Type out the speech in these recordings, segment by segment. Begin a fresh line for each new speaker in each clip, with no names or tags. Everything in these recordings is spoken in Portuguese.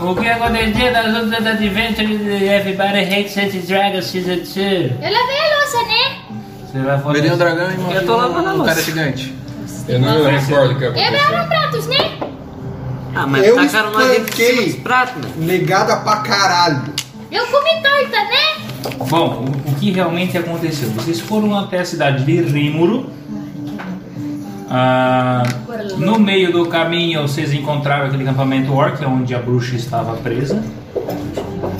O que acontecia nas outras adventures de Everybody Hates St. Dragon Season 2?
Eu lavei a louça, né?
Você vai falar
Peguei um
isso?
dragão e
Eu tô lavando a
um cara
louça.
gigante.
Eu não me recordo o que
Eu
aconteceu.
lavo pratos, né?
Ah, mas
Eu
tacaram nós dentro de cima
espanquei.
dos pratos, né?
Negada pra caralho.
Eu comi torta, né?
Bom, o, o que realmente aconteceu? Vocês foram até a cidade de Rímuro. Ah, no meio do caminho vocês encontraram aquele campamento orc, é onde a bruxa estava presa.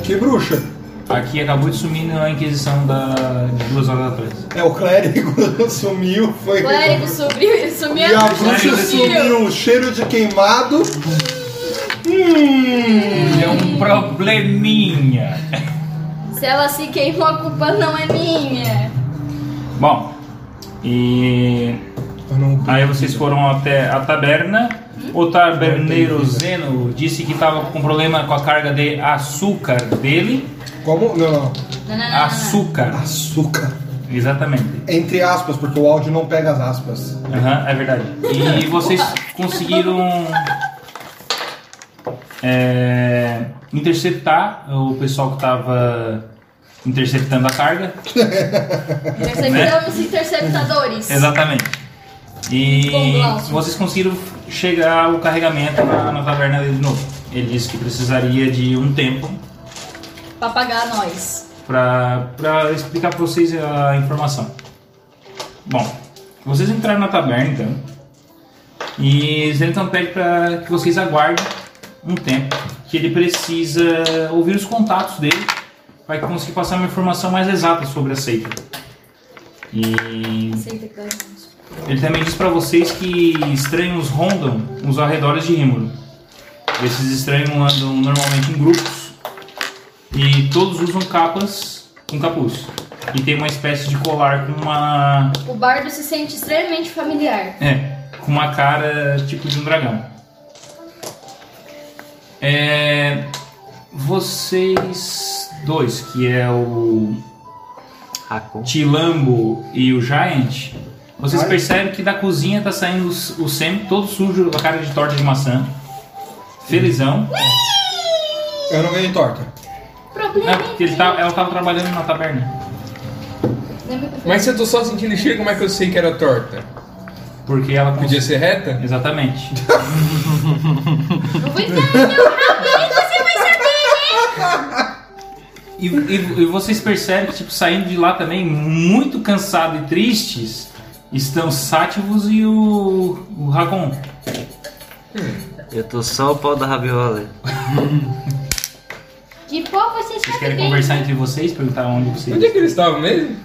Que bruxa.
Aqui acabou de sumir na Inquisição da, de duas horas atrás.
É, o clérigo sumiu, foi...
O Érico subiu, sumiu.
E a bruxa sumiu, cheiro de queimado. Hum.
Deu um probleminha.
Se ela se queimou, a culpa não é minha.
Bom, e
Eu não-
aí vocês foram até a taberna. O taberneiro Zeno disse que estava com problema com a carga de açúcar dele.
Como? Não, não.
Não, não, não, não, não.
Açúcar,
Açúcar.
exatamente.
Entre aspas, porque o áudio não pega as aspas.
Aham, é verdade. E vocês conseguiram é, interceptar o pessoal que estava interceptando a carga.
Interceptamos interceptadores.
Exatamente.
Bom,
E
Glaucio.
vocês conseguiram chegar o carregamento na, na taverna dele de novo. Ele disse que precisaria de um tempo
Pra pagar nós.
para explicar para vocês a informação. Bom, vocês entraram na taberna então. E Zenton pede para que vocês aguardem um tempo, que ele precisa ouvir os contatos dele para que consiga passar uma informação mais exata sobre a seita. E
Aceita que nós.
ele também diz pra vocês que estranhos rondam os arredores de Rímulo. Esses estranhos andam normalmente em grupos e todos usam capas com capuz. E tem uma espécie de colar com uma.
O bardo se sente extremamente familiar.
É, com uma cara tipo de um dragão. É. Vocês dois, que é o
Raco.
Tilambo e o Giant, vocês
Olha.
percebem que da cozinha tá saindo os- o Sam todo sujo, a cara de torta de maçã. Felizão.
Eu não ganhei torta.
Problema. é
Não, porque ele tá, ela tava trabalhando na taberna.
Mas se eu tô só sentindo cheiro, como é que eu sei que era torta?
Porque ela cons-
Podia ser reta?
Exatamente.
Não vou entrar no meu rabo, nem você vai saber, né?
E, e- e vocês percebem que, tipo, saindo de lá também, muito cansado e tristes, estão Sátivos e o, o Hakon.
Eu tô só o pau da rabiola.
De pó você
Vocês
sabe
querem
bem.
conversar entre vocês, perguntar onde vocês
Onde é que eles estavam mesmo?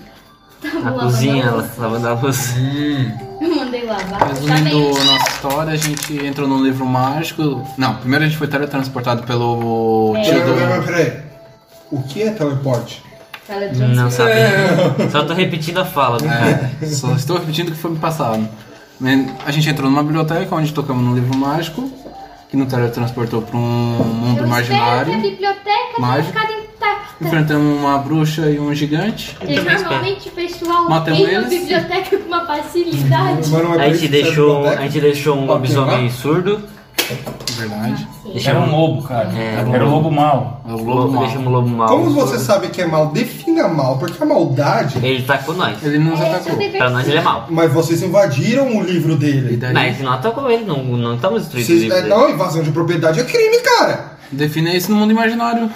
Tá
Na
bom,
cozinha,
lavando a
ela lavando a louça.
Hum.
louça. Eu mandei lavar. Tá
Resumindo
bem.
nossa história, a gente entrou num livro mágico. Não, primeiro a gente foi teletransportado pelo
É.
tio
Peraí, peraí,
do.
peraí, peraí. O que é teleporte? É.
Teletransporte.
Não sabe. Só tô repetindo a fala do cara.
É, só estou repetindo o que foi me passado. A gente entrou numa biblioteca onde tocamos num livro mágico, que nos teletransportou para um mundo
Eu espero que a
imaginário.
biblioteca tenha
Mágico.
ficado intacta.
Enfrentamos uma bruxa e um gigante.
Porque
também espero.
normalmente o pessoal
Matamos
tem a
eles.
biblioteca com uma facilidade.
Mas não é pra
A
isso
gente
que serve
deixou, a
biblioteca?
gente deixou um
Pode
lobisomem surdo.
Verdade.
Era um
Deixamos,
lobo, cara.
É,
Era um lobo mau.
É o lobo
lobo,
mau.
deixamos o lobo mal.
Como você sabe que é mal? Defina mal, porque a maldade.
Ele tacou nós.
Ele nos
É, seu
atacou.
dever.
Pra nós ele é mal.
Mas vocês invadiram o livro
E
dele.
daí,
Não, a gente não atacou ele, não, não estamos destruindo o
É. Vocês,
livro
é,
dele.
não, invasão de propriedade é crime, cara.
define isso no mundo imaginário.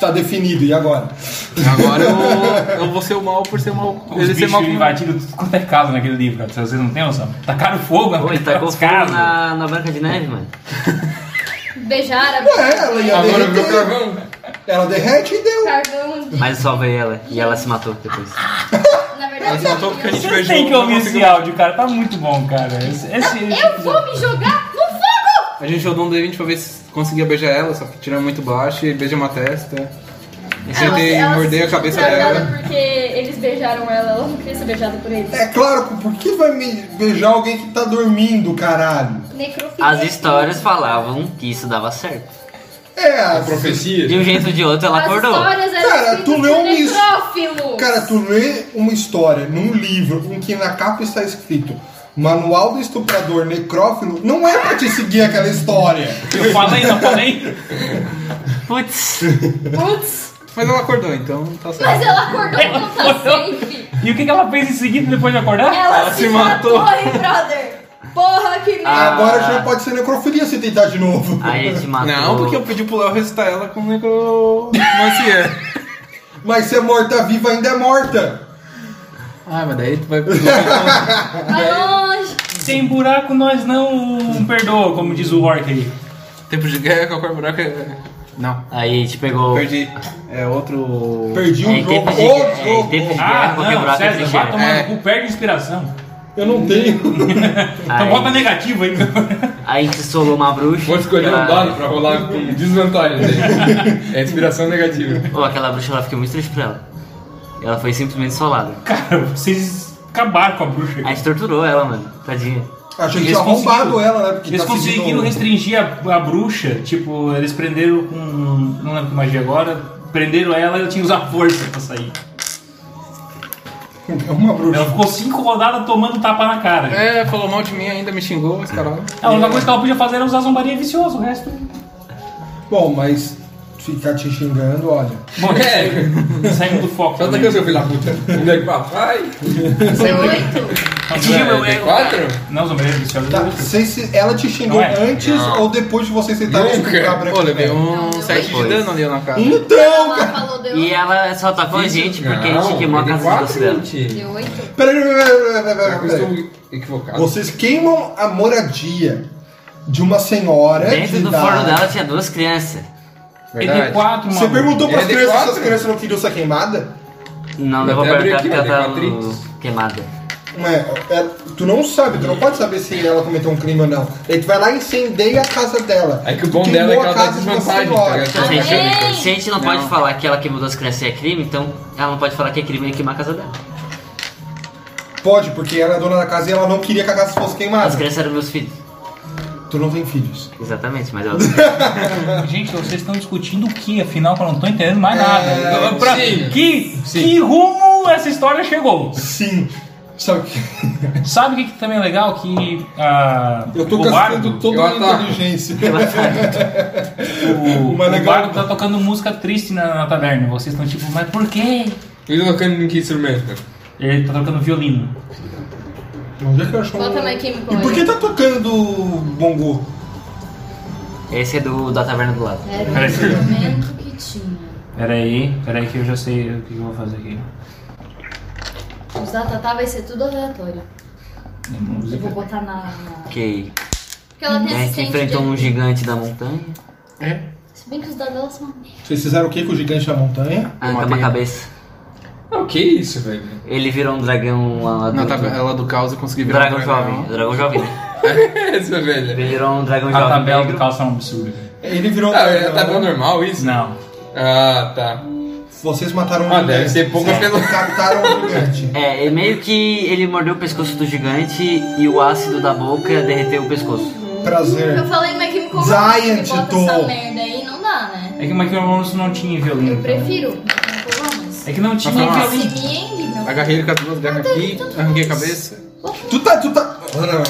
Tá definido, e agora?
Agora eu, eu vou ser o mal por ser mal.
Os
ser
bichos invadiram tudo quanto é casa naquele livro, cara. Vocês não têm noção? Tacaram fogo tá
Pô, ele
naquele
tacou tá fogo
casa.
na, na Branca de Neve, mano.
Beijar a
É, ela ia
Agora viu o
derreter.
carvão?
Ela derrete e deu.
carvão de...
Mas eu salvei ela e ela se matou depois.
Na verdade,
Mas eu tô porque a gente-
Vocês têm que ouvir esse áudio, cara. Tá muito bom, cara. Esse, esse-
eu vou me jogar no fogo!
A gente jogou um D20 pra ver se conseguia beijar ela, só que tirando muito baixo e beijei uma testa. Eu tentei
Ela- ela
morder
se
a cabeça
sentiu
dela.
tragada Porque eles beijaram ela, ela não queria ser beijada por eles.
É claro, por que vai me beijar alguém que tá dormindo, caralho?
Necrofilia.
As histórias falavam que isso dava certo.
É, a
Profecia.
De um jeito ou de outro, ela
As
acordou.
histórias eram
Cara,
escritas
tu leu
por
um is-
necrófilos.
Cara, tu lê uma história num livro em que na capa está escrito Manual do Estuprador Necrófilo, não é pra te seguir aquela história.
Eu falei, não falei?
Putz.
Putz,
Mas ela acordou, então tá certo.
mas ela acordou com tá safe.
E o que, que ela fez em seguida depois de acordar?
Ela, se, matou, hein, brother? Porra, que merda.
Ah.
Agora já pode ser necrofilia se tentar de novo.
Aí a gente matou.
Não, porque eu pedi pro Léo recitar ela com necromancia.
Mas se é morta-viva ainda é morta.
ah, mas daí tu vai...
Vai longe.
Sem buraco nós não perdoa, como diz o Orc aí.
Tempo de guerra, qualquer buraco é... Não.
Aí a gente pegou.
Perdi. É outro...
Perdi um
É, em
jogo.
tempo de,
Outro
é, em
jogo.
tempo de guerra,
Ah,
qualquer
não,
buraco é
César, vai
trincheira.
tomar
É.
no cu, perde inspiração.
Eu não tenho.
Então
Aí-
bota negativo aí. cara.
Aí a gente solou uma bruxa.
Vou escolher
aquela-
um dado pra rolar com desvantagem. né? É inspiração negativa.
Ô, aquela bruxa ela fiquei muito triste pra ela. Ela foi simplesmente solada.
Cara, vocês acabaram com a bruxa.
A gente torturou ela, mano. Tadinha.
Achei que
Eles
tinha arrombado
conseguiram-
ela, né? Porque
Eles
tá
conseguiram
seguindo...
restringir a, a bruxa, tipo, eles prenderam com. não lembro que magia agora, prenderam ela e ela tinha que usar força pra sair.
É uma bruxa.
Ela ficou cinco rodadas tomando tapa na cara.
É, falou mal de mim ainda, me xingou, esse caralho.
A única coisa que ela podia fazer era usar zombaria viciosa, o resto.
Bom, mas ficar te xingando, olha.
Bom,
É,
saindo do foco. né?
só tá
também.
aqui, seu filho da puta. Onde é que papai?
Foi oito.
Mas,
É,
meu,
tem
é-
quatro?
Não, zombaria viciosa.
Tá,
é outra.
sei se ela te xingou
Não é?
antes ou depois de vocês tentarem
Nunca.
estuprar a
Pô,
Branca de
levei
Neve.
um
Não,
7 de
foi.
dano ali na cara.
é. Então,
Ela falou deu
E ela só atacou a gente porque a gente queimou a casa de doce dela.
Deu oito.
Peraí, peraí, peraí, peraí, peraí,
Eu
peraí.
estou equivocado.
Vocês queimam a moradia de uma senhora
Dentro
de
do
idade.
forno dela tinha duas crianças.
É de quatro, mano.
Você perguntou para
É
as
de
crianças se as
quatro?
crianças não queriam ser queimada?
Não,
Eu
não vou
até abri
perguntar
aqui,
porque ela
ó,
tava
tem quatro
queimada.
É, é, tu não sabe, tu não pode saber se ela cometeu um crime ou não. Aí tu vai lá e incendeia a casa dela.
É que o
Tu
bom dela é
queimou
que
a
ela tá
casa de uma
desvantagem, tá
senhora.
ligado?
Se a
Amém!
gente, se a gente não, pode
Não.
falar que ela queimou duas crianças e é crime, então ela não pode falar que é crime e queimar a casa dela.
Pode, porque ela é dona da casa e ela não queria que a casa fosse
As
queimada.
crianças eram meus filhos.
Tu não tem filhos.
Exatamente, mas ela.
Gente, vocês estão discutindo o que, afinal, que eu não tô entendendo mais
É,
nada. Pra-
sim.
que,
Sim.
que rumo essa história chegou?
Sim. Sabe o que...
Sabe o que, que também é legal? Que ah,
Eu tô
o
gastando
bardo,
toda
eu
a
ataco.
inteligência.
o,
Mas
o
legal-
bardo tá tocando música triste na, na taberna. Vocês estão tipo, mas por quê?
Ele tocando em que instrumento?
Ele tá tocando violino.
Onde é que eu acho
Bota
um-
mais químico
E por que tá tocando bongo?
Esse é do da taverna do lado.
Era o
Peraí.
instrumento É, que tinha.
Pera aí, pera aí que eu já sei o que eu vou fazer aqui.
Os datatá vai ser tudo aleatório.
É
Eu vou
música.
botar na... na-
Ok.
Porque ela
A
tem
gente
assistente
enfrentou
dele.
um gigante da montanha.
Se bem que os dados dela são... uma merda.
Vocês fizeram o que com o gigante da montanha?
Arrancamos a cabeça.
Ah, o que é isso, velho?
Ele virou um dragão adulto.
Na tabela do caos eu consegui virar.
Dragão
um
jovem. Dragão jovem, né?
É essa, velho?
Ele virou um dragão
A
jovem.
tabela do
negro.
calça é um absurdo.
Ele virou um
Ah, é
dragão.
tabela normal isso?
Não.
Ah, tá.
Vocês mataram um
Ah,
gigante.
deve ser poucas
Vocês
pessoas.
captaram um gigante.
É, e meio que ele mordeu o pescoço do gigante e o ácido da boca derreteu o pescoço.
Prazer.
Eu falei, mas químico...
Giant
bota
Doll.
essa merda aí, não dá, né?
É que o Michael Romans não tinha violino.
Eu
então.
prefiro químico
É que
Tá
não tinha
Mas vamos lá.
violino.
assim.
Sim, não.
Agarrei ele com as duas garras aqui, arranquei a cabeça.
Tu tá, tu tá... Não, não, não, não,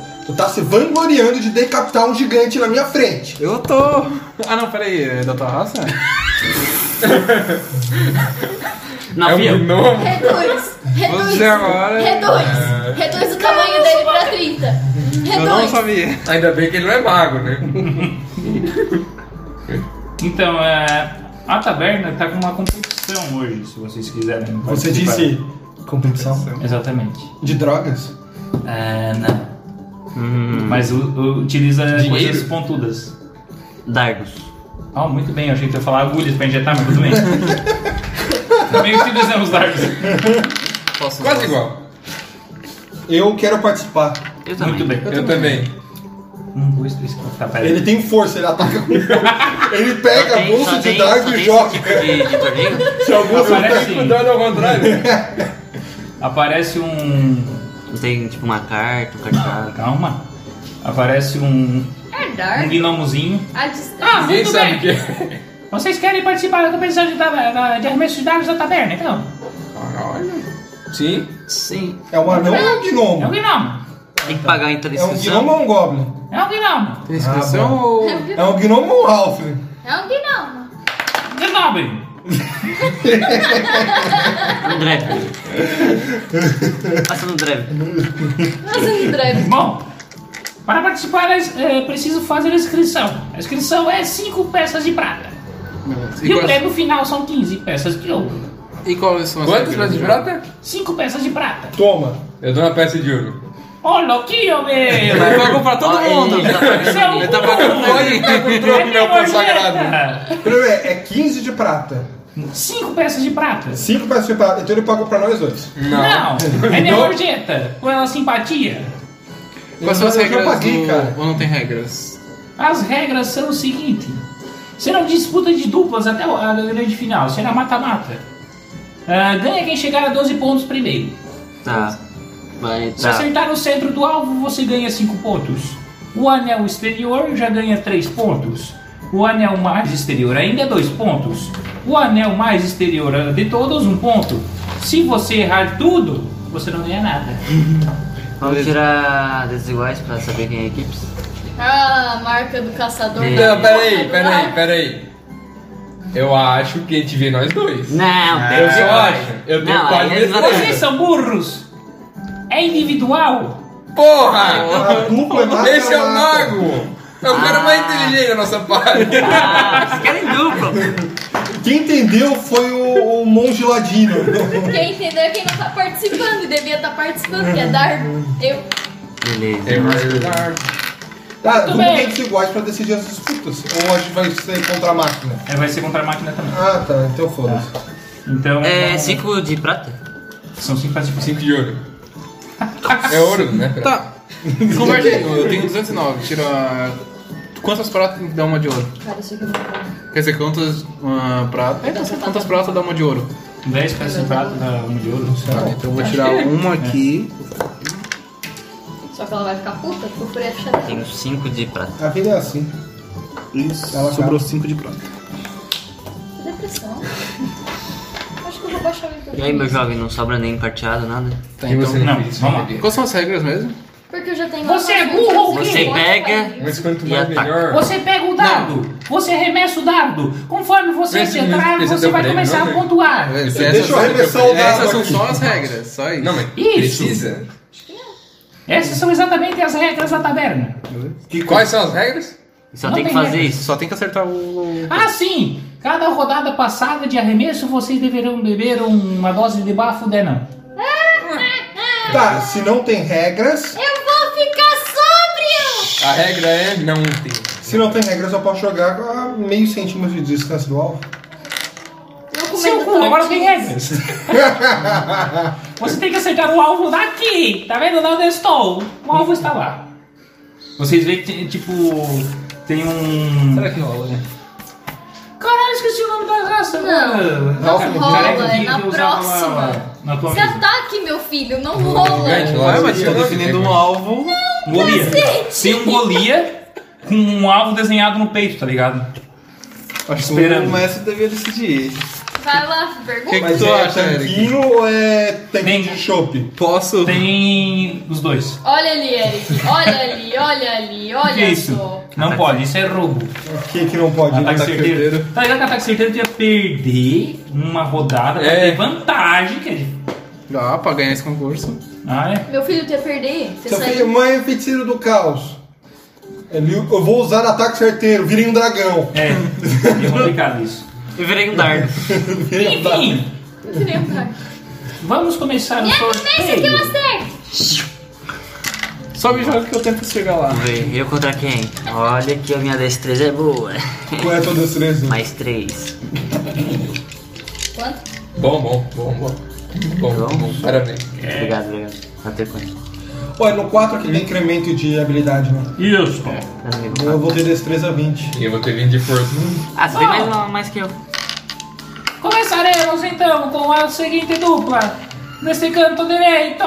não. Tu tá se vangloriando de decapitar um gigante na minha frente.
Eu tô. Ah não, peraí, é da tua raça?
Não,
é
fui eu.
um gnomo?
Reduz, reduz,
Você agora-
reduz, reduz o tamanho dele pra 30.
Eu não
Reduz.
sabia.
Ainda bem que ele não é mago, né?
Então, é, a taberna tá com uma competição hoje, se vocês quiserem.
Você
participar.
disse... Competição?
Exatamente.
De drogas?
É, não.
Hum,
Mas u- u- utiliza
Dinheiro?
coisas pontudas.
dardos.
Ah, muito bem, eu achei que eu ia falar agulhas pra injetar, mas tudo bem. Também utilizamos dardos.
Posso
Quase igual.
Eu quero participar.
Eu também.
Muito bem.
Eu, também.
Um, dois, três, quatro. Tá,
É.
peraí.
Ele tem força, ele ataca com força. Ele
Só
pega a
tem-
bolsa
só
de
tem-
dardo
só
e
tem
joga.
esse tipo de, de torneio?
Se algum
Aparece- um-
Tá dando ao contrário.
Aparece um.
Não tem tipo uma carta, um cartão.
Calma. Aparece um.
É
um
Dark.
gnomozinho.
A distância.
Ah,
Ah,
Ninguém sabe o que é.
Vocês querem participar da competição de, da, da, de arremesso de dados da taberna, então?
Caralho. Sim.
Sim.
É um anão ou um
É um
gnomo?
gnomo.
Tem que pagar então a
É um
inscrição.
gnomo ou um goblin?
É um gnomo.
Tem inscrição
Ah,
ou.
É um
É
gnomo.
um gnomo ou um halfling?
É um gnomo.
Gnobre.
Um dreve. Passa Tá no dreve.
Nossa, um André.
Bom, para participar é, é preciso fazer a inscrição. A inscrição é 5 peças de prata.
Beleza.
E, o
E, quais,
prêmio final são 15 peças de ouro.
e quais são as
Quantas
regras
peças de
do
prata?
5 peças de prata.
Toma.
Eu dou uma peça de ouro.
Ô, louquinho, meu!
jogo? Ele vai comprar todo
Ó, ele
mundo!
tá pagando
Isso é um É
ali.
Ele tá pagando
burro.
todo mundo.
O troco meu consagrado.
Primeiro é, é 15 de prata.
5 peças de prata.
5 peças de prata. Então ele pagou pra nós dois.
Não, é minha gorjeta. Com ela simpatia.
Quais são as
Eu já
regras?
paguei,
do-
cara.
Ou não tem regras?
As regras são o seguinte: será disputa de duplas até o- a grande final, será mata-mata. Ah, ganha quem chegar a 12 pontos primeiro.
Tá. Vai,
Se
tá.
acertar no centro do alvo, você ganha 5 pontos. O anel exterior já ganha 3 pontos. O anel mais exterior ainda é 2 pontos. O anel mais exterior de todos, 1 um ponto. Se você errar tudo, você não ganha nada.
Vamos tirar desiguais pra saber quem é a equipe.
Ah, a marca do caçador. né?
Não,
Não, peraí, peraí, peraí. Eu acho que a gente vê nós dois.
Ah.
Não,
Eu
tem
só
desiguais.
acho. Eu tenho
Não,
quase
aí eles vão-
certeza.
Vocês são burros! É individual!
Porra!
A dupla é mata
Esse é o mago! É o cara mais inteligente da nossa parte.
Ah, vocês querem dupla.
Quem entendeu foi o, o monge ladino.
Quem entendeu é quem não tá participando e devia estar participando, que é dar. Eu.
Beleza.
Tá,
Tudo
tudo
bem.
tem que ser iguais pra decidir as disputas. Ou a gente vai ser contra a máquina?
É, vai ser contra a máquina também.
Ah, tá. Então foda-se.
Então.
É
vamos-
5 de prata?
São cinco peças de
Cinco de ouro. É ouro, né?
Tá. Converte aí. Eu tenho 209. Tira. Quantas pratas dá uma de ouro?
Cara, isso aqui eu vou
Quer dizer, quantas ah, pratas. É, não sei quantas pratas dá uma de ouro?
10 peças de prata da uma de ouro, não sei.
Tá, então eu vou tirar uma aqui.
Só que ela vai ficar puta, porque eu furei a ficha dela.
Tenho 5 de prata.
A vida é assim.
Isso.
Ela
Sobrou 5 de prata.
Que é Depressão. Acho que eu vou baixar o
E aí, meu jovem, não sobra nem parteado, nada?
Tá, então.
não, vamos lá.
Quais são as regras mesmo?
Porque eu já tenho.
Você é burro ou quê?
Você pega-
Mas quanto
E
mais
ataca.
melhor.
Você pega o dado, você arremessa o dado. Conforme você
Esse
acertar,
mesmo, esse
você
deu
vai
pra ele,
começar
não,
a
né?
pontuar.
Essas-
Deixa eu arremessar o dado
Essas são
aqui.
só as regras, só isso.
Não, mas
Isso.
precisa.
Essas são exatamente as regras da taberna.
E quais são as regras?
Só
Não
tem que
tem
fazer
regra.
isso.
Só tem que acertar o.
Ah, sim! Cada rodada passada de arremesso, vocês deverão beber uma dose de bafo né, denam.
Tá, se não tem regras,
Eu vou ficar sóbrio!
A regra é não ter.
se não tem regras eu posso jogar a meio centímetro de distância do alvo.
Eu
Seu
comendo
cu, agora
tortinha.
tem regras. Você tem que acertar o alvo daqui. Tá vendo onde eu estou? O alvo está lá. Vocês veem que, tem, tipo, tem um...
que rola, né?
Caralho, esqueci o nome da raça.
Não,
não
rola, é na próxima.
na tua
Se
mesa.
ataque, tá meu filho, não rola.
Gigante lá.
Vai, mas eu tô definindo um alvo.
tá
Um Golia. Tem um Golia com um alvo desenhado no peito, tá ligado?
Acho que
Esperando.
o mestre devia decidir.
Vai lá, pergunta.
que
Mas
tu
é
acha,
tanquinho ou é
Tem.
tanquinho de chope?
Posso.
Tem os dois.
Olha ali, Eric. Olha ali, olha ali,
O que é
olha
isso?
só.
Não pode, isso é roubo.
O que que não pode?
Um Ataque
Ataque
certeiro. Tá ligado que ataque certeiro tu ia perder uma rodada pra
É.
ter vantagem, que é de-
Dá Ah, pra ganhar esse concurso.
Ah, é?
Meu filho, tu ia perder? Você
Seu
saiu.
filho, mãe, feiticeiro do caos. Ele- Eu vou usar ataque certeiro, virei um dragão.
É, é complicado isso.
Eu virei um dardo.
Virei um dragão.
Enfim,
Você nem ataca.
vamos começar o
E acontece que
sorteio.
eu acerto.
Só me joga que eu tento chegar lá.
Vamos ver, eu contra quem? Olha que a minha destreza é boa.
Qual é a tua destreza?
Mais 3.
Quanto?
Bom, bom, bom, bom. Bom,
Bom.
bom. Parabéns.
Obrigado, obrigado. Bateu com ele.
Olha, no 4 que tem incremento de habilidade, né?
Isso.
Eu vou ter destreza 20.
E eu vou ter vindo de força.
Ah, você tem mais, uma- mais que eu.
Começaremos então com a seguinte dupla. Nesse canto direito,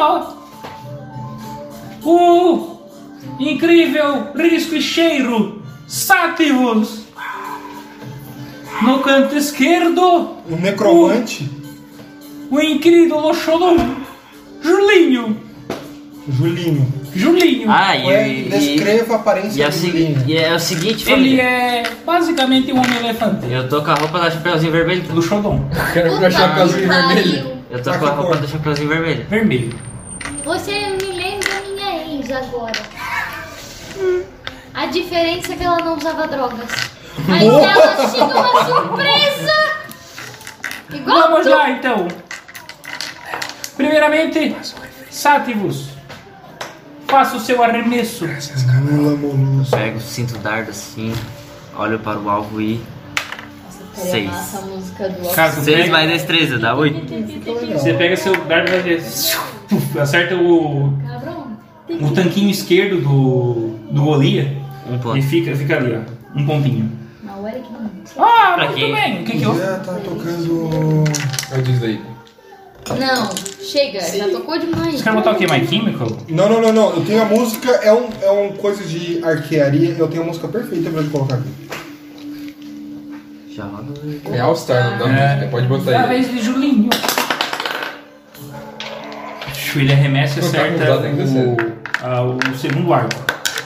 o incrível risco e cheiro Sátivos! No canto esquerdo,
O necromante,
o incrível Oxodon, Julinho!
Julinho.
Julinho!
Ah, e,
Ué,
e-
descreva a
e
aparência
é o
do
segui-
Julinho.
e é o seguinte,
Ele
família.
é basicamente um homem-elefante.
Eu tô com a roupa da Chapeuzinho Vermelho.
Do Xodon.
O cara virou chapeuzinho vermelho.
Eu tô
Ah,
com
que
a roupa
cor?
da Chapeuzinho Vermelho.
Vermelho.
Você me lembra minha ex agora. A diferença é que ela não usava drogas. Mas ela tinha uma surpresa! Igual
Vamos
tu.
lá então! Primeiramente, Sátivos, faça o seu arremesso.
Lula Molusco.
Pego o cinto dardo assim, olho para o alvo e.
Seria
Seis.
massa a música do
Caso
Seis
pegue-
mais destreza, dá oito.
Você pega seu dardo e vai- acerta o,
Cabrão.
o tanquinho esquerdo do, do Golia
Um
e
ponto.
fica, fica ali, ó, um pontinho.
Não, era que não.
Ah,
Pra
muito
quê?
bem. O que que eu...
Já tá tocando.
Olha disso daí.
Não, chega, já tocou demais.
Você quer botar o quê? My Chemical?
Não, não, não, não. Eu tenho a música, é um, é um coisa de arquearia. Eu tenho a música perfeita pra eu colocar aqui.
Já roda.
É All Star, não dá música. Pode
Da
botar aí.
vez de Julinho. Ele arremessa e
Não tá
acerta
mudado ainda, sério.
o, ah, o segundo arco.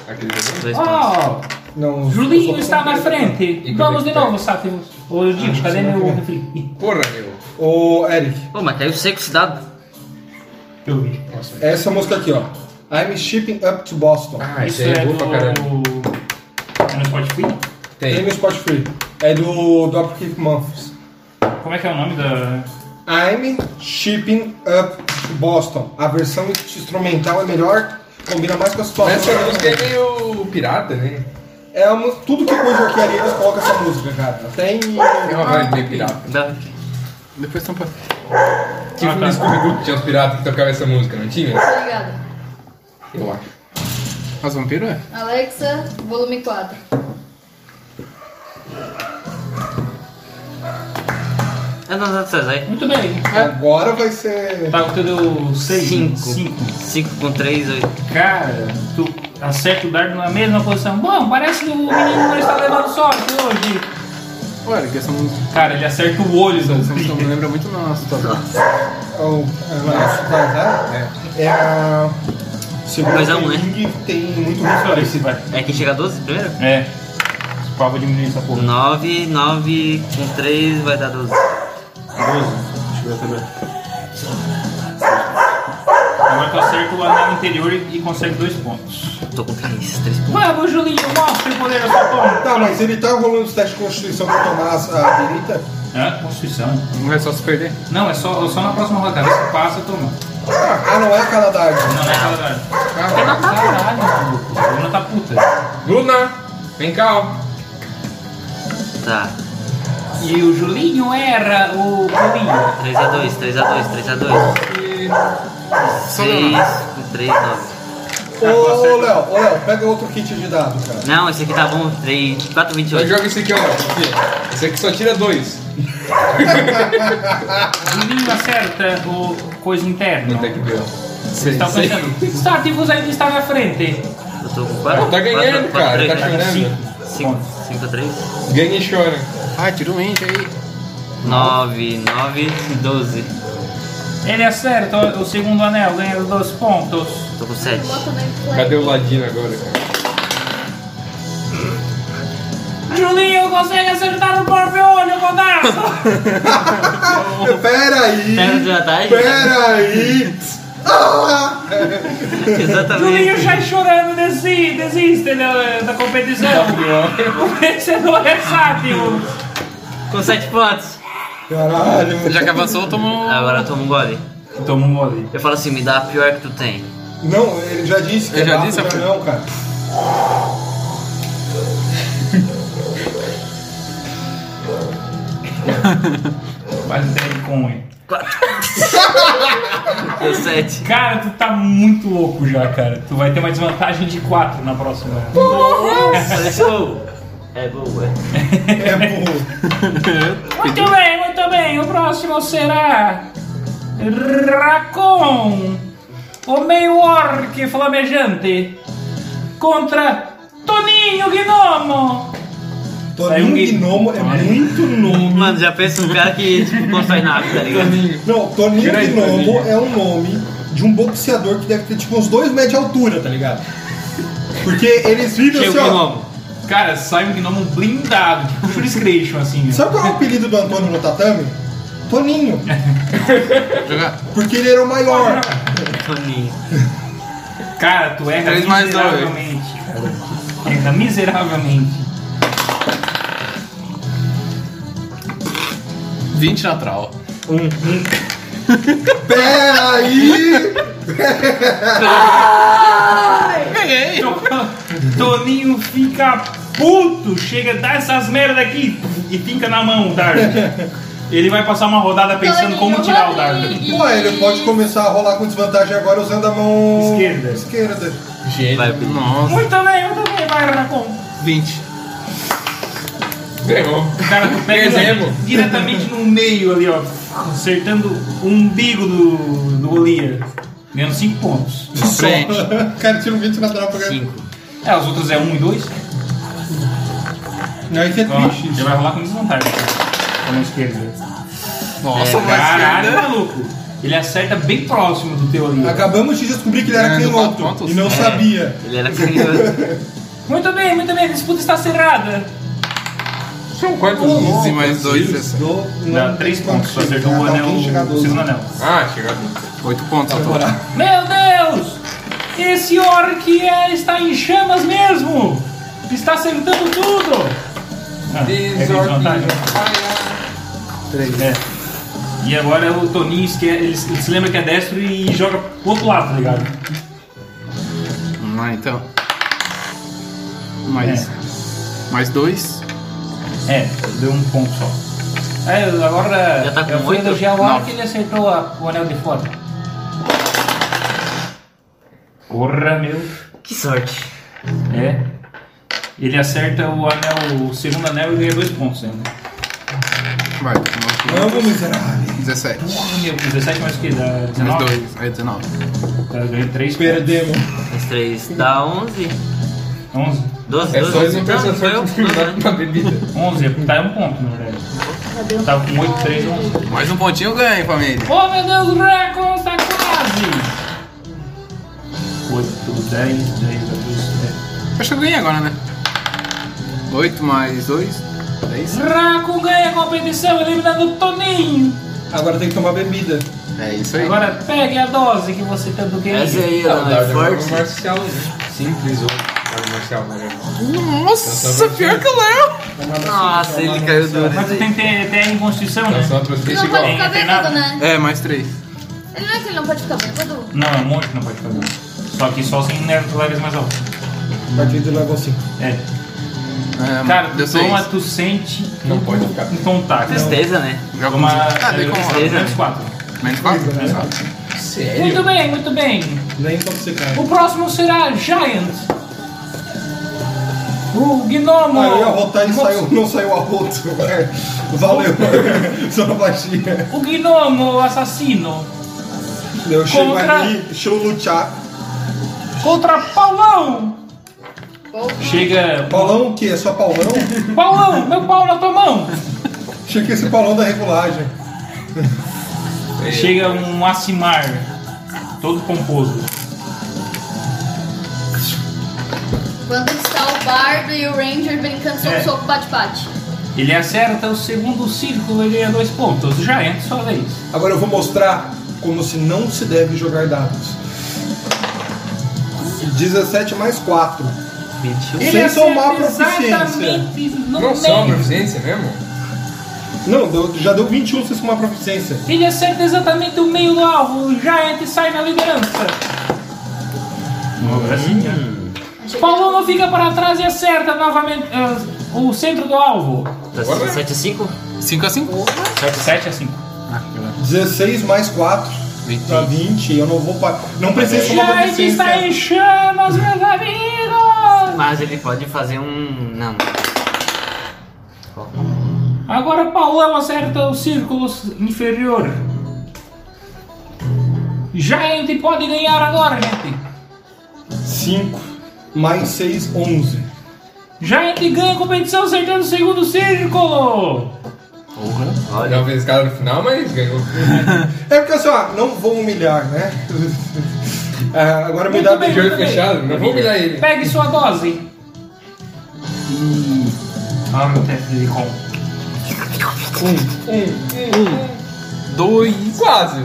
Aquele jogo.
Dois pontos.
Oh,
Não, eu
Julinho
sou
está na
contra-
frente.
E Ah,
Vamos
como é que
de
tá?
novo, Sátivos. Ô, Digo, cadê meu refri?
Porra, meu.
Ô, Eric,
Pô, mas caiu seco esse dado.
Eu vi.
Nossa.
É essa música aqui, ó. I'm shipping up to Boston.
Ah, esse aí é bom pra caralho.
É no Spotify?
Tem
Tem.
no Spotify. É do do Dropkick Months.
Como é que é o nome da...
I'm shipping up to Boston. A versão instrumental é melhor, combina mais com a situação.
Essa música é meio pirata, né?
É uma, tudo que é coisa de arquearia eles colocam essa música, cara. Tem.
É uma
Ah,
vibe meio pirata.
Dá.
Depois tampa.
Tipo
Ah,
ah,
tá.
no Scooby-Doo que tinha os piratas que tocavam essa música, não tinha?
Tá Obrigada.
Eu acho.
Mas vampiro é?
Alexa, volume 4.
É não, dá três aí.
Muito bem.
Agora vai ser.
Tá, tu deu 6?
Cinco.
5.
Cinco com três, oito.
Cara, tu acerta o dardo na mesma posição. Bom, parece que o menino não está levando sorte hoje.
Ô, Eric, essa música
Cara, ele acerta o olho do
essa música Então, me
Peter.
lembra muito nossa, tá bom?
Oh, é, é, é a. Segunda
Dois a um,
que
né?
Ying tem muito
Deixa eu ver se
risco.
vai.
É quem chega a 12 primeiro?
É. Prova diminuir essa porra.
9, 9 com 3 vai dar 12.
12. Deixa eu ver, deixa eu ver. Agora tu acerta o anel interior e e consegue dois pontos.
Tô com 3, 3 pontos.
Vamos, Julinho, mostra o poder da sua pomba.
Tá, mas ele tá rolando os testes de constituição pra tomar a a perita?
Ah, Constituição.
Não vai só se perder.
Não, é só, só na próxima rodada. Você passa, toma.
Ah, não é a Canadá.
Não, não é aquela rodada. Caralho, maluco. A Bruna tá puta.
Luna! Vem cá, ó.
Tá.
E o Julinho era o Julinho.
3 a 2, 3 a 2, 3 a 2.
Só
6
Leonardo.
com 3, 9.
Ô, ô, Léo, ô, Léo, pega outro kit de dado, cara.
Não, esse aqui tá bom. 3, 4,
Então
28.
joga esse aqui, ó. Aqui. Esse aqui só tira dois.
Julinho acerta o coisa interna.
Até que deu.
Você está pensando. Stativus ainda está tipo, na frente.
Eu tô com 4.
Tá ganhando, cara, tá
Cinco.
5, 5 a 3.
Ganha e chora.
Ah, tira o ente aí.
9, 9, 12.
Ele acerta o segundo anel, ganha os dois pontos.
Tô com 7.
Bota na
Cadê o Ladino agora, cara?
Julinho consegue acertar o próprio olho, Rodardo!
Peraí!
Pera de vantagem?
Peraí! Ah!
Julinho
Exatamente.
já chorando, desi, desiste da, da
Tá
competição. O vencedor é Stativus.
Com 7 pontos.
Caralho!
Já que avançou, tomou.
Agora toma um gole.
Toma um gole.
Eu falo assim, me dá a pior que tu tem.
Não, ele já disse que
Eu
é
já
bafo,
disse,
já não, cara.
Faz um com ele.
Deu 7.
Cara, tu tá muito louco já, cara. Tu vai ter uma desvantagem de 4 na próxima.
Let's go. É boa.
É burro.
Muito bem, muito bem. O próximo será. Racon, o meio orc flamejante, contra Toninho. Gnominho, gnomo! Saiu
Toninho
um gui-
Gnomo é muito nome.
Mano, já pensa num cara que, tipo, constrói nave, tá ligado?
Não, Toninho
Grande
Gnomo
Toninho.
é um nome de um boxeador que deve ter tipo uns dois metros de altura, tá ligado? Porque eles vivem assim,
Chega o
ó.
gnomo.
Cara, sai um gnomo blindado, tipo Shuri's Creation, assim. ó.
Sabe qual é o apelido do Antônio no tatame? Toninho.
Jogar.
Porque ele era o maior.
Toninho.
Cara, tu erra
Três mais dois.
miseravelmente, cara. Erra miseravelmente.
20 natural.
Pera aí!
Toninho fica puto, chega, dá essas merda aqui e fica na mão o dardo. Ele vai passar uma rodada pensando como tirar o dardo.
Pô, ele pode começar a rolar com desvantagem agora usando a mão
Esquerda.
esquerda.
Gênio.
Vai, Pedro.
Nossa.
Muito bem, muito bem, vai, Racon.
20.
Ganhou.
Cara, tu pega ele
Perdemos.
diretamente no meio ali, ó. Acertando o umbigo do, do Golias. Ganhando 5 pontos.
Frente.
O cara tira um 20 na tropa. cara.
É, os outros é 1 um e 2.
Aí que é
Então,
triste
ele
isso.
vai rolar com desvantagem. Com a esquerda.
Nossa, vai
Caralho,
ser.
é maluco. Ele acerta bem próximo do teu ali.
Acabamos de descobrir que ele era
Ganhando quatro
canhoto
pontos?
e não
É.
sabia.
Ele era canhoto.
Muito bem, muito bem, a disputa está cerrada.
São quantos?
15 mais 2,
Do,
Dá 3 pontos, só acertou
Cada
o
um
anel,
chega a
o
12.
segundo anel.
Ah, chegou.
8 pontos ao total.
Meu Deus! Esse orc é, está em chamas mesmo! Está acertando tudo! Ah, é desvantagem. É. E agora o Toninho esque- ele, se- ele se lembra que é destro e joga pro outro lado, tá ligado?
Vamos lá, então. Mais. Mais 2.
É, deu um ponto só. É, agora
Já tá com
eu fui
oito?
elogiar o orc
Nove.
e ele acertou a- o anel de fora. Porra, meu!
Que sorte.
É. Ele acerta o anel, o segundo anel e ganha dois pontos né? ainda.
Vai, continua
Vamos, miserável.
aqui. 17.
Porra, meu, 17 mais que dá 19.
Mais 2. Aí 19.
Tá, ganha 3
Perdemos.
Mais três dá 11.
11.
12,
É só
12.
esse né? processor que terminar com a bebida.
11, tá um ponto, na verdade. Tá com 8, 3, 11.
Mais um pontinho ganha, família.
Oh, meu Deus, o Raccoon está quase! 8, 10, 10, 12,
Acho que eu ganhei agora, né? 8 mais 2. 10.
10. Raccoon ganha a competição, eliminando o Toninho!
Agora tem que tomar bebida.
É isso aí.
Agora pegue a dose que você tanto quer.
Essa aí,
Tá
Não,
ó,
dá
é
pra jogar
forte.
marcial, né? Simples ou Dá marcial, né?
Nossa, pior que o Léo.
Nossa, ele caiu duro.
Mas tu tem que ter em Constituição, né?
Dá só pra você
Ele não
chegar
pode
lá.
ficar bêbado, né?
É, mais 3.
Ele não é que ele não pode ficar bêbado.
Não, é um monte que não pode fazer. Só que só sem nervo leves mais alto.
A partir do level 5.
É.
É,
Cara,
deu
tu
6.
toma, tu sente.
Não pode ficar.
Então tá. Não.
Tristeza, né?
Joga
Toma.
Ah,
é,
bem com
tristeza,
menos
né?
quatro.
Menos 4?
Menos quatro.
Sério?
Muito bem, muito bem.
Nem intoxicado.
O próximo será Giant. O Gnomo.
Ah, eu ia rotar e saiu, não saiu a outra. Valeu. Só na baixinha.
O Gnomo assassino.
Eu chego
Contra-
ali, deixa eu lutar.
Contra Paulão.
Ou-
Chega.
Paulão o quê? É só Paulão?
Paulão, meu pau na tua mão.
Achei que esse Paulão da regulagem.
Chega um Acimar. Todo pomposo.
Quando está o Bardo e o Ranger brincando soco,
É.
soco, bate-bate.
Ele acerta o segundo círculo e ganha dois pontos. Giant, sua vez.
Agora eu vou mostrar como se não se deve jogar dados. 17 mais 4.
um.
Mentiu.
Sem somar a
acerta
proficiência.
exatamente no
Não só
meio.
proficiência mesmo?
Não, deu- já deu 21 se somar proficiência.
Ele acerta exatamente o meio do alvo. O Giant sai na liderança. Paulo não fica para trás e acerta novamente eh, o centro do alvo.
Tá 7 a 5?
5 a 5?
7 a 5.
16 mais 4 pra 20. Eu não vou parar. Não precisa somar
Giant está
proficiência.
em chamas, meus amigos!
Mas ele pode fazer um. Não.
Agora Paulão acerta o círculo inferior. Giant pode ganhar agora, gente.
5 mais 6, 11.
Giant ganha a competição acertando o segundo círculo!
Olha.
Talvez cara no final, mas ganhou.
É porque assim, ó, não vou humilhar, né? Ah, agora me
Muito
dá
bem.
De olho fechado, não vou humilhar ele.
Pegue sua dose! Ah, meu teste de com.
Dois.
Quase.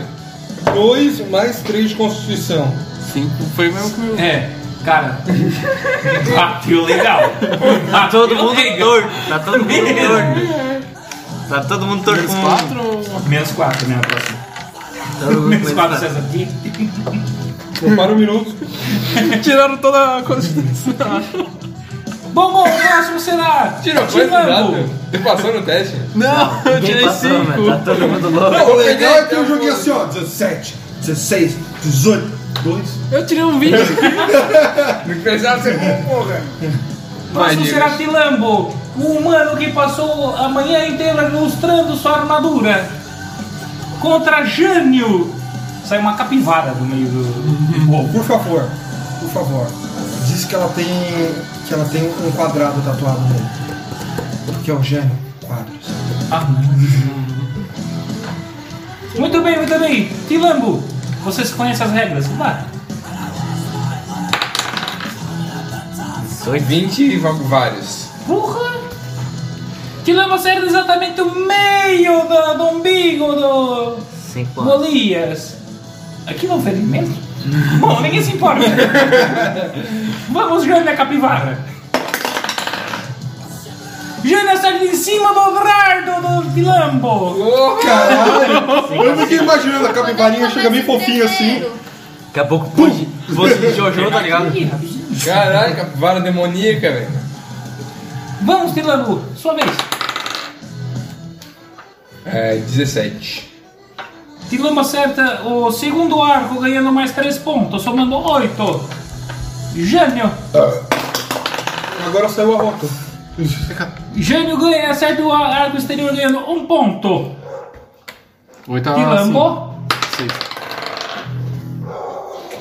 2 mais 3 de constituição.
Cinco. Foi o mesmo que o meu.
É, cara. Bateu legal!
Tá todo mundo
legal!
torto. Tá todo mundo torto. Tá todo mundo torto
Menos
com-
quatro.
Menos 4, né? A próxima.
Todo mundo
Menos
com
4
esse-
César aqui.
Para um minuto.
Tiraram toda a constituição.
Bom, bom, o próximo será.
Tirou, foi
Tirambo.
exato. Você passou no teste?
Não, eu
Ninguém
tirei
passou,
cinco.
mano. Tá todo mundo louco.
O legal
então,
é que eu joguei assim, ó, 17, 16, 18, 2.
Eu tirei um 20.
Não precisava ser bom, porra.
O próximo
Diego.
será Tilambo, o humano que passou a manhã inteira lustrando sua armadura. Contra Jânio. Sai uma capivara do meio do, do povo.
Por favor, por favor. Diz que ela tem. que ela tem um quadrado tatuado nele. Que é o gênio. Quadros.
Ah, não. Muito bem, muito bem. Tilambo, você conhece as regras? Vá.
20 e va- vários.
Porra! Tilambo acerta exatamente o meio do, do umbigo do.
Cinco anos.
Golias! Aquilo é um ferimento? Bom, ninguém se importa. Vamos, Jane, a capivara. Jane acerta em cima do brardo do Tilambo.
Caralho! Eu fiquei imaginando, a capivarinha chega bem fofinha assim.
Daqui a pouco pode. Você de Jojo, tá ligado?
Caralho, capivara demoníaca, velho.
Vamos, Tilambo, sua vez.
É, 17.
Tilambo acerta o segundo arco, ganhando mais 3 pontos, somando 8. Jânio.
Agora saiu a rota.
Jânio ganha, acerta o arco exterior, ganhando 1 ponto. Ah,
Oito a cinco.
Tilambo.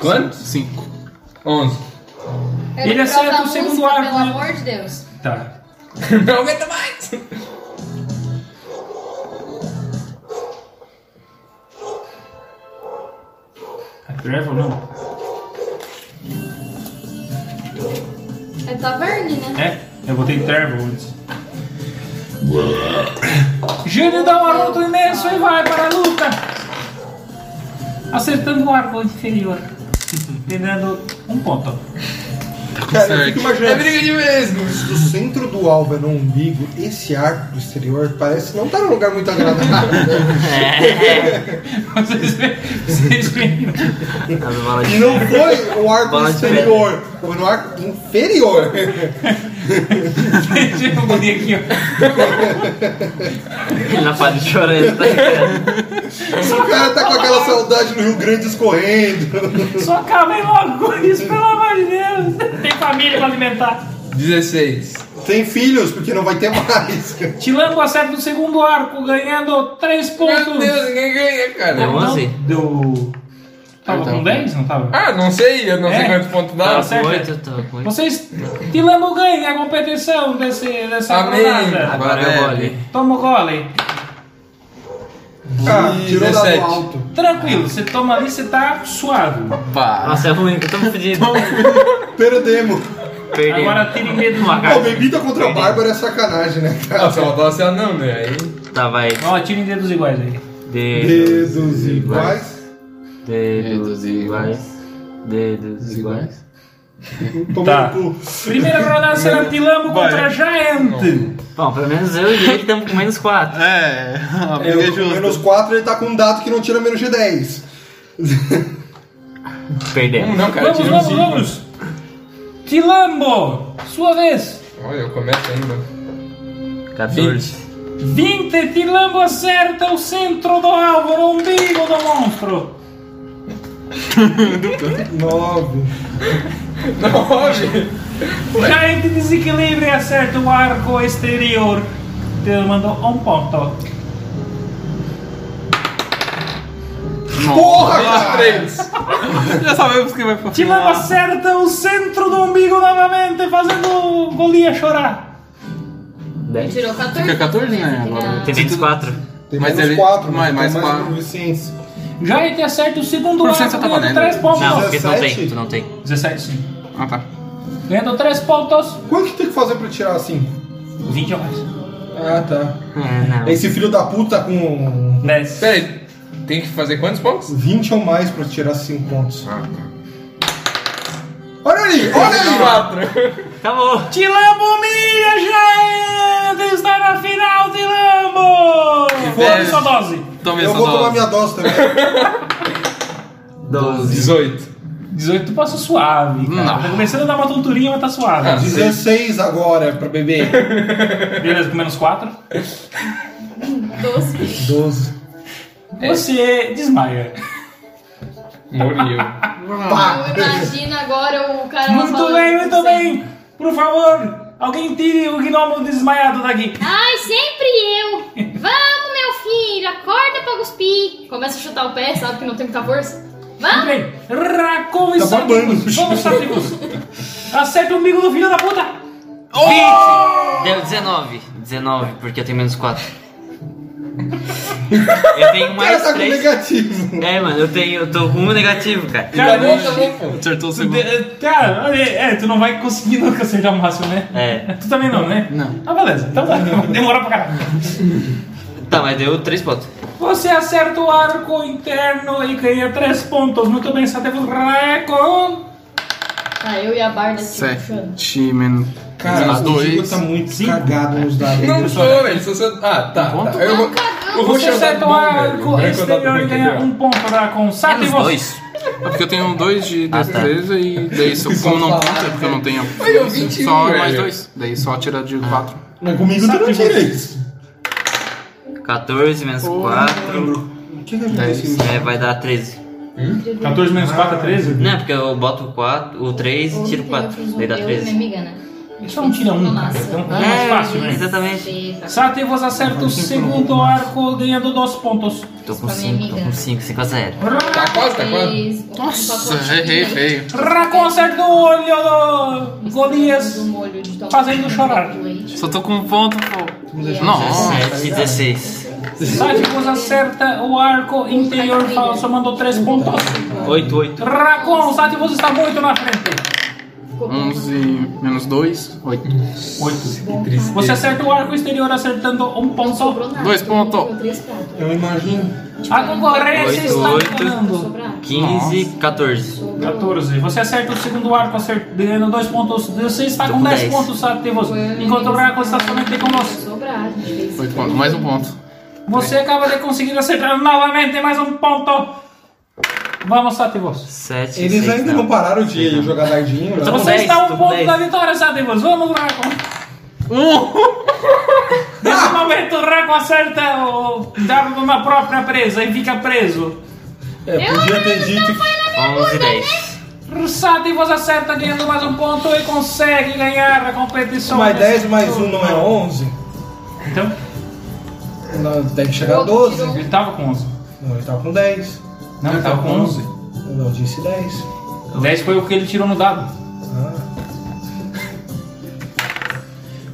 Quantos?
Cinco.
11.
Ele acerta o segundo arco,
Pelo
né?
amor de Deus.
Tá.
Não aguenta mais.
É Trevor, não?
É Taverne, né?
É, eu botei Trevor antes. Júlio dá um arroto imenso e vai para a luta. Acertando o arco inferior. Tendo um ponto.
Cara, eu fico
É
imaginando.
briga de mesmo.
Do centro do alvo é no umbigo, esse arco do exterior parece não tá num lugar muito agradável. né?
Vocês veem- vocês veem.
As balas de
E não foi o arco
Bola de
exterior, foi no arco inferior.
Vocês veem o boneco aqui, ó.
ferro na parte chorando, tá ligado?
O cara tá com aquela saudade no Rio Grande escorrendo.
Só acabem logo com isso, pelo amor de Deus. Tem família pra alimentar.
16.
Tem filhos, porque não vai ter mais.
Tilambo acerta o segundo arco, ganhando 3 pontos.
Meu Deus, ninguém ganha,
Deu
cara.
11?
Deu. Tava
Então.
com 10? Não tava?
Ah, não sei, eu não sei
É.
quanto ponto dá.
Tá
Tava
certo.
com oito, eu tava com oito.
Vocês Tilambo ganha a competição desse, dessa
Amém.
rodada.
Agora
Agora
eu vou
é.
ali.
Toma o gole.
Ah, tirou dado
17.
alto.
Tranquilo, você toma ali, você tá suave.
Pá.
Nossa, é ruim, eu tô me fudido.
Perdemos.
Perdeu.
Agora tire medo no
Pô,
Ah,
lagarto.
bebida contra a Bárbara é sacanagem, né,
Ah,
cara?
só faltava ser anão, né? Aí.
Tá, vai.
Ó, tire dedos iguais aí.
Dedos,
Dedos iguais.
dedos
Dedos iguais.
iguais. Dedos iguais.
Tomou
Tá.
no cu.
Primeira rodada será Tilambo contra Giant.
Bom, pelo menos eu e ele estamos com menos quatro.
É, a
É,
briga é
eu tô com
justa.
menos 4, ele tá com um dado que não tira menos de 10.
Hum,
Perdemos.
Não, cara,
Vamos,
tirei um
vamos,
5.
vamos. Tilambo, sua vez.
Olha, eu começo ainda.
14.
20, Tilambo acerta o centro do alvo, no umbigo do monstro.
9.
Nove.
Giant desequilibra e acerta o arco exterior. Tilambo um ponto.
Porra, cara!
Três.
Já sabemos quem vai pro
Tilambo acerta o centro do umbigo novamente, fazendo Mongolia chorar.
10?
Tirou 14.
Fica 14, né,
Tem
agora.
a-
Tem 24.
Tem
Mas
mais menos
ele-
4,
mas-
mas
mais
mais
quatro.
4. Eficiência.
Já ele acerta o segundo
Por
arco,
cento você tá
ganhando
valendo.
3 pontos.
Não, porque tu não
17?
tem, tu não tem.
17 sim.
Ah, tá.
Ganhando 3 pontos.
Quanto tem que fazer pra tirar assim?
20 a mais.
Ah, tá.
É, não.
Esse filho da puta com
10.
Pera aí, tem que fazer quantos pontos?
20 ou mais pra tirar 5 pontos.
Ah, tá.
Olha ali, olha ali! ó.
Quatro.
Acabou.
Tilambo Mia, gente! Está na final, Tilambo! Tome
dez.
sua dose.
Tome
Eu
essa
vou tomar
dose.
minha dose também.
12.
18.
18 passa suave, cara.
Não.
Tá começando a dar uma tonturinha, mas tá suave.
Ah.
16 agora pra beber.
Beleza, com menos 4.
12.
12.
Eh. Você desmaia.
Morreu.
Pá!
Eu imagino agora o cara lá
Muito
falando
bem, muito
assim,
bem. Por favor, alguém tire o gnomo desmaiado daqui.
Ai, sempre eu! Vamos, meu filho, acorda pra cuspir! Começa a chutar o pé, sabe que não tem muita força.
Muito
Vamos!
bem. Racon e
Tá babando.
Sátricos. Vamos, Sátricos. Acerta o umbigo do filho da puta.
20! Deu 19. 19, porque eu tenho menos 4. Eu tenho
O cara
mais
tá com
3.
negativo.
É, mano, eu tenho. Eu tô com um negativo, cara.
Cara,
Acertou
tu,
o segundo.
de- cara, é, é, tu não vai conseguir nunca acertar o máximo, né?
É.
Tu também não, né?
Não.
Ah, beleza. Então tá. Demorou pra caralho.
Tá, mas deu 3 pontos.
Você acerta o arco interno e ganha 3 pontos. Muito bem, só teve o recorde.
Tá, eu e a Barda aqui puxando.
Sete menos.
Cara, o Chico
dois.
tá muito
Cinco.
cagado nos dados.
Não
dele.
sou, velho. Se você... Ah, tá.
Um
tá. Eu vou... Eu vou
Você
chamar
acerta o arco
velho.
exterior e ganha um ponto da com
Menos
Sátivos.
2.
É porque eu tenho dois de
Ah, tá.
destreza e daí, se eu, como não conta, é porque eu não tenho.
eu, 21,
só mais
velho.
dois. Daí só tirar de quatro.
Mas comigo tu não tira isso.
14 menos 4.
O que que acontece?
É, vai dar 13.
14 menos 4 é 13?
Não, porque eu boto o 4, o 3 e tiro o 4. Daí dá
Eu e minha
13.
amiga, né?
Só não tira um, cara. Então fica mais fácil, né?
Exatamente.
Você tá
Sátivos acerta o segundo arco ganhando 2 pontos.
Tô com
Pra minha
5, tô
amiga.
com 5, 5 a 0.
Tá quase, tá quase.
feliz, um
Nossa,
pacotinho
errei
aí,
feio.
Racon acerta o olho do
do
Golias.
molho de tomate,
fazendo chorar.
do leite.
Só tô com um ponto, pô.
E aí,
Nossa.
7, 16.
Sátivos acerta o arco interior fa- somando 3 pontos.
8, 8.
Racon, Sátivos está muito na frente.
ficou bom.
Onze menos dois, oito.
8. Você acerta o arco exterior acertando um
Não
ponto.
sobrou nada.
Dois ponto.
sobrou Três pontos.
Eu imagino.
A concorrência
Oito,
está
oito.
ganhando.
Sobrado.
15, 14.
14. Você acerta o segundo arco acert- ganhando 2 pontos. Você está
Tô
com
com
10
dez.
pontos ativos. Enquanto o arco está somente com nós.
Sobrado. a gente fez
Oito pontos. Mais um ponto.
Você acaba de conseguir acertar novamente mais um ponto. Vamos, ativos.
7,
Eles ainda não pararam de jogar dadinho. né?
Tô com
Você
dez,
está a
tô
um
com
ponto
dez.
da vitória, ativos. Vamos, Raco. Nesse momento, o Raco acerta o dado na própria presa e fica preso.
É, podia ter dito que.
11, 10.
Sativos acerta ganhando mais um ponto e consegue ganhar a competição.
Mais
desse
10 mais 1
turno.
não é 11?
Então,
Não, tem que chegar a 12.
ele tava com 11.
Não, ele tava com 10.
Não, ele tava com 11.
Eu não disse 10.
10 foi o que ele tirou no dado.
Ah.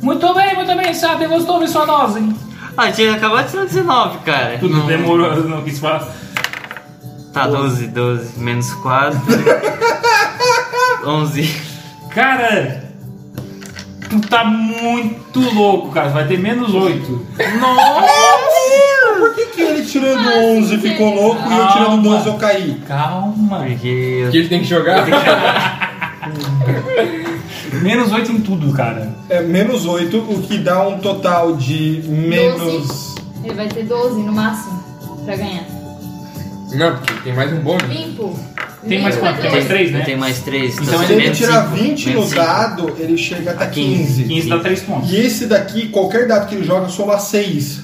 Muito bem, muito bem, Sato, gostou de sua dose?
Ah, tinha acabado de tirar 19, cara.
Tudo demorou, não quis falar.
Tá, 12, 12. Menos 4. 11.
Cara, tu tá muito louco, cara. Vai ter menos 8.
Por que, que ele
Ah,
tirando 11 ficou louco e eu tirando 12 eu caí?
Calma.
Porque eu
Que ele tem que jogar.
Menos 8 em tudo, cara.
É menos 8, o que dá um total de menos.
Ele vai ter 12 no máximo pra ganhar.
Não, porque tem mais um bônus.
Limpo.
Tem mais
Limpo é
quanto? Tem mais
dois.
3, né?
Eu tenho mais 3.
Então
Se ele tirar 20 no
dado.
dado, ele chega até
A 15.
15.
15 dá 3 pontos.
E esse daqui, qualquer dado que ele joga, soma 6.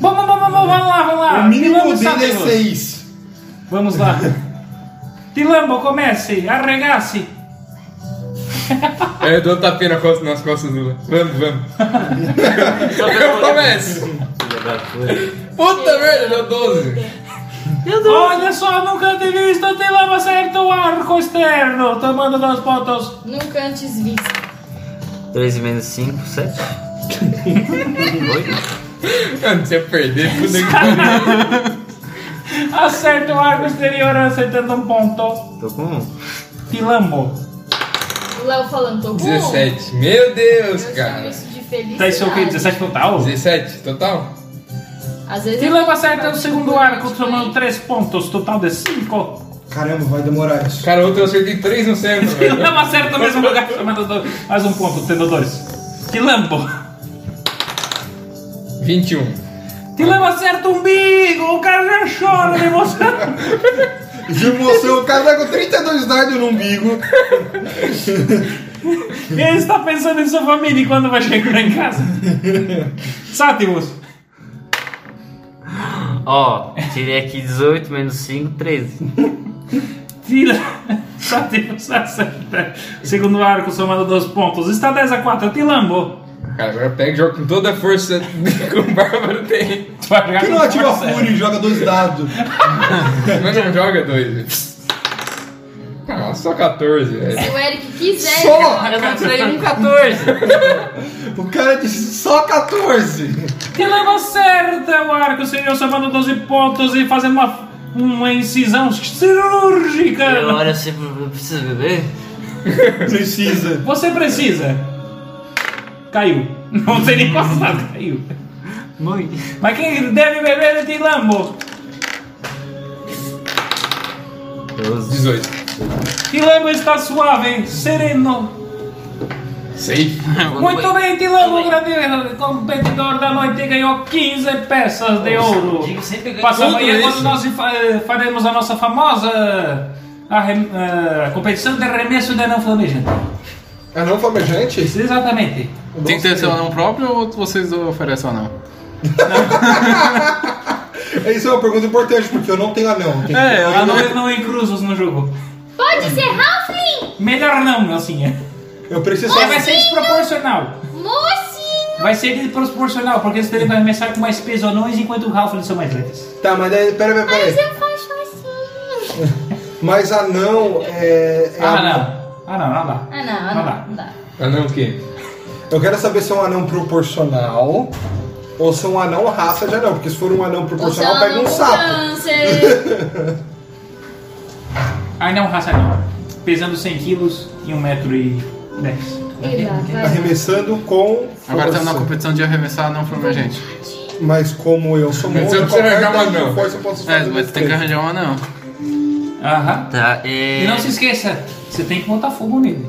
Vamos, vamos, vamos, vamos lá, vamos lá.
o mínimo
Tilambo,
dele é
Sátiros.
6.
Vamos lá. Tilambo, comece, arregace.
Aí eu dou um tapinha na costa, nas costas do Lula. Vamos, vamos. Começa. Puta merda, deu 12.
Meu Deus!
Olha só, nunca te visto, tem lama certa o arco externo, tamanho das pontas.
Nunca antes visto.
3 menos 5, 7.
Mano, você perder, fudeu que
Acerta o arco exterior acertando um ponto.
Tô com 1.
Pilambo.
O Léo falando, tô com um.
17. Meu Deus,
Eu chamo
cara.
isso de felicidade.
Tá isso é o que? 17 total?
17 total?
Às vezes eu
Pilambo
faço
acerta o
parte
então, segundo
do
arco,
tipo,
somando
aí.
3 pontos, total de 5.
Caramba, vai demorar isso.
Cara, ontem eu acertei 3 no centro, velho.
Pilambo acerta o mesmo lugar, somando dois. mais um ponto, tendo 2. Pilambo.
21.
Pilambo acerta o umbigo, o cara já chora de emoção.
De você, o cara tá com 32 dados no umbigo.
Ele está pensando em sua família e quando vai chegar em casa. Sátimos.
Ó, tirei aqui 18 menos 5, 13.
Tira. Sátimos acerta. Segundo arco, somando dois pontos. Está 10 a 4. Tilambo.
Cara, agora pega e joga com toda a força que o Bárbaro tem.
Tu vai jogar
Por que não
com
ativa a
força.
fúria e joga dois dados?
Mas não joga dois. Ah, só é 14, velho.
Se o Eric quiser,
Só!
Eu não tirei um 14.
O cara disse só 14.
Tilambo acerta é o arco, senhor, somando 12 pontos e fazendo uma, uma incisão cirúrgica.
Eu olho assim, eu preciso beber?
Precisa.
Você precisa. Caiu. Não sei nem encostado, caiu.
Muito.
Mas quem deve beber é Tilambo.
12.
18.
Tilambo está suave, sereno.
Safe.
Muito bem, Tilambo, grande eh, competidor da noite, ganhou 15 peças de ouro.
Digo, sempre ganha
Passa
tudo
amanhã quando
isso.
nós fa- eh, faremos a nossa famosa arre- eh, competição de arremesso de não flamejante.
É não flamejante?
Isso, Exatamente.
Tem que ter seu anão próprio ou vocês oferecem o anão?
Isso é uma pergunta importante, porque eu não tenho anão. Tem-
É, eu não.
Anões não inclusos no jogo.
pode ser Halfling,
Melhor não, assim é.
Eu preciso
Vai ser desproporcional.
mocinho.
Vai ser desproporcional, porque você vai arremessar com mais peso anões enquanto o Ralph eles são mais leves.
Tá, mas daí, pera, pera,
Mas
pera.
eu faço assim.
Mas anão é. é
Ah,
anão.
não. Ah, não, não dá.
Ah, não,
Não
ah, não,
dá.
não dá.
Ah, não, o quê?
Eu quero saber se é um anão proporcional ou se é um anão raça de anão. Porque se for um anão proporcional,
Você é
pega um
com
sapo.
Câncer.
Ainda é um raça anão. Pesando 100 quilos e 1,10m.
Ele dá, vai.
Arremessando com.
Agora
força.
tá
estamos na competição de arremessar anão flamejante.
Mas como eu sou
Mas
monstro,
eu não sei
qualquer
arranjar um
teste de
anão.
força eu posso
É,
fazer.
mas tem que arranjar um anão.
Aham.
Tá, é.
E não se esqueça, você tem que botar fogo nele.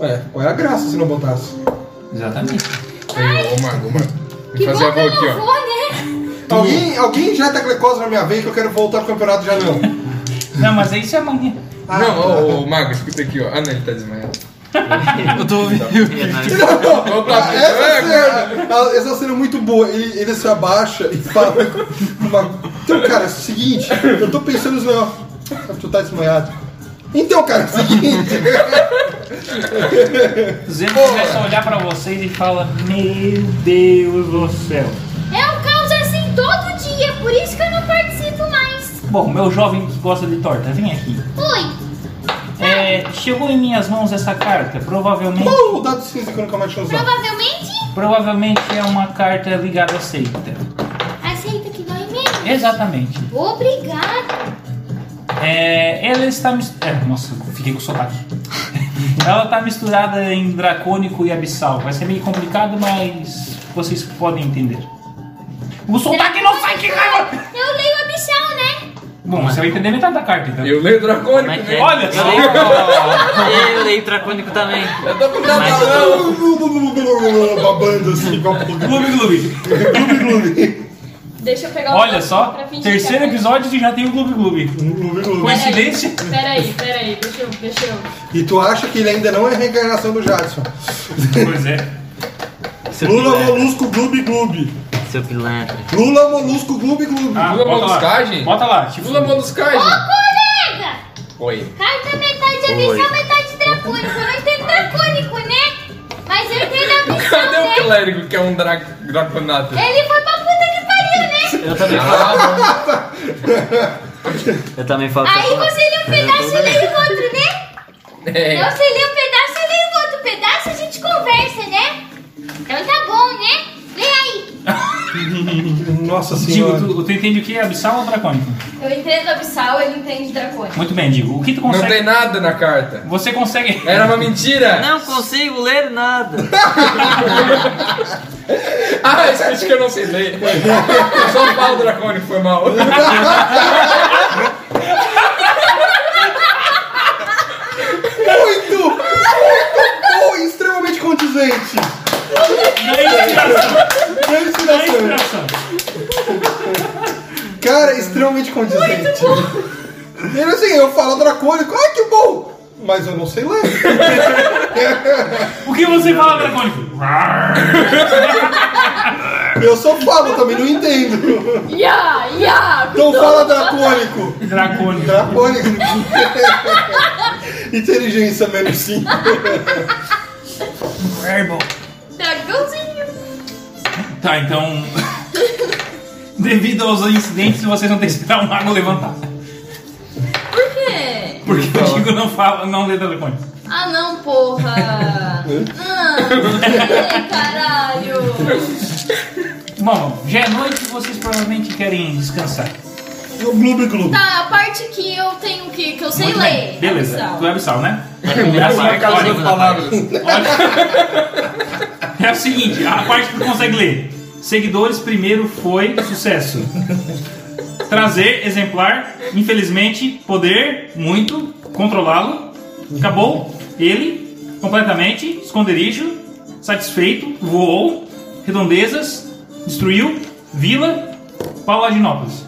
Ué, qual é a graça se não botasse?
Exatamente.
Tem uma, uma.
Que bom
Vou fazer a
que
boa
eu
aqui,
não
ó.
vou, né?
Alguém, alguém injeta glicose na minha veia que eu quero voltar pro campeonato de anão.
Não, mas é isso amanhã.
Ah,
não,
tá.
ô, ô, Mago, escuta aqui, ó. Ah, não, ele tá desmaiado.
Eu tô ouvindo.
É, não.
Opa,
Ah,
é?
Essa cena, ah, essa cena é muito boa. Ele, ele se abaixa e fala com uma... Então, cara, é o seguinte, eu tô pensando nos negócios. Tu tá desmaiado. Então, cara, é o seguinte.
Zeno começa a olhar pra vocês e fala: Meu Deus do céu.
Eu causo assim todo dia, por isso que eu não participo mais.
Bom, meu jovem que gosta de torta, vem aqui.
Fui.
É, chegou em minhas mãos essa carta. Provavelmente,
Pô, o dado cinza que eu nunca mais tinha usado.
Provavelmente,
provavelmente é uma carta ligada à seita.
aceita que dói mesmo.
Exatamente.
Obrigado.
É, ela está misturada. nossa, fiquei com sotaque. ela está misturada em dracônico e abissal. Vai ser meio complicado, mas vocês podem entender. O sotaque não sai, que raiva!
Eu leio abissal, né?
Bom, você vai entender metade da carta então.
Eu leio o Dracônico,
Como é que
né?
é?
Olha só!
Eu leio, eu leio Dracônico também.
Eu tô com
Mas eu
dragão.
Babando assim, igual porra.
Gloob, gloob.
Gloob, gloob.
Deixa eu pegar o
Olha
copo
só,
pra é. fingir que é
terceiro
copo.
episódio e já tem o Gloob Gloob.
Gloob, gloob.
Coincidência?
Peraí, peraí, deixa eu, deixa eu.
E tu acha que ele ainda não é a reencarnação do Jadson?
Pois é.
Seu
Lula
pilantra.
Molusco Gloob Gloob.
Seu pilantra.
Lula Molusco Gloob Gloob.
Ah, bota
Pula
lá.
moluscagem?
Bota lá. Tipo,
Pula moluscagem.
Colega!
Oi.
Carta metade abissal, metade dracônico. Eu não entendo dracônico, né? Mas eu entendo abissal,
Cadê o
né?
clérigo que é um dra draconato?
É. Ele foi pra puta que pariu, né?
Eu também falo.
Ah,
Eu também falo
Aí você lê um pedaço e lê o outro, né?
É.
Então você lê um pedaço e lê o outro pedaço, a gente conversa, né? Então tá bom, né? Lê aí.
Nossa
Digo,
senhora.
tu, tu entende o que é abissal ou dracônico?
Eu entendo abissal, ele entende dracônico.
Muito bem, Digo. O que tu
Não tem
consegue.
nada na carta.
Você consegue.
Era uma mentira.
Não consigo ler nada.
Ah, isso acho que eu não sei ler. Eu só falo dracônico, foi mal.
Muito! Muito bom! e Extremamente condizente!
Dá inspiração,
Grande
dá
inspiração.
inspiração.
Cara, é extremamente condizente. Muito bom! Ele assim, eu falo dracônico, ai que bom! Mas eu não sei ler.
O que você fala, é dracônico?
Eu só falo, também não entendo.
Ya, ya.
Então fala dracônico.
Dracônico.
Dracônico. Inteligência menos 5.
Verbal.
Dragãozinho.
Tá, então. Devido aos incidentes, vocês vão ter que esperar o mago levantar.
Por quê?
Porque o Digo não fala, não lê dracônico.
Ah não, porra. Ah, ei, caralho.
Bom, já é noite e vocês provavelmente querem descansar.
O Gloob Gloob.
Tá, a parte que eu tenho que, que eu sei
Muito
ler.
bem. Beleza.
abissal.
Tu é abissal, né? É assim, olha, É o seguinte, a parte que tu consegue ler. Seguidores primeiro foi sucesso. Trazer, exemplar, infelizmente, poder, muito, controlá-lo. Acabou, ele, completamente, esconderijo, satisfeito, voou, redondezas, destruiu, vila, Pauladinópolis.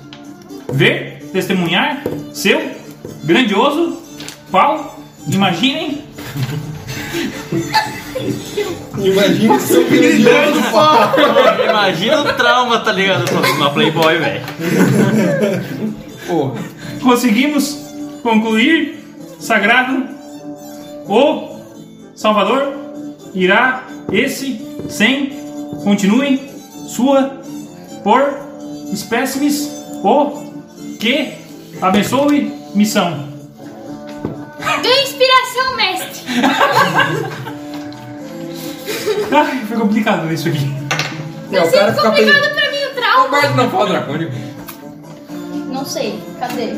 Ver, testemunhar, seu, grandioso, pau, imaginem,
Imagina que seu grandioso fala.
Imagina o trauma, tá ligado? Uma Playboy, velho.
Conseguimos concluir sagrado o Salvador irá esse sem continue sua por espécimes o que abençoe missão.
Dê inspiração, mestre.
Ai, foi complicado isso aqui.
Tá
o cara
sendo
fica
complicado pra mim o
O
trauma.
bardo Ah, não fala dracônico.
Não sei, cadê?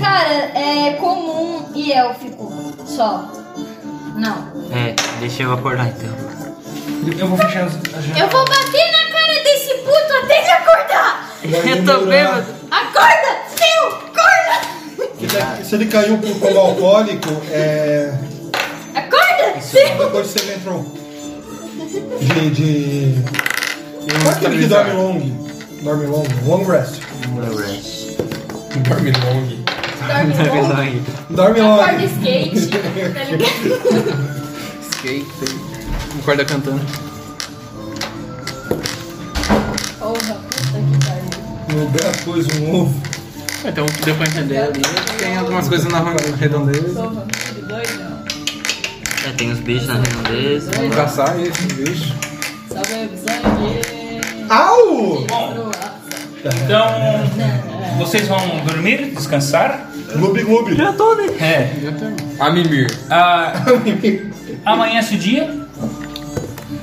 Cara, é comum e élfico. Só. Não.
É, deixa eu acordar então.
Eu vou fechar as
Eu vou bater na cara desse puto até ele acordar!
eu também, mano.
Acorda! Seu! Acorda!
Se ele caiu pro colo alcoólico, é.
Acorda! Seu!
Depois você entra um. De. de... Qual é aquele que
estabilizar.
dorme long? Dorme long. Long rest.
Dorme long.
Dorme bom.
Dorme long.
Acorda skate, tá ligado?
Acorda cantando.
Porra, puta que pariu.
No Bela Coisa, um ovo.
Então deu pra entender ali. Tem algumas coisas na redondeza.
Porra, muito doido.
É, tem uns bichos na redondeza.
Engraçar esse bicho.
Salve a amizade.
Au!
Bom, então vocês vão dormir, descansar.
Gloob Gloob.
É.
A mimir.
Ah, Amanhece o dia.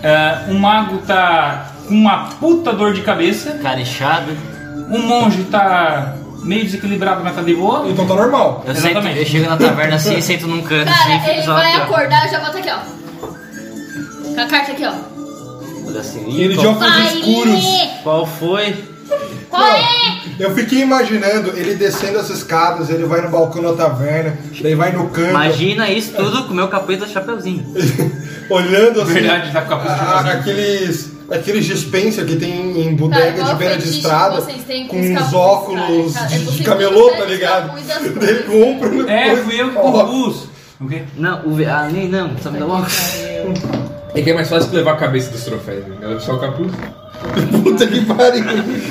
Ah, o mago tá com uma puta dor de cabeça.
Cara inchado.
O monge tá meio desequilibrado, mas tá de boa.
então tá normal.
Eu, sento,
Exatamente.
eu chego na taverna assim, sento num canto assim,
Cara,
fico
ele
só
vai
aqui, ó.
acordar, eu já boto aqui, ó. Com a carta aqui, ó.
Olha assim,
E ele
ih,
de um
qual,
óculos
Vai!
escuros.
qual foi?
Qual é?
Eu fiquei imaginando ele descendo as escadas, ele vai no balcão da taverna, daí vai no canto,
Imagina isso tudo com o meu capeta chapeuzinho.
olhando assim.
Verdade, tá com a puta de
a-
cabeça.
Aqueles. Aqueles dispensa que tem em
Cara,
bodega
qual
de beira de
fetiche que
estrada,
vocês têm com
com
os
uns
capuz, É
óculos
cara?
de,
Vocês
de
têm
camelô, tá
tantos
ligado?
capuz das
Ele
coisas.
compra uma
É,
coisa-
fui eu que
Ó,
compus. O quê?
Não, o... ve- Ah, nem não, só me dá logo.
É que é mais fácil levar a cabeça dos troféus. né? Ela só o capuz.
Puta que pariu.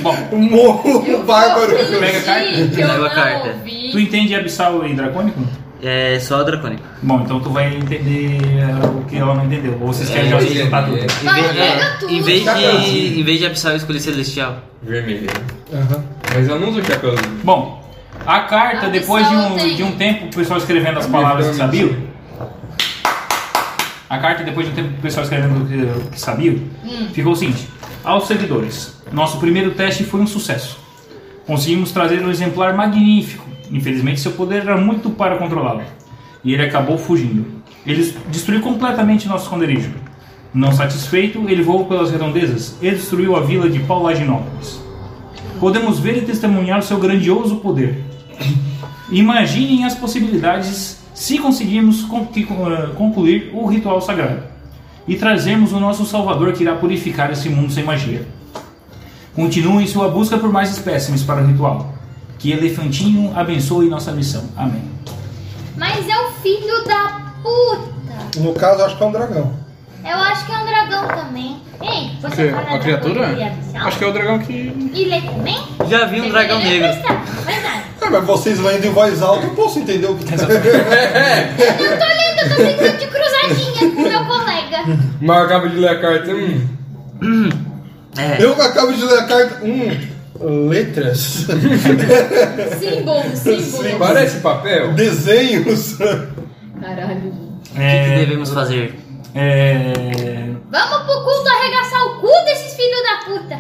Bom.
Um morro bárbaro.
Eu
Pega a carta.
fingi que eu
Pega a
não
carta.
ouvi.
Tu entende abissal e dracônico?
É só o dracônico.
Bom, então tu vai entender eh, o que ela não entendeu. Ou vocês querem
É,
já
é,
juntar tudo.
Em
Vai,
vez,
pega
é,
tudo.
em vez
Chapeuzinho.
de, em vez de abissal, eu escolhi celestial.
Vermelho.
Aham.
Mas eu não uso chapéu.
Bom, a carta,
A
depois de um,
missão tem-
de um tempo, o pessoal escrevendo as
A
palavras que
missão
sabia.
tem-
A carta, depois de um tempo, o pessoal escrevendo o que- o que sabia.
Hum.
Ficou o seguinte: aos servidores, nosso primeiro teste foi um sucesso. Conseguimos trazer um exemplar magnífico. Infelizmente, seu poder era muito para controlá-lo. E ele acabou fugindo. Ele destruiu completamente nosso esconderijo. Não satisfeito, ele voou pelas redondezas e destruiu a vila de Paulaginópolis. Podemos ver e testemunhar seu grandioso poder. Imaginem as possibilidades se conseguirmos con- que- eh, concluir o ritual sagrado e trazermos o nosso Salvador que irá purificar esse mundo sem magia. Continuem sua busca por mais espécimes para o ritual. Que Elefantinho abençoe nossa missão. Amém.
Mas é o filho da puta.
No caso, acho que é um dragão.
Eu acho que é um dragão também. Ei, você
Que?
fala
é Uma
da
criatura?
criação?
Acho que é o dragão que.
E lê também?
Já vi um dragão
Ele
negro.
gosta, Mas nada.
É, mas vocês lendo em voz alta, eu posso entender o que tá acontecendo.
Eu tô lendo, eu tô ficando de cruzadinha com meu colega.
Mas eu acabo de ler a carta. Hum.
É.
Eu acabo de ler a carta. Hum, letras,
Símbolo, símbolo.
Parece papel.
desenhos.
Caralho.
O que
É,
devemos fazer?
é,
Vamos pro culto arregaçar o cu desses filhos da puta.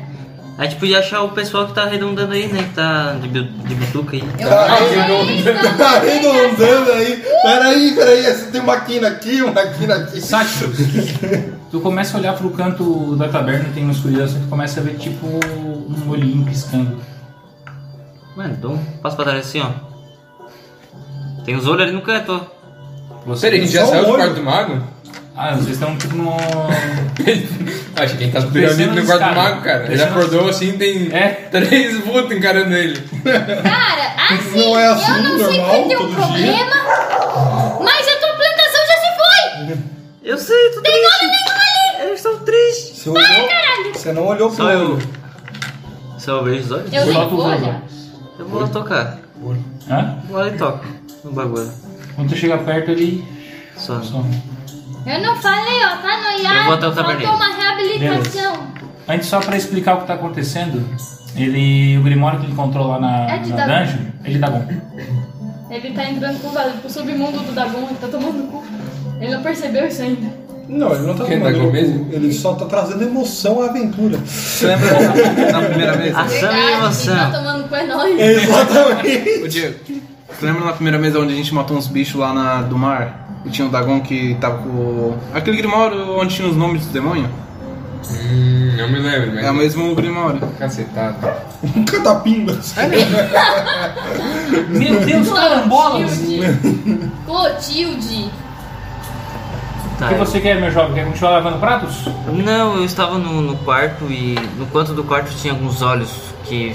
A gente podia É tipo achar o pessoal que tá arredondando aí, né? Que tá de, bu- de butuca aí.
Eu
Tá
acho
Vamos
Tá rindo
arregaçar.
andando aí. Peraí, peraí. Tem uma quina aqui, uma quina aqui.
Sátiros, tu começa a olhar pro canto da taberna, tem uma escuridão, assim, tu começa a ver tipo um olhinho piscando.
Mano, dá um passo pra trás assim, ó. Tem uns olhos ali no canto, ó.
Você-
Peraí, a gente já
Só
saiu do
olho.
quarto do mago?
Ah, vocês estão tipo no.
Acho que quem tá
Descendo
dormindo no quarto
escada.
do mago, cara. Ele
Descendo-
acordou assim, tem
É.
três vultos encarando ele.
Cara, assim,
Não é assim,
eu não sei
normal,
qual que é o
todo
problema, mas a tua plantação já se foi.
Eu sei, tu tem olho nenhum ali! Eu estou triste.
Você, olhou, você não olhou pro
Só eu.
olho.
Só eu vejo os olhos?
Eu
Só
nem
tu
vou
vê.
olhar.
né?
Eu vou lá tocar.
Hã?
Vou lá e toco no bagulho.
Quando tu chega perto ele
Só.
some.
Eu não falei, ó, tá noiado.
Eu vou até o taberneiro.
Faltou uma reabilitação.
Antes, só pra explicar o que tá acontecendo, ele. O Grimório que ele encontrou lá na,
É de
na
Dagon.
dungeon, ele dá bom.
Ele tá entrando pro, vale- pro submundo do Dagon, ele tá tomando cu. Ele não percebeu isso ainda.
Não, ele não tá
Quem
tomando
dragou
no cu.
mesmo?
Ele só tá trazendo emoção à aventura.
Você lembra na primeira vez?
Ah.
Ação e
quem tá
emoção.
tomando cu é nós.
Exatamente.
Ô Diego, tu lembra na primeira mesa onde a gente matou uns bichos lá na, do mar? E tinha o Dagon que tava com. Aquele Grimório onde tinha os nomes do demônio?
Hum, eu me lembro, mas.
É o mesmo Grimório.
Cacetado.
Um catapimba.
Meu Deus, carambolas!
Clotilde. Clotilde.
O
Tá,
que
eu-
você quer, meu jovem? Quer continuar lavando pratos?
Não, eu estava no, no quarto e no canto do quarto tinha alguns olhos que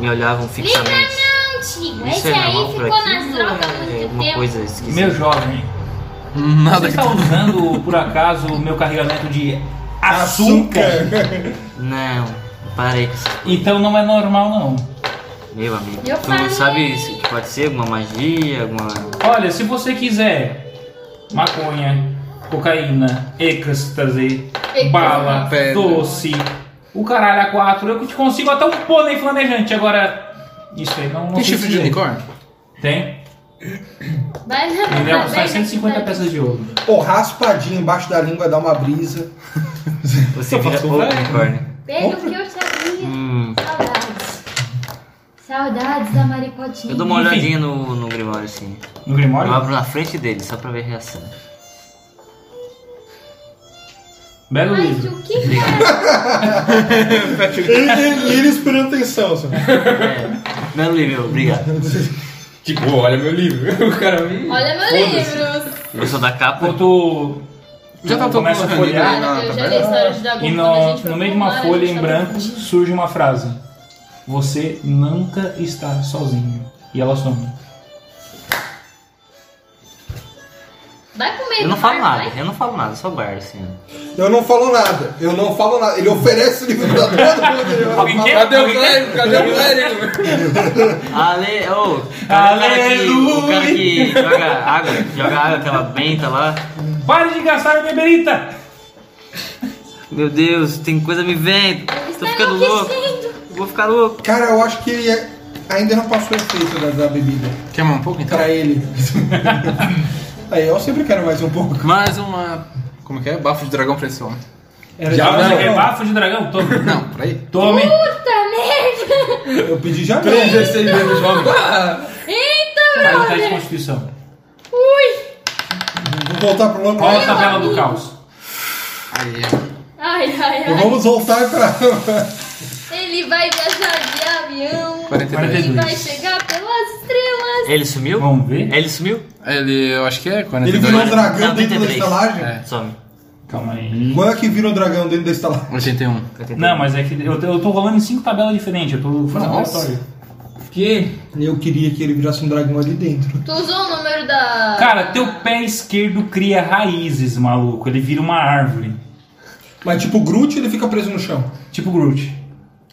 me olhavam
Liga
fixamente.
não, Tigo. Esse
é
aí
normal por
ficou
aqui
nas
ou
drogas há
é
muito
alguma
tempo.
coisa esquisita.
Meu jovem, você
Nada que.
está usando por acaso o meu carregamento de açúcar?
Não, parei com isso.
Então não é normal, não.
Meu amigo,
Eu
tu
parei.
sabe isso que pode ser? Alguma magia, alguma...
Olha, se você quiser maconha, cocaína, êxtase,
Êxtase.
bala,
Pedra.
doce, o caralho a quatro, eu te consigo até um pônei flamejante. Agora, isso aí não, é. não
Tem chifre de
precisa.
unicórnio?
Tem.
Vai na
Ele vai custar
taberna,
150
tá?
peças de ouro.
Pô, raspadinho embaixo da língua dá uma brisa.
Você vira pouco,
né?
unicórnio.
Pelo que eu sabia.
Hum,
Saudades. Saudades da maricotinha.
eu dou uma
Enfim.
olhadinha no, no Grimório assim.
No
Eu
Ah.
Grimório?
abro na frente dele só pra ver a reação.
Belo
Mas
livro.
o que é? cara?
Ele, ele, ele esperando atenção. assim.
É, meu livro, obrigado.
Tipo, "Ô, olha meu livro. O cara. hum,
Olha meu
foda-se.
livro.
Eu sou da capa.
tá
Quando tu
Já tá todo
começa a
mundo reunido
Ah,
folhear
aí na
Cara, eu já li a
tabela?
história de Dagon.
e
quando a
no,
gente foi
no meio de
pro
uma
mar, a
folha
gente tá
em
tava
branco
fugindo.
surge uma frase. Você nunca está sozinho. E ela some.
Vai comer.
Eu não
vai,
falo nada, é.
vai.
eu não falo nada, só guardo assim. ó.
Eu não falo nada. Eu não falo nada. Ele oferece o livro pra todo mundo. Ele vai falar.
Cadê o clérigo? Cadê o clérigo?
Ale... ô, cara, o cara que o cara que joga água, joga água, aquela benta lá.
Pare de gastar, beberita!
Meu Deus, tem coisa me vendo. Tô
Tá
ficando louco.
enlouquecendo.
Vou ficar louco.
Cara, eu acho que ele é- ainda não passou o efeito da, da bebida.
Quer mais um pouco então?
Pra ele. Aí eu sempre quero mais um pouco.
Mais uma. Como que é? Bafo de dragão pra esse homem.
Era
Já
de-
você
não,
quer Tá, é bafo de dragão? Tome.
Não, peraí.
Tome.
Uh! Puta merda!
Eu pedi já
Três
mesmo.
D6 vezes jovem.
Eita,
Faz o teste de
brother!
constituição.
Ui!
Vamos voltar pro Lombo.
Qual a tabela do caos?
Aí,
Ai, ai, ai.
Vamos voltar pra.
Ele vai viajar de avião.
42.
Ele vai
42.
chegar pelas estrelas.
Ele sumiu?
Vamos ver.
Ele sumiu?
Ele, eu acho que é
Ele
42.
virou um dragão
Não,
dentro da
33.
estalagem?
É.
Some.
Calma aí.
Quando é que vira um dragão dentro da estalagem?
81.
Não, mas é que eu, eu tô rolando em cinco tabelas diferentes. Eu tô fazendo
Nossa.
aleatório.
Que?
Eu queria que ele virasse um dragão ali dentro.
Tu usou o número da.
Cara, teu pé esquerdo cria raízes, maluco. Ele vira uma árvore.
Mas tipo, o Groot ele fica preso no chão.
Tipo Groot.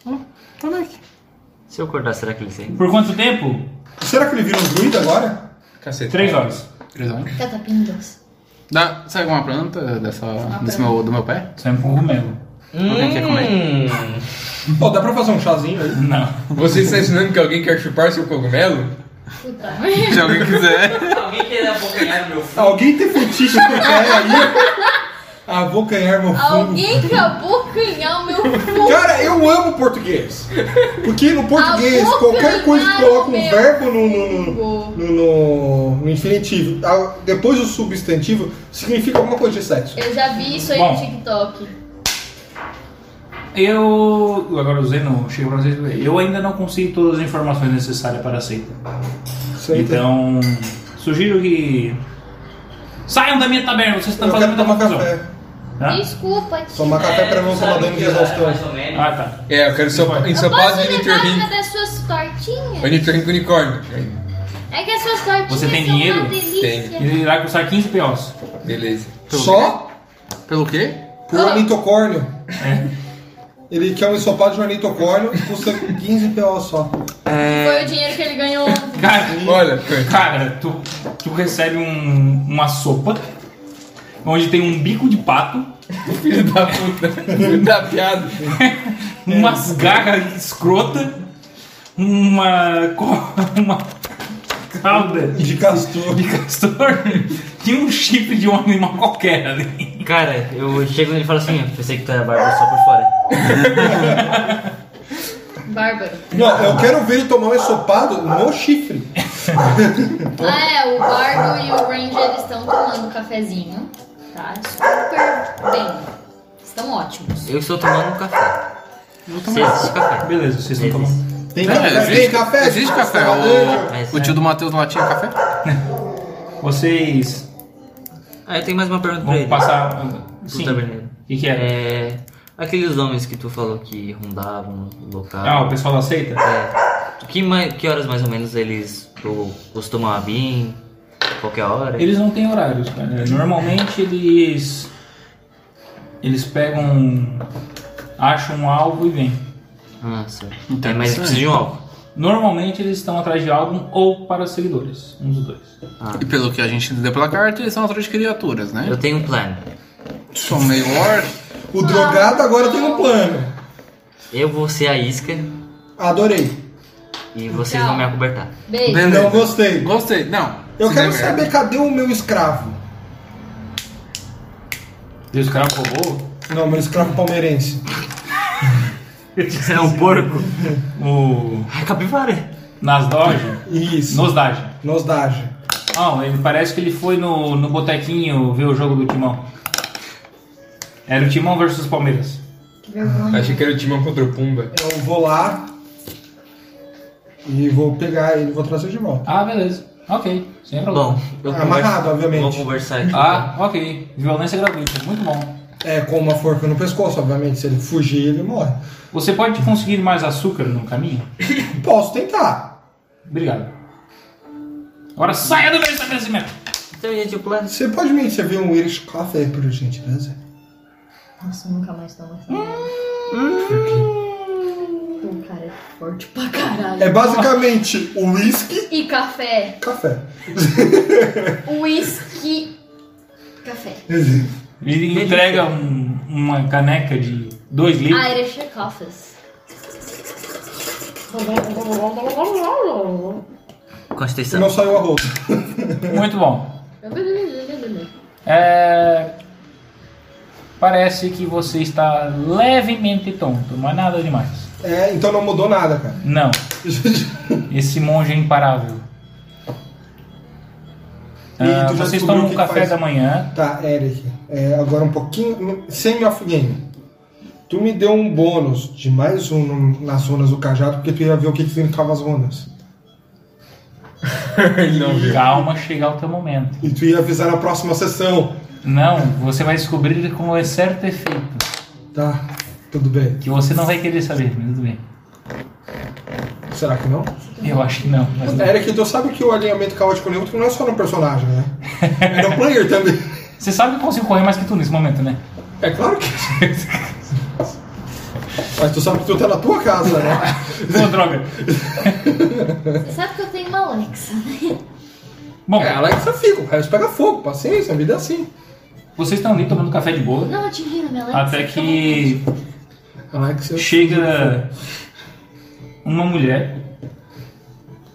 Então é Se eu acordar, será que ele sei?
Por quanto tempo?
Será que ele vira um druida agora?
Cacete.
Três horas.
Prisão.
Tá Catapindas.
Dá, sabe alguma planta dessa,
Ah, tá.
desse meu, do meu pé?
Sai um cogumelo.
Alguém quer comer?
Hum.
Pô, dá pra fazer um chazinho aí?
Não.
Você está ensinando que alguém quer chupar seu cogumelo?
Puta merda.
Se alguém quiser.
Alguém quer um abocanhar meu
Alguém tem fetiche com o cara aí? Ah, vou ganhar meu fundo.
Alguém acabou canhar o meu cu.
Cara, eu amo português. Porque no português,
Abocanhar
qualquer coisa que coloca um
meu
verbo no, no, no, no, no- no infinitivo, a- depois o substantivo, significa alguma coisa de sexo.
Eu já vi isso aí
Bom.
no TikTok.
Eu. Agora usei não, chega pra vocês verem. Eu ainda não consigo todas as informações necessárias para a seita.
Isso aí tem-
Então. Sugiro que. Saiam da minha taberna, vocês estão
Eu
fazendo
quero
muita
tomar
confusão.
café.
Tá?
Desculpa, tio.
Tomar café pra
É,
não tomar dano de exaustão.
Ah, tá.
É, eu quero só
Eu
ensopado de
Eu posso levar
Nitorrinco.
uma das suas tortinhas?
Nitorrinco unicórnio. Aí,
É que as suas tortinhas
Você tem
são
dinheiro?
uma delícia.
Ele irá custar 15 POs.
Beleza.
Só
Pelo quê?
por
Ah.
um anitocórnio.
É.
Ele quer um ensopado de um anitocórnio, custa 15 PO só.
Foi o dinheiro que ele ganhou.
Cara,
Olha, Kurt,
cara tu, tu recebe um- uma sopa onde tem um bico de pato,
filho da puta. Filho da piada.
É.
umas garras escrota, uma. co- uma cauda
De castor.
de castor e um chifre de um animal qualquer ali.
Cara, eu chego nele e falo assim, eu pensei que tu era barba só por fora.
Bárbaro.
Não, eu quero ver ele tomar um ensopado no chifre.
Ah, é, o Bardo e o Ranger eles estão tomando cafezinho. Tá? Super bem. Estão ótimos.
Eu estou tomando um café. Cestas de café.
Beleza, vocês estão tomando.
Tem
Não,
café, tem café.
É, Existe
tem
café.
laranja.
Mas
O, o
é.
tio do Matheus lá tinha café?
Vocês
Ah, eu tenho mais uma pergunta pra
vão
ele.
passar. um-
Sim.
Sim. O que, que é?
É... Aqueles homens que tu falou que rondavam o local.
Ah, o pessoal aceita?
É. Que, mai- que horas mais ou menos eles tipo, costumam vir? Qualquer hora?
Eles não têm horários, cara. É, Normalmente eles. Eles pegam. um, Acham um alvo e vêm.
Ah, certo.
Então,
é, mas
isso
eles precisam de um alvo.
Normalmente eles estão atrás de álbum ou para seguidores. Um dos dois.
Ah.
E pelo que a gente deu pela carta, eles são atrás de criaturas, né?
Eu tenho um plano.
São meio orc.
O drogado agora tem um plano.
Eu vou ser a isca
Adorei.
e vocês
Tchau.
vão me acobertar.
Beijo.
Beleza.
Não gostei.
Gostei. Não.
Eu
se
quero
der
saber cadê o meu escravo.
E os caras roubou
Não, meu escravo palmeirense.
é um porco?
o.
É capivara.
Nas Doge?
Isso.
Nos Doge.
Nosdage.
Não, ele parece que ele foi no, no botequinho ver o jogo do Timão. Era o Timão versus Palmeiras.
Achei que era o Timão contra o Pumba.
Eu vou lá e vou pegar ele, vou trazer de volta.
Ah, beleza. Ok. Sem problema.
Bom, eu
Amarrado,
converso- vou
obviamente.
conversar aqui.
Ah, ok. Violência gratuita. Muito bom.
É, com uma forca no pescoço, obviamente. Se ele fugir, ele morre.
Você pode conseguir mais açúcar no caminho?
Posso tentar.
Obrigado. Agora saia do meu estabelecimento!
Então, gente, o plano.
Você pode me servir um Irish Coffee, por gentileza?
Nossa, nunca mais tomo essa
Hum.
O cara é forte pra caralho.
É basicamente uísque
E café.
e café.
Whisky. Café.
Ele entrega um- uma caneca de 2 litros.
Irish coffees.
Constituição.
Não saiu a roupa.
Muito bom. É, Parece que você está levemente tonto, mas nada demais.
É, então não mudou nada, cara.
Não, esse monge é imparável.
E
Ah,
tu já
vocês
descobriu o
tomam um
que
café
faz?
da manhã.
Tá, Eric, é, agora um pouquinho. Sem off-game. Tu me deu um bônus de mais um no- nas runas do cajado, porque tu ia ver o que que significava as runas.
Ele não viu.
Calma, chegar o teu momento.
E tu ia avisar na próxima sessão.
Não, você vai descobrir com é certo efeito.
Tá, tudo bem.
Que você não vai querer saber, mas tudo bem.
Será que não?
Eu acho que não. Mas tudo bem.
Eric, tu sabe que o alinhamento caótico neutro não é só no personagem, né? É no player também.
Você sabe que eu consigo correr mais que tu nesse momento, né?
É claro que. Mas tu sabe que tu tá na tua casa, né?
Ô, droga.
Você sabe que eu tenho uma Alexa.
Bom,
É, Alexa fica, o resto pega fogo, paciência, a vida é assim.
vocês estão ali tomando café de boa.
Não, eu te viro, minha Alexa.
Até que
Alexa.
chega uma mulher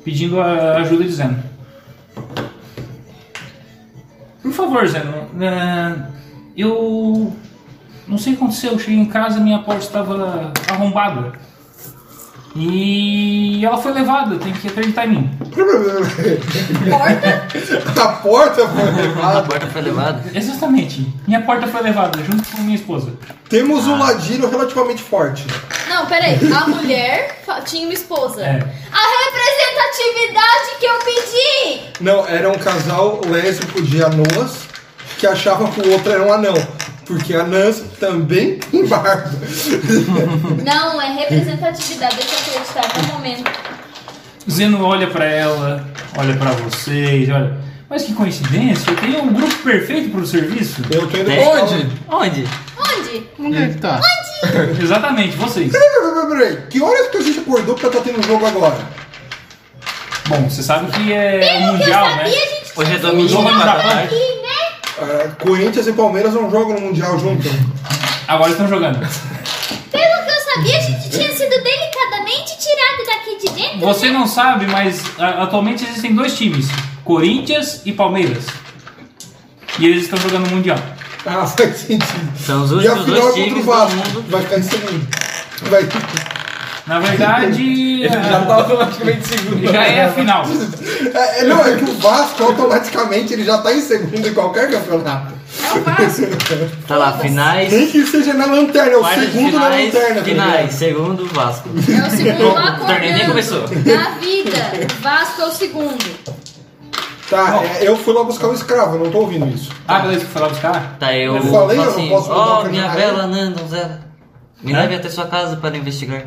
pedindo a- ajuda e dizendo: Por favor, Zeno, eh, eu não sei o que aconteceu. Eu cheguei em casa minha porta estava arrombada. E ela foi levada, tem que acreditar em mim.
A porta foi
A
levada.
porta foi levada.
Exatamente, minha porta foi levada junto com minha esposa.
Temos um ladino relativamente forte.
Não, peraí. A mulher fa- tinha uma esposa.
É.
A representatividade que eu pedi!
Não, era um casal lésbico de anãs que achava que o outro era um anão. Porque anãs também tem barba.
Não, é representatividade. Deixa eu acreditar no momento.
Zeno olha pra ela, olha pra vocês, olha. Mas que coincidência, eu tenho um grupo perfeito pro serviço.
Eu tô indo
Tem.
pra-
Onde?
Onde?
Onde?
Onde é que tá?
Exatamente, vocês.
Peraí, peraí, peraí, peraí. Que horas que a gente acordou pra tá tendo um jogo agora?
Bom, você sabe que é o
Porque eu
mundial, né?
sabia, a gente
Hoje é
O
domingo.
jogo é no Japão.
aqui, né?
Ah, Corinthians e Palmeiras não jogam no Mundial junto.
Agora estão jogando.
Pelo que eu sabia, a gente tinha sido delicadamente tirado daqui de dentro.
Você não sabe, mas a- atualmente existem dois times: Corinthians e Palmeiras. E eles estão jogando o mundial.
Ah, faz sentido.
São os
E
únicos
a final
dois
é contra o
times do
Vasco.
mundo.
Vai ficar em segundo. Vai.
Na verdade, é,
Ele já tá automaticamente segundo.
já é a final.
É, é, não, é que o Vasco automaticamente ele já tá em segundo em qualquer campeonato.
Tá lá, finais.
Nem que seja na lanterna, é o
quartas de
segundo na
finais.
lanterna. tá
Finais, segundo Vasco.
É o segundo lá
O torneio nem começou.
Na vida, Vasco é o segundo.
ligado? Tá, é, eu fui lá buscar o escravo, eu não tô ouvindo isso.
Ah, beleza, que foi lá buscar?
Tá, eu.
Eu falei, eu não
assim,
posso botar o
Ó,
caminho
minha
na
bela Nã, donzela. Me leve até sua casa para investigar.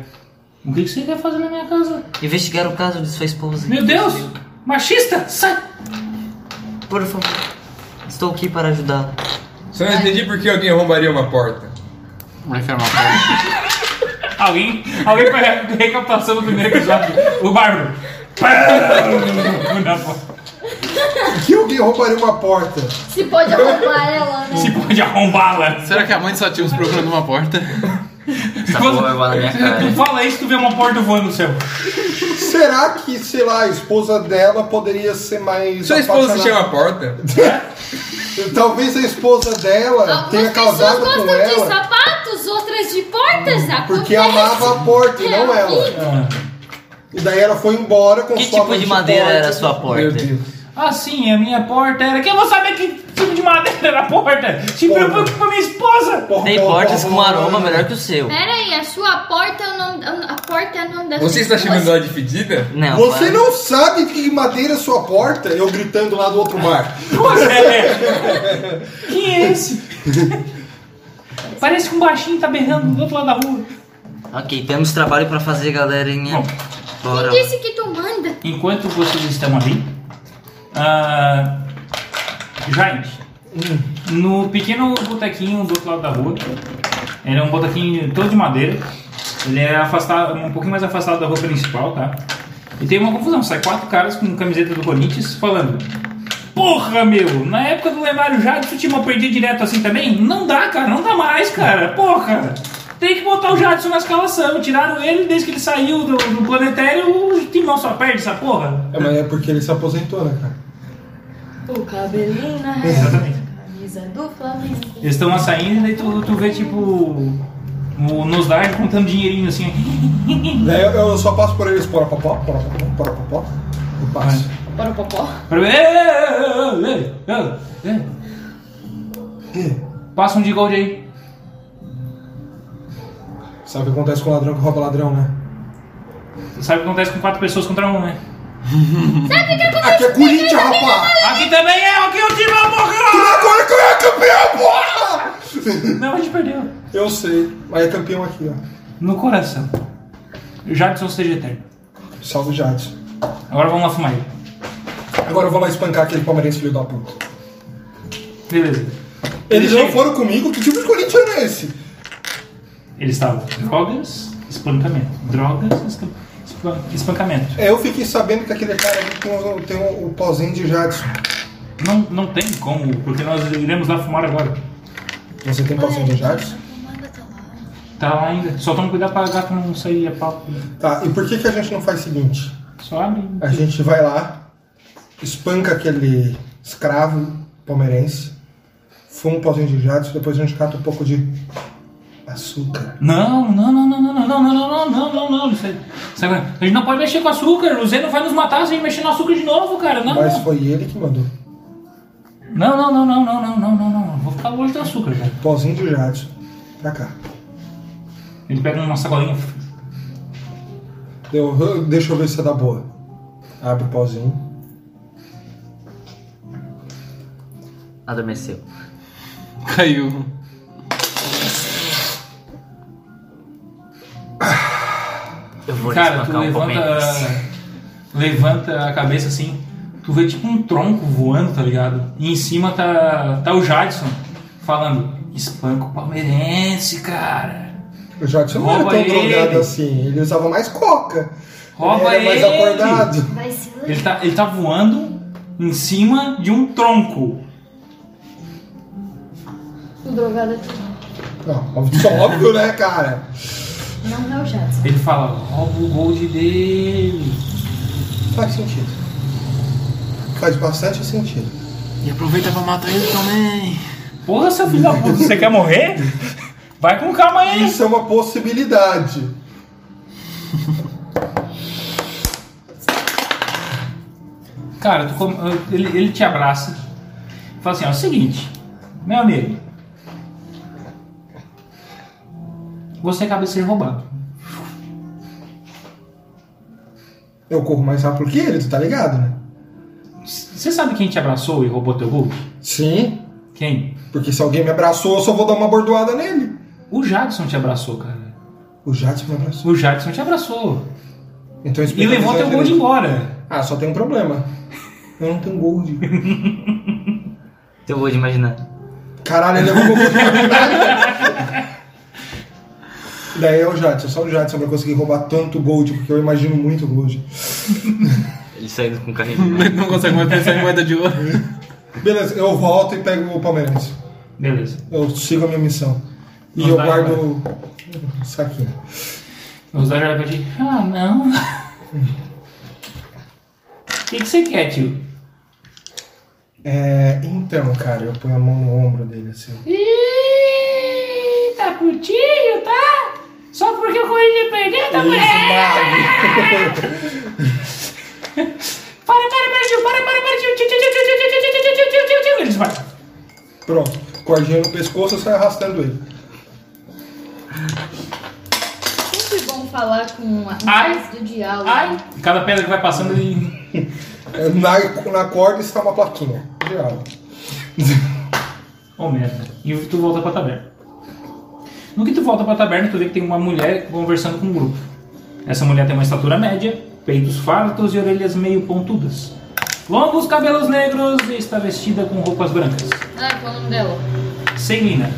O que que você quer fazer na minha casa?
Investigar o caso de sua esposa.
Meu Deus! Machista! Sai!
Por favor. Estou aqui para ajudá-la.
Só não entendi por que alguém arrombaria uma porta.
Vai que era uma porta.
Alguém, alguém foi a recapitulação do primeiro episódio. O Bárbaro. Pá! Na porta.
Que alguém roubaria uma porta.
Se pode arrumar ela, né?
Se pode arrombá-la.
Será que a mãe de Sativos procurando uma porta?
Essa porra Tá vai voar na minha
Tu
cara.
fala isso, tu vê uma porta voando no céu.
Será que, sei lá, a esposa dela poderia ser mais.
Sua esposa
apaixonada?
se chama Porta?
Talvez a esposa dela tenha
Algumas pessoas
casado com
gostam de
ela Hum,
sapatos, outras de portas.
porque
acontece.
amava a porta e não
É,
ela. É.
Ah.
E daí ela foi embora com
Que
sua
tipo
mãe
de madeira
porta.
era a sua porta?
Meu Deus.
Ah, sim, a minha porta era. Que eu vou saber que tipo de madeira era a porta? Se
Porra.
preocupe com a minha esposa!
Porra,
Tem
porra,
portas
porra,
com aroma
porra.
melhor que o seu.
Pera aí, a sua porta é o nome. A porta é o nome da
Você está chamando ela de fedida?
Não.
Você
para.
não sabe de que madeira é sua porta? Eu gritando lá do outro bar.
Você! Quem é esse? Parece que um baixinho tá berrando do outro lado da rua.
Ok, temos trabalho pra fazer, galerinha.
Bom.
Bora.
Quem disse que tu manda?
Enquanto vocês estão ali, ah, Giant, no pequeno botequinho do outro lado da rua, ele é um botequinho todo de madeira, ele é afastado, um pouquinho mais afastado da rua principal, tá? E tem uma confusão, sai quatro caras com camiseta do Corinthians falando Porra, meu, na época do Lemário Jade tu tinha uma perdida direto assim também? Não dá, cara, não dá mais, cara, porra! Tem que botar o Jadson na escalação. Tiraram ele desde que ele saiu do, do planetário. O Timão só perde essa porra.
É, mas é porque ele se aposentou, né, cara?
O cabelinho na
Exatamente.
camisa do Flamengo.
Eles estão lá saindo e daí tu, tu vê tipo. O Nosdar contando dinheirinho assim.
Daí Né, eu, eu só passo por eles, pora popó, pora popó, pora popó. Eu passo.
Para o popó.
Passa um de gold aí.
Sabe o que acontece com o ladrão que rouba ladrão, né?
Sabe o que acontece com quatro pessoas contra um, né?
Aqui é Corinthians, rapaz!
Aqui também é, aqui o Timão morreu!
Agora que eu é campeão, porra!
Não, a gente perdeu.
Eu sei, mas é campeão aqui, ó.
No coração. Jadson seja eterno.
Salve o Jadson.
Agora vamos lá fumar ele.
Agora eu vou lá espancar aquele palmeirense filho da puta.
Beleza.
Eles
Ele
não
chega.
foram comigo? Que tipo de corintiano é esse?
Ele estava drogas, espancamento. Drogas, esca- espan- espancamento.
É, eu fiquei sabendo que aquele cara ali tem um, tem um, um pauzinho de Jadson.
Não, não tem como, porque nós iremos lá fumar agora.
Você tem pauzinho de Jadson?
Tá lá ainda. Só toma cuidado pra gato não sair a pau.
Tá, e por que, que a gente não faz o seguinte?
Só abre.
A gente vai lá, espanca aquele escravo palmeirense, fuma um pauzinho de Jadson, depois a gente cata um pouco de açúcar.
Não, não, não, não, não, não, não, não, não, não, não, não, não. Isso aí- isso agora- A gente não pode mexer com açúcar. O Zé não vai nos matar se a gente mexer no açúcar de novo, cara. Não,
Mas
não.
foi ele que mandou.
Não, não, não, não, não, não, não, não, não. Vou ficar longe do açúcar, cara.
Pauzinho Um de Jadson pra cá.
Ele pega uma sacolinha.
Eu, deixa eu ver se é da boa. Abre o pauzinho.
Adormeceu.
Caiu.
Eu vou
Cara, tu
espancar um pouquinho.
levanta, levanta a cabeça assim, tu vê tipo um tronco voando, tá ligado? E em cima tá, tá o Jadson falando: espanca o palmeirense, cara.
O Jadson não era
Rouba
tão
ele.
drogado assim, ele usava mais coca.
Rouba
ele. Era
ele.
mais acordado.
Vai se
Ele tá, ele tá voando em cima de um tronco.
O drogado é tudo.
Não, óbvio- só óbvio, né, cara?
Não é o Jadson.
Ele fala: rouba o gold dele.
Faz sentido. Faz bastante sentido.
E aproveita pra matar ele também.
Porra, seu filho da puta, você quer morrer? Vai com calma aí.
Isso é uma possibilidade.
Cara, tu com- ele, ele te abraça. Fala assim: ó, é o seguinte, meu amigo. Você acaba de ser roubado.
Eu corro mais rápido que ele, tu tá ligado, né?
Você sabe quem te abraçou e roubou teu Hulk?
Sim.
Quem?
Porque se alguém me abraçou, eu só vou dar uma bordoada nele.
O Jadson te abraçou, cara.
O Jadson me abraçou.
O Jadson te abraçou.
Então
E é
explica
levou
pra
teu
gente
gold
direito.
embora.
Ah, só tem um problema. Eu não tenho gold.
Eu vou imaginar.
Caralho, ele é um pouco de Daí é o Jadson, só o Jadson pra conseguir roubar tanto gold, porque eu imagino muito gold.
Ele saindo com o carrinho.
Ele não consegue mais pensar em moeda de ouro.
Beleza, eu volto e pego o Palmeirense.
Beleza.
Eu sigo a minha missão. E
Não
eu
dá,
guardo o saquinho.
Os dois olham pra ti. Ah, não. O que, que você quer, tio?
É, então, cara, eu ponho a mão no ombro dele assim.
Ih, tá curtinho, tá? Só porque o Corinthians perdeu, tá
Isso, bravo!
Para, para, para, tio, para, para, para, tio, tio, tio, tio, tio, tio, tio, tio, tio, tio, tio, tio, tio. Eles param.
Pronto, cordinha no pescoço, eu saio arrastando ele.
Sempre bom falar com um a
Ai.
antes do diálogo.
Ai, cada pedra que vai passando, ele
É, Na, na corda está uma plaquinha. Geral.
Ô merda. E tu volta pra taberna. No que tu volta pra taberna, tu vê que tem uma mulher conversando com um grupo. Essa mulher tem uma estatura média, peitos fartos e orelhas meio pontudas. Longos cabelos negros e está vestida com roupas brancas.
Ah, qual é o nome dela?
Celina.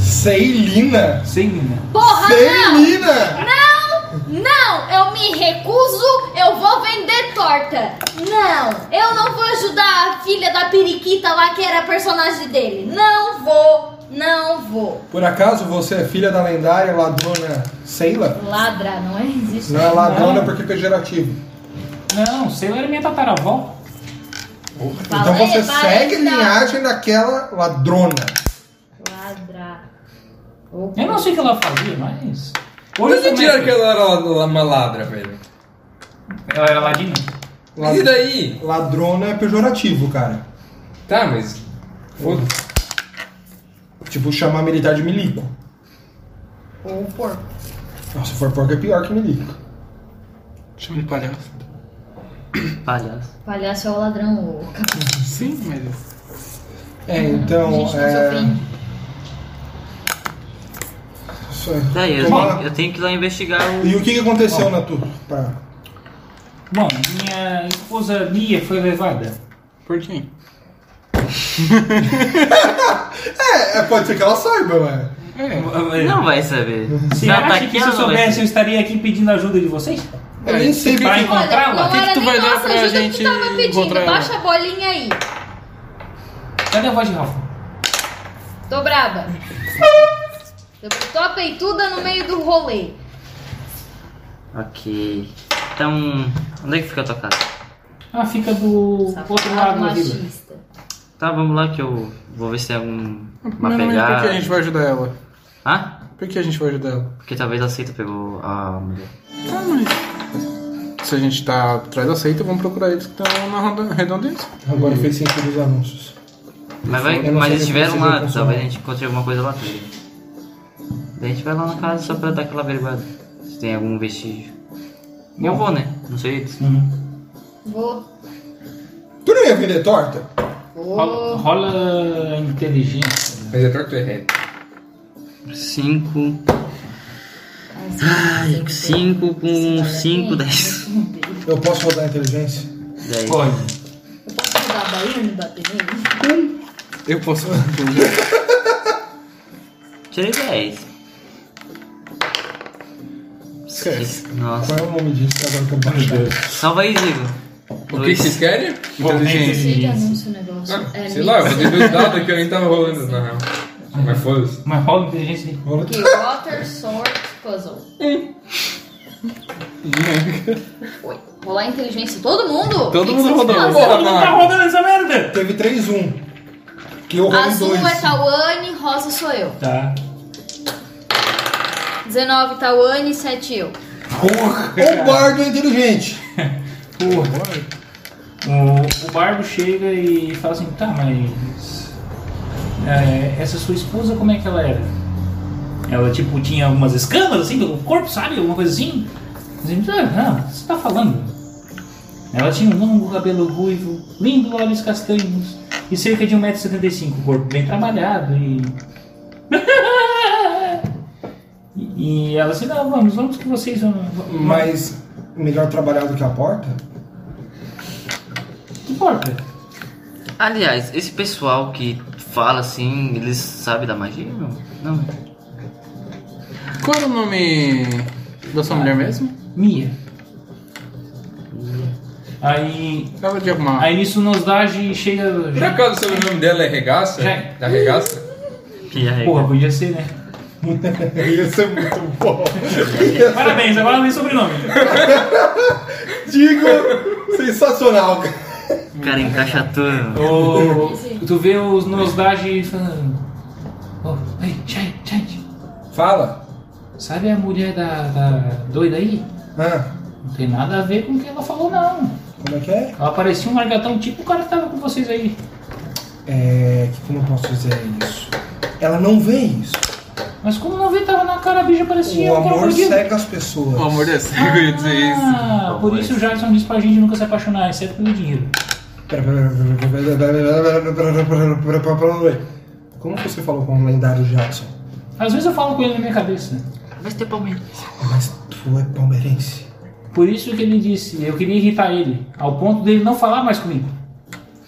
Ceilina!
Celina.
Porra, Ah, não!
Ceilina!
Não! Não! Eu me recuso, eu vou vender torta! Não! Eu não vou ajudar a filha da periquita lá que era personagem dele! Não vou! Não vou.
Por acaso você é filha da lendária ladrona Seila?
Ladra, não é? Existe.
Não é ladrona porque é pejorativo.
Não, sei lá, era minha tataravó.
então
Fala aí,
você
para
segue a
de dar-
linhagem daquela ladrona.
Ladra. Opa.
Eu não sei o que ela fazia, mas.
Por que
também-
tiraram que ela era la- uma ladra, velho?
Ela era ladina.
Lad-
E daí?
Ladrona é pejorativo, cara.
Tá, mas. Foda-se.
Tipo, chamar militar de milico.
Ou porco.
Nossa, se for porco é pior que milico.
Chama de palhaço.
Palhaço.
Palhaço é o ladrão. O capitão.
Sim, mas.
É, então.
a gente tá não se
é...
ofende.
isso é-
Tá aí, eu,
Tomar-
tenho, eu tenho que ir lá investigar o.
E o que, que aconteceu na tua? Pra...
Bom, minha esposa Bia foi levada.
Por quem?
É, é, pode ser que ela saiba, né? ué.
Não vai saber. Se ela
Será
tá
É. que se
aqui, ela
eu
não vai
soubesse, eu
saber.
estaria aqui pedindo ajuda de vocês?
Eu nem sei por
Pra
Olha,
que.
encontrá-la?
não
O que
era
que tu
nem
vai dar
nossa
pra
ajuda
gente
que tava pedindo.
encontrar ela?
Baixa a bolinha aí.
Cadê a voz de Rafa?
Tô braba. Eu tô a peituda no meio do rolê.
Ok. Então. Onde é que fica a tua casa?
Ah, fica do
tá
outro lado da vila.
machista.
Tá, vamos lá que eu vou ver se tem alguma
Primeiramente, por que a gente
pegada.
vai ajudar ela?
Hã?
Por que a gente vai ajudar ela?
Porque talvez a seita pegou a mulher.
Ah, mas. Se a gente tá atrás da seita, vamos procurar eles que estão na roda- redondeza.
Agora fez sentido os anúncios.
Mas, vai,
Eu não
mas
sei
eles
se
estiveram
precisa
lá,
consumar.
talvez a gente encontre alguma coisa lá também. Daí a gente vai lá na casa só pra dar aquela averiguada. Se tem algum vestígio. Eu vou, né? Não sei.
Vou.
Tu não ia vender torta?
Rola,
Vou.
rola inteligência.
Mas é torto ou é reto?
Cinco. Ai, cinco
né?
com cinco, dez.
Eu posso rodar a inteligência?
Dez.
Pode.
Eu posso mudar a Bahia e me bater nele?
Eu posso.
Tirei dez.
Esquece.
Nossa.
Qual é o nome disso que agora que eu baixei?
Salva aí, Zigo.
O que
Dois.
vocês querem?
Inteligência.
Sei que anúncio o negócio.
Ah,
É,
sei lá, eu dei dois dados que eu nem tava rolando, na real. Mas foda-se.
Mas rola inteligência.
Que Water Sword Puzzle.
Hum.
Foi. Rolar inteligência. Todo mundo?
Todo
Que
mundo
que
rodou.
vocês fazem?
Porra,
Todo mundo tá
mano.
rodando essa merda!
Teve 3-1. Que eu rolei
Azul é
2.
Tawane, rosa sou eu.
Tá.
19 Tawane, 7 eu.
Porra!
O bardo é inteligente.
Porra. O, o bardo chega e fala assim, tá, mas é, essa sua esposa como é que ela era? Ela tipo tinha algumas escamas assim pelo corpo, sabe? Alguma coisa assim? Assim, ah, ah, você tá falando? Ela tinha um longo cabelo ruivo, lindo olhos castanhos e cerca de 1,75m, corpo bem trabalhado e. e, e ela assim, não, vamos, vamos que vocês vão.
Mas melhor trabalhar do que a porta?
Que importa?
Aliás, esse pessoal que fala assim, eles sabem da magia? Não, não. né?
Qual era o nome da sua mulher mesmo?
Mia. Aí,
Tava de alguma.
aí nisso Nosdage chega.
Por acaso o sobrenome dela é Regaça?
Já.
Da Regaça?
Que é, aí?
Porra, podia ser, né?
Ia ser muito bom.
Parabéns, agora vem sobrenome.
Digo, sensacional, cara.
O cara encaixa tudo.
O, tu vê os Nosdage falando. Oh, ei, gente, gente,
Fala.
sabe a mulher da, da doida aí?
Ah,
Não tem nada a ver com o que ela falou, não.
como é que é?
Ela parecia um largatão tipo o cara que tava com vocês aí.
É. Que como eu posso dizer isso? Ela não vê isso.
Mas como não vi, tava na cara, a bicha parecia
o
um
amor
crocodilo.
cega as pessoas.
O amor é cego, eu ia dizer isso.
Ah, por isso o Jackson diz pra gente nunca se apaixonar, exceto pelo dinheiro.
Como que você falou com o lendário Jackson?
Às vezes eu falo com ele na minha cabeça.
Vai ter palmeiras.
Mas tu é palmeirense.
Por isso que ele disse, eu queria irritar ele, ao ponto dele não falar mais comigo.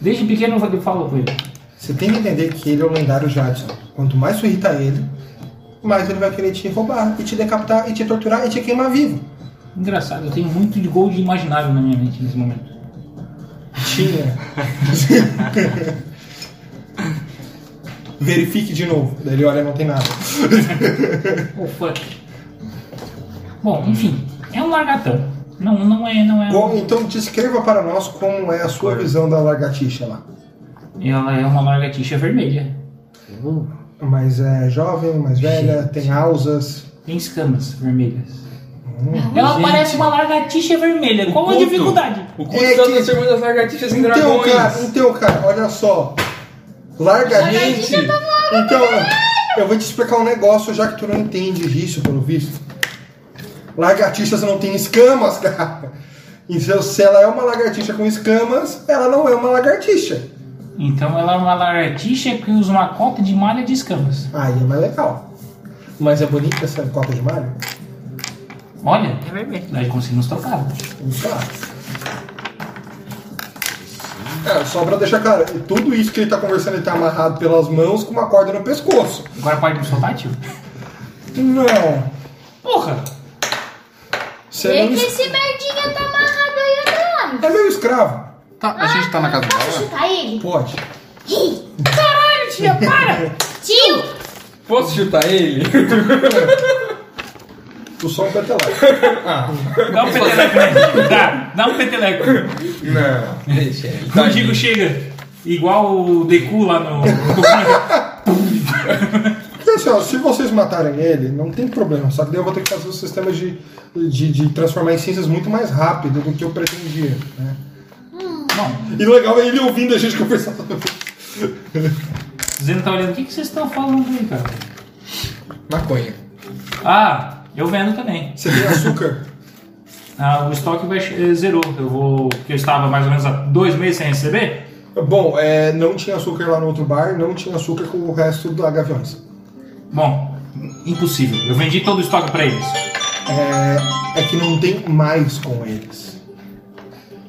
Desde pequeno eu falo com ele.
Você tem que entender que ele é o lendário Jadson. Quanto mais tu irritar ele, mais ele vai querer te roubar, e te decapitar, e te torturar, e te queimar vivo.
Engraçado, eu tenho muito de gol de imaginário na minha mente nesse momento.
Tinha. verifique de novo. Daí ele olha, não tem nada.
Oh, fuck. Bom, enfim, é um largatão. Não, não é, não é.
Bom, então descreva para nós como é a sua visão da lagartixa lá.
Ela é uma largatixa vermelha.
Mas é jovem, mais velha, tem alças.
Tem escamas vermelhas. Ela parece uma largatixa vermelha. Qual a
culto.
dificuldade?
O tá culto
É
está
que-
no sermão das lagartixas em
Então,
dragões.
cara, então, cara, olha só. Largamente. Então, eu vou te explicar um negócio já que tu não entende disso, pelo visto. Lagartixas não têm escamas, cara. Então, se ela é uma lagartixa com escamas, ela não é uma lagartixa.
Então ela é uma largatixa que usa uma cota de malha de escamas.
Aí é mais legal. Mas é bonita essa cota de malha?
Olha,
É vermelho.
nós conseguimos tocar.
Não tá. É, só pra deixar claro, tudo isso que ele tá conversando, ele tá amarrado pelas mãos com uma corda no pescoço.
Agora pode me soltar, tio?
Não.
Porra!
Você é
Vê
meu,
que
es-
esse merdinha tá amarrado aí até lá.
é meu escravo.
Tá, a gente tá na casa
Posso
dela?
chutar ele?
Pode.
Ih, Caralho, tio, para! Tio!
Posso chutar ele?
O som vai até lá.
Dá um peteleco, né? Dá, dá um peteleco.
Não, deixa ele. Tá,
O Digo chega. Igual o Deku lá no.
Porque assim, ó, se vocês matarem ele, não tem problema. Só que daí eu vou ter que fazer o sistema de, de, de transformar em cinzas muito mais rápido do que eu pretendia. Né?
Bom,
E legal é ele ouvindo a gente conversar.
o Zeno tá olhando. O que, que vocês estão falando aí, cara?
Maconha.
Ah, eu vendo também.
Você tem açúcar?
Ah, o estoque vai, eh, zerou. Eu vou. Porque eu estava mais ou menos há dois meses sem receber.
Bom, é, não tinha açúcar lá no outro bar, não tinha açúcar com o resto da Gaviões.
Bom, impossível. Eu vendi todo o estoque pra eles.
É, é que não tem mais com eles.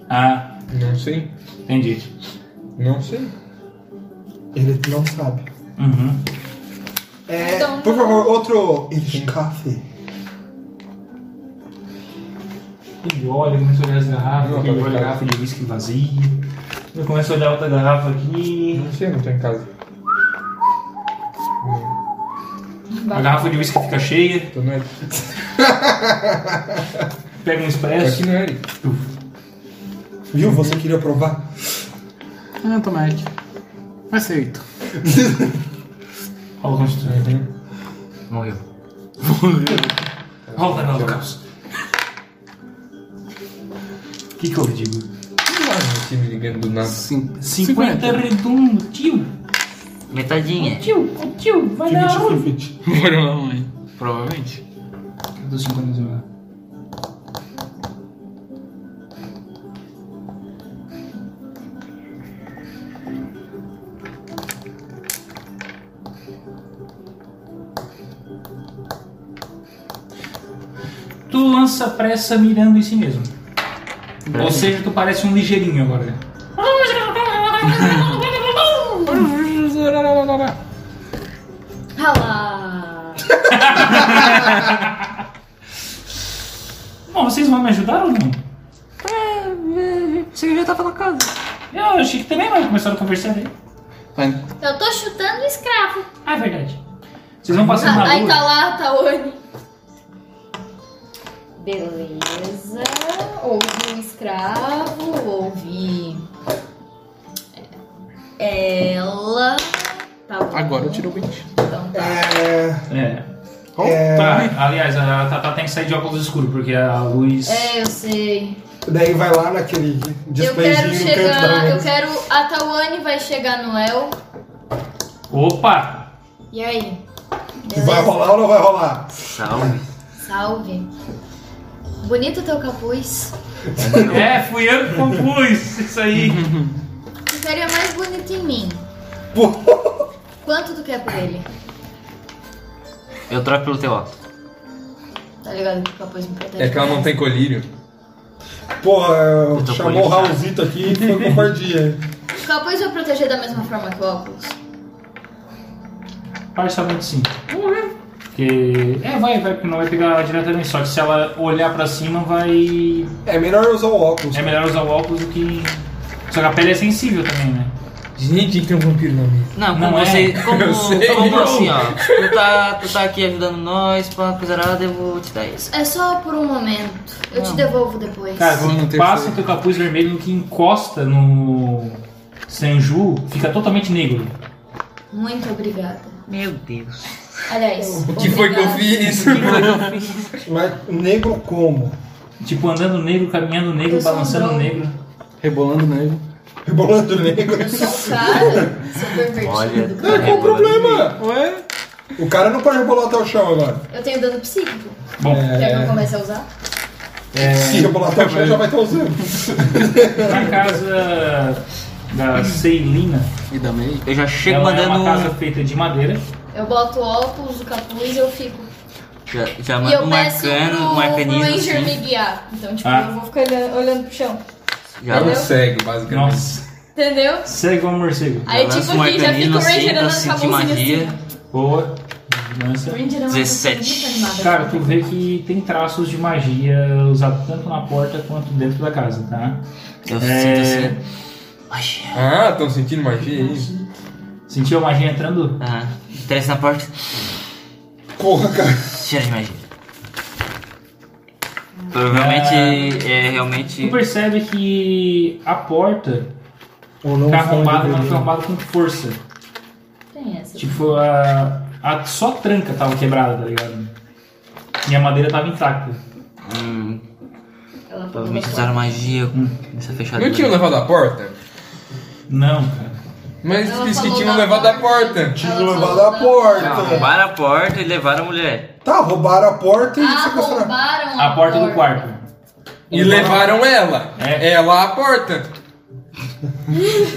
Ah,
Não sei.
entendi.
Não sei.
Ele não sabe.
Uhum.
Ah,
É,
Então-
tá.
por favor, outro café.
E olha, começa a olhar as garrafas.
Não,
aqui,
tá
olha a
ligado.
garrafa de whisky vazia. Eu começo a olhar outra garrafa aqui.
Não sei, não tô em casa.
A garrafa de whisky fica cheia.
Tô no Eric.
Pega um
Tô
expresso.
aqui no Eric.
Viu? Você queria provar?
Ah, toma aqui. Aceito.
Rola o constitucional.
Uhum.
Morreu.
Rola o dado do caos. O que, que eu digo?
Ah, o time ligando do nada.
Cin-
50, redondo, tio.
Metadinha.
Tio, ô, tio, vai dar ruim.
Fifty-fifty.
Foram lá, mãe. Provavelmente.
Cadê os 50 reais? Tu lança pressa mirando em si mesmo. Ou seja, tu parece um ligeirinho agora.
Olha lá.
Bom, vocês vão me ajudar ou não?
É, Você já tava na casa.
Eu achei que também vai começar a conversar aí.
Tá,
Eu tô chutando o escravo.
Ah, é verdade. Vocês vão passando na
Aí
rua.
tá lá, tá Oni. Beleza. Ouvi um escravo, ouvi. é, Ela. Tá bom.
agora eu tiro o bente.
Então tá.
É,
É.
É.
Tá, aliás, a Tatá tem que sair de óculos escuros, porque a luz.
É, eu sei.
daí vai lá naquele
Eu quero
displayzinho no canto da
chegar. Eu
mesa.
quero. A Tawane vai chegar no El.
Opa!
E aí?
Vai
Beleza?
rolar ou não vai rolar?
Salve.
Salve. Bonito teu capuz.
É, fui eu que compus isso aí.
Uhum. Ficaria mais bonito em mim. Quanto tu quer por ele?
Eu troco pelo teu óculos.
Tá ligado que o capuz me protege.
É que ela não tem colírio.
Porra,
Eu tô
chamou o
policial.
Raulzito aqui e foi covardia.
O capuz vai proteger da mesma forma que o óculos.
Parcialmente sim. Porque. É, vai, vai, porque não vai pegar diretamente. Só que se ela olhar pra cima, vai.
É melhor usar o óculos.
É melhor usar o óculos do que. Só que a pele é sensível também, né?
Gente, tem que ter um vampiro na mesa.
Não, como
Não é.
você. Como,
Eu sei,
como
não.
assim, ó. Tu tá, tu tá aqui ajudando nós, pra coisa errada, eu vou te dar isso.
É só por um momento. Eu te devolvo depois.
Cara,
Sim,
quando
tem
passa o
que
teu capuz vermelho que encosta no Sanju, fica totalmente negro.
Muito obrigada.
Meu Deus.
Aliás,
O que foi que eu fiz?
Mas negro como?
Tipo, andando negro, caminhando negro,
Eu sou um
balançando
drone.
negro.
Rebolando nele.
Rebolando negro.
sou um cara super
Olha,
pervertido.
Não, qual o problema?
Ué?
O cara não pode rebolar até o chão agora.
Eu tenho dano psíquico.
Bom,
Quer que eu comece a usar?
Se rebolar até o chão, já vai estar usando.
na casa da Ceilina,
E da May?
Eu já chego
ela é
mandando. um-
uma casa feita de madeira.
Eu boto o óculos, o capuz e eu fico.
Já, já
e eu
mando um
peço
arcano,
pro,
um
pro
arcanismo.
Ranger me
Assim,
guiar. Então, tipo,
Ah.
eu vou ficar olhando, olhando pro chão.
já
É um
lanço-
cego, basicamente.
Nossa,
Entendeu?
cego ou morcego.
Aí,
já
tipo,
lanço um
aqui já fica
arcanismo
o Ranger
assim
andando
pra
com a
sentir
mãozinha
magia.
assim.
Boa. Lança.
Ranger é uma
17.
pessoa muito animada.
Cara, tu vê que tem traços de magia usado tanto na porta quanto dentro da casa, tá?
Eu
É.
sinto assim. Magia.
Ah, estão sentindo magia aí?
Sentiu a magia entrando?
Ah, interessa na porta.
Corra, cara.
Cheira de magia. Provavelmente é realmente.
Tu percebe que a porta
Ou não
tá
fala de
arrombada, mas foi
vermelho.
arrombada com força.
Tem essa.
Tipo, a, a só tranca tava quebrada, tá ligado? E a madeira tava intacta.
Hum,
Ela
provavelmente usaram magia com essa fechadura.
Não tinham levado a porta?
Não, cara.
Mas
Ela
eles que
falou
tinham
da
levado a
porta.
porta.
Tinha Tá roubado a porta.
Não, Roubaram a porta e levaram a mulher.
Tá, roubaram a porta e
Tá Ah,
sequestraram.
Arrombaram
A porta do quarto.
E levaram ela.
É.
Ela à porta.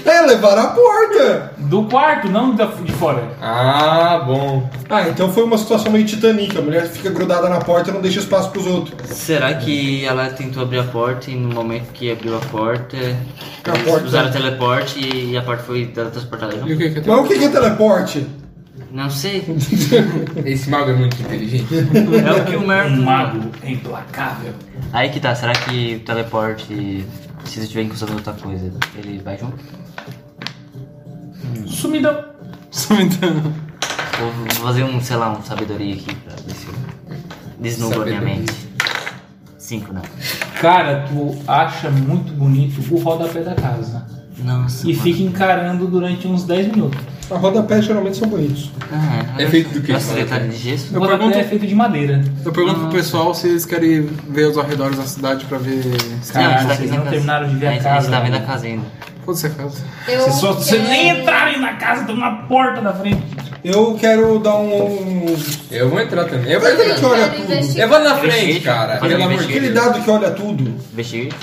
É, levaram a porta.
Do quarto, não da, de fora.
Ah, bom.
Ah, então foi uma situação meio titânica. A mulher fica grudada na porta e não deixa espaço pros outros.
Será que ela tentou abrir a porta e no momento que abriu a porta,
A
eles
porta-
usaram o teleporte e a porta foi teletransportada
E o
junto?
que que
Mas o que que é teleporte?
Não sei.
Esse mago é muito inteligente.
É o que o Merton.
Um mago é implacável.
Aí que tá, será que o teleporte, se ele tiver encostado em outra coisa, ele vai junto?
Sumidão.
Sumitando.
Vou, vou fazer um, sei lá, um sabedoria aqui pra ver se eu desnudo a minha
Sabedoria.
mente. Cinco, não.
Cara, tu acha muito bonito o rodapé da casa.
Nossa,
E
mano.
fica encarando durante uns 10 minutos.
A rodapé geralmente são bonitos.
Ah,
É feito do quê,
Nossa,
mano?
detalhe de gesso?
O
Eu
rodapé
pergunto-
é feito de madeira.
Eu pergunto pro pessoal se eles querem ver os arredores da cidade pra ver. se-
Caralho,
a gente tá
vocês
aqui na
não
casa.
terminaram de ver a
gente- A
casa,
gente tá vendo a
né?
casa ainda.
Foda-se a casa.
Eu
Vocês, só, vocês nem
quero-
entrarem na casa, estão na porta da frente.
Eu quero dar um.
Eu vou entrar também. Eu vou
Sabe
entrar.
aquele que olha
Quero
tudo?
investigar.
Eu vou na frente,
Investigue.
cara.
tá
Fazer
Pelo
um
amor de
Aquele
investigue.
Deus.
dado que olha tudo.
Investiguei.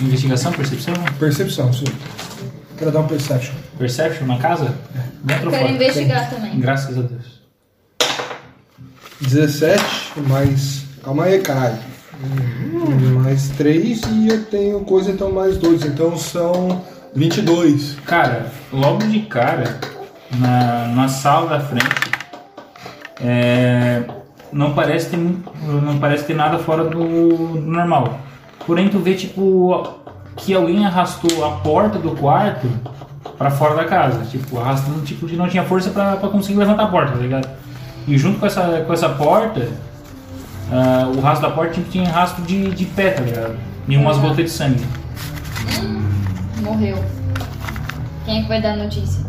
Investigação, percepção?
Percepção, sim. Quero dar um perception.
Perception na casa? Dentro
Eu
ou
quero
fora?
investigar também.
Graças a Deus.
17, mais. Calma aí, Caio.
Uhum.
Mais 3 e eu tenho coisa, então mais 2. Então são 22.
Cara, logo de cara, na, na sala da frente, é, não, parece ter, muito- não parece ter nada fora do, do normal. Porém, tu vê, tipo, que alguém arrastou a porta do quarto pra fora da casa. Tipo, arrastando, tipo, que não tinha força pra, pra conseguir levantar a porta, tá ligado? E junto com essa, com essa porta, ah, o rastro da porta tipo, tinha rastro de, de pé, tá ligado? E umas
Uhum.
gotas de sangue.
Morreu. Quem é que vai dar a notícia?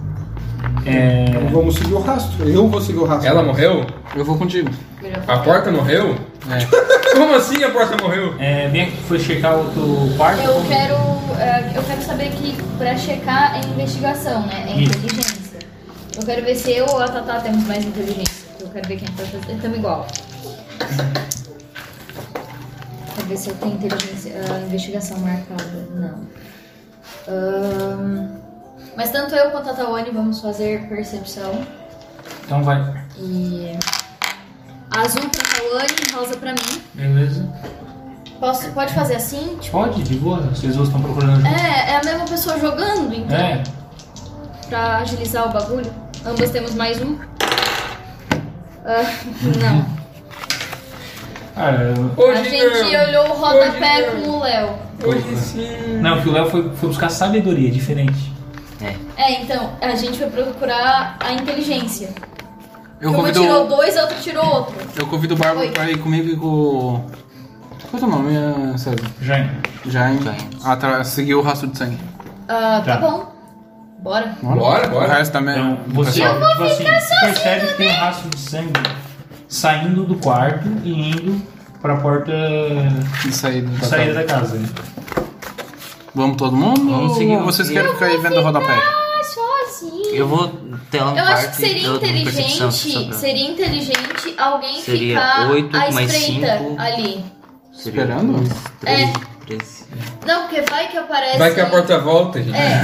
É,
Então vamos seguir o rastro. Eu vou seguir o rastro.
Ela morreu?
Eu vou contigo.
Virou.
A porta morreu?
É.
Como assim a porta morreu?
É, bem que foi checar o teu quarto.
Eu quero, eh, eu quero saber que pra checar é investigação, né? É
Isso.
inteligência. Eu quero ver se eu ou a Tatá temos mais inteligência. Eu quero ver quem tá fazendo. Estamos igual. Quero ver se eu tenho inteligência. ah, investigação marcada. Não. Ahn, mas tanto eu quanto a Tawane vamos fazer percepção.
Então vai.
E. Azul pra Tawane, rosa pra mim.
Beleza?
Posso, pode fazer assim? Tipo,
Pode, de boa. Vocês dois estão procurando junto.
é, é a mesma pessoa jogando, então.
É.
pra agilizar o bagulho. Ambas temos mais um. Ah, não.
Cara, eu-
Hoje
A gente
não.
olhou o rodapé
Hoje
com o Léo.
Hoje sim.
não, que o Léo foi, foi buscar sabedoria, diferente.
É.
É, então, a gente vai procurar a inteligência.
Eu
Uma
convido,
tirou dois, a outra tirou outro.
eu convido o Bárbaro
Oi.
pra ir comigo e com. Qual é o teu nome, eh, César?
Jaime.
Jaime.
Jaime.
Ah, tá, seguiu o rastro de sangue.
Ah,
Tá.
tá bom. Bora.
Bora,
O
bora.
resto também.
Então, você,
pessoal.
você percebe que tem um rastro de sangue saindo do quarto e indo pra porta
de saída da
de saída da
casa.
casa. né?
Vamos todo mundo?
Vamos
ou
seguir.
Vocês querem ficar aí vendo o rodapé?
Ah, sozinho.
Eu vou ter lá no
Eu
quarto
acho que
e
seria
dou- dou percepção, só
inteligente,
pra-
seria inteligente alguém
Seria
ficar
oito
à
mais
espreita
cinco.
ali.
seria
Esperando?
um, três,
É.
três.
Não, porque vai que aparece. um
Vai que a porta volta, gente.
É.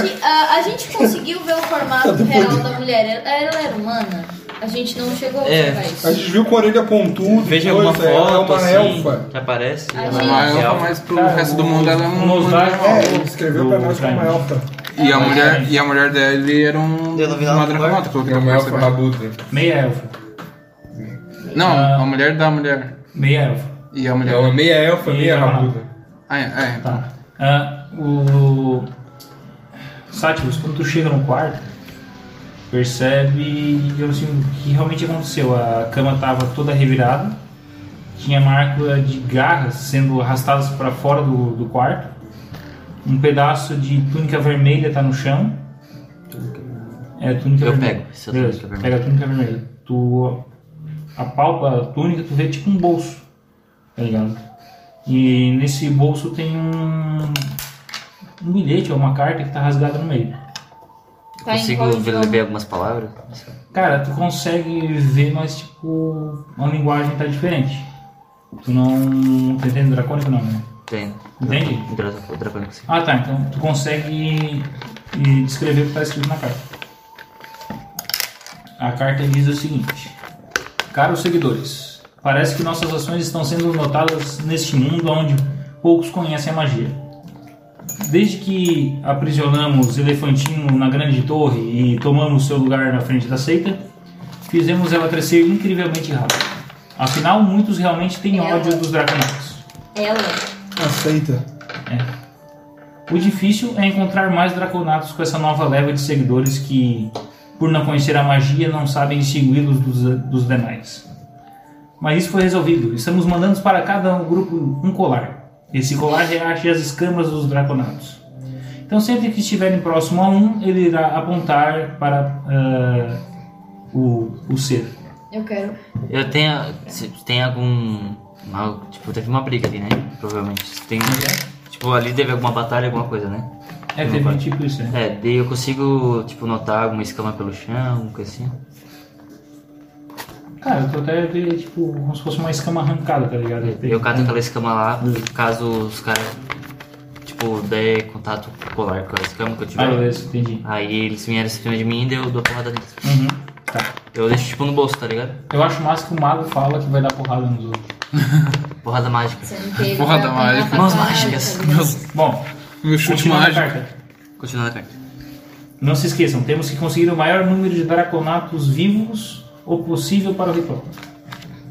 Gente, a, a gente conseguiu ver o formato
Tá
real da mulher. Ela, ela era humana. A gente não chegou a
É.
chegar a
A
isso.
gente viu com a orelha pontuda.
Veja
coisa,
alguma
ela é
foto
uma
assim,
elfa.
que aparece.
A
ela
gente-
é
Uma elfa,
alfa.
mas pro resto do mundo ela é um.
Nos dá-
É, ele escreveu pra nós como uma elfa.
E a mulher, e a mulher dele era um.
Eu não vi nada
Uma
no
draconota,
quarto.
pelo que
É
eu
uma elfa
percebi.
rabuda.
Meia elfa.
Não, a mulher da mulher.
Meia elfa.
E a
É
mulher.
uma meia elfa,
Meia
meia rabuda.
Ah, é, é.
Tá. Ah, o. Sátiros, quando tu chega no quarto, percebe digamos assim, o que realmente aconteceu. A cama estava toda revirada, tinha marca de garras sendo arrastadas para fora do, do quarto, um pedaço de túnica vermelha está no chão. É, túnica
Eu
vermelha.
pego essa
Beleza,
túnica
Pega a túnica vermelha. Tu apalpa a túnica, tu vê tipo um bolso, tá ligado? E nesse bolso tem um, um bilhete ou uma carta que tá rasgada no meio.
Tá em
Consigo
qual idioma?
ler algumas palavras?
Cara, tu consegue ver, mas tipo, a linguagem tá diferente. Tu não. Tá entendendo dracônico não, né?
Tem.
Entende?
Dra- Dracônico, sim.
Ah tá, então tu consegue eh, descrever o que tá escrito na carta. A carta diz o seguinte: Caros seguidores, parece que nossas ações estão sendo notadas neste mundo onde poucos conhecem a magia. Desde que aprisionamos Elefantino na Grande Torre e tomamos seu lugar na frente da seita, fizemos ela crescer incrivelmente rápido. Afinal, muitos realmente têm ódio dos draconatos.
Ela.
Aceita.
O difícil é encontrar mais draconatos com essa nova leva de seguidores que, por não conhecer a magia, não sabem distingui-los dos, dos demais. Mas isso foi resolvido. Estamos mandando para cada um grupo um colar. Esse colar reage às escamas dos draconatos. Então, sempre que estiverem próximo a um, ele irá apontar para ah, o, o ser.
Eu quero.
Eu tenho. se Tem algum. mal- tipo, teve uma briga ali, né? Provavelmente. Tem. Tipo, ali teve alguma batalha, alguma coisa, né?
É, teve tipo isso, né?
É, daí eu consigo, tipo, notar alguma escama pelo chão, alguma coisa assim.
Cara, eu tô até vendo, tipo, como se fosse uma escama arrancada, tá ligado?
Eu cato aquela escama lá, caso os caras, tipo, der contato polar com a escama que eu
Ah,
tiver.
beleza, entendi.
Aí eles vieram se cima de mim e daí eu dou porrada neles.
Uhum. Tá.
Eu deixo, tipo, no bolso, tá ligado?
Eu acho massa que o mago fala que vai dar porrada nos outros.
Porrada mágica.
Sendo que ele
Porra
vai
da
apanhar
mágica.
pra
Mãos
caralho,
mágicas.
tá ligado?
Bom,
Meu chute
continuando a
mágico.
carta.
Continuando a carta.
Não se esqueçam, temos que conseguir o maior número de draconatos vivos ou possível para o ritual.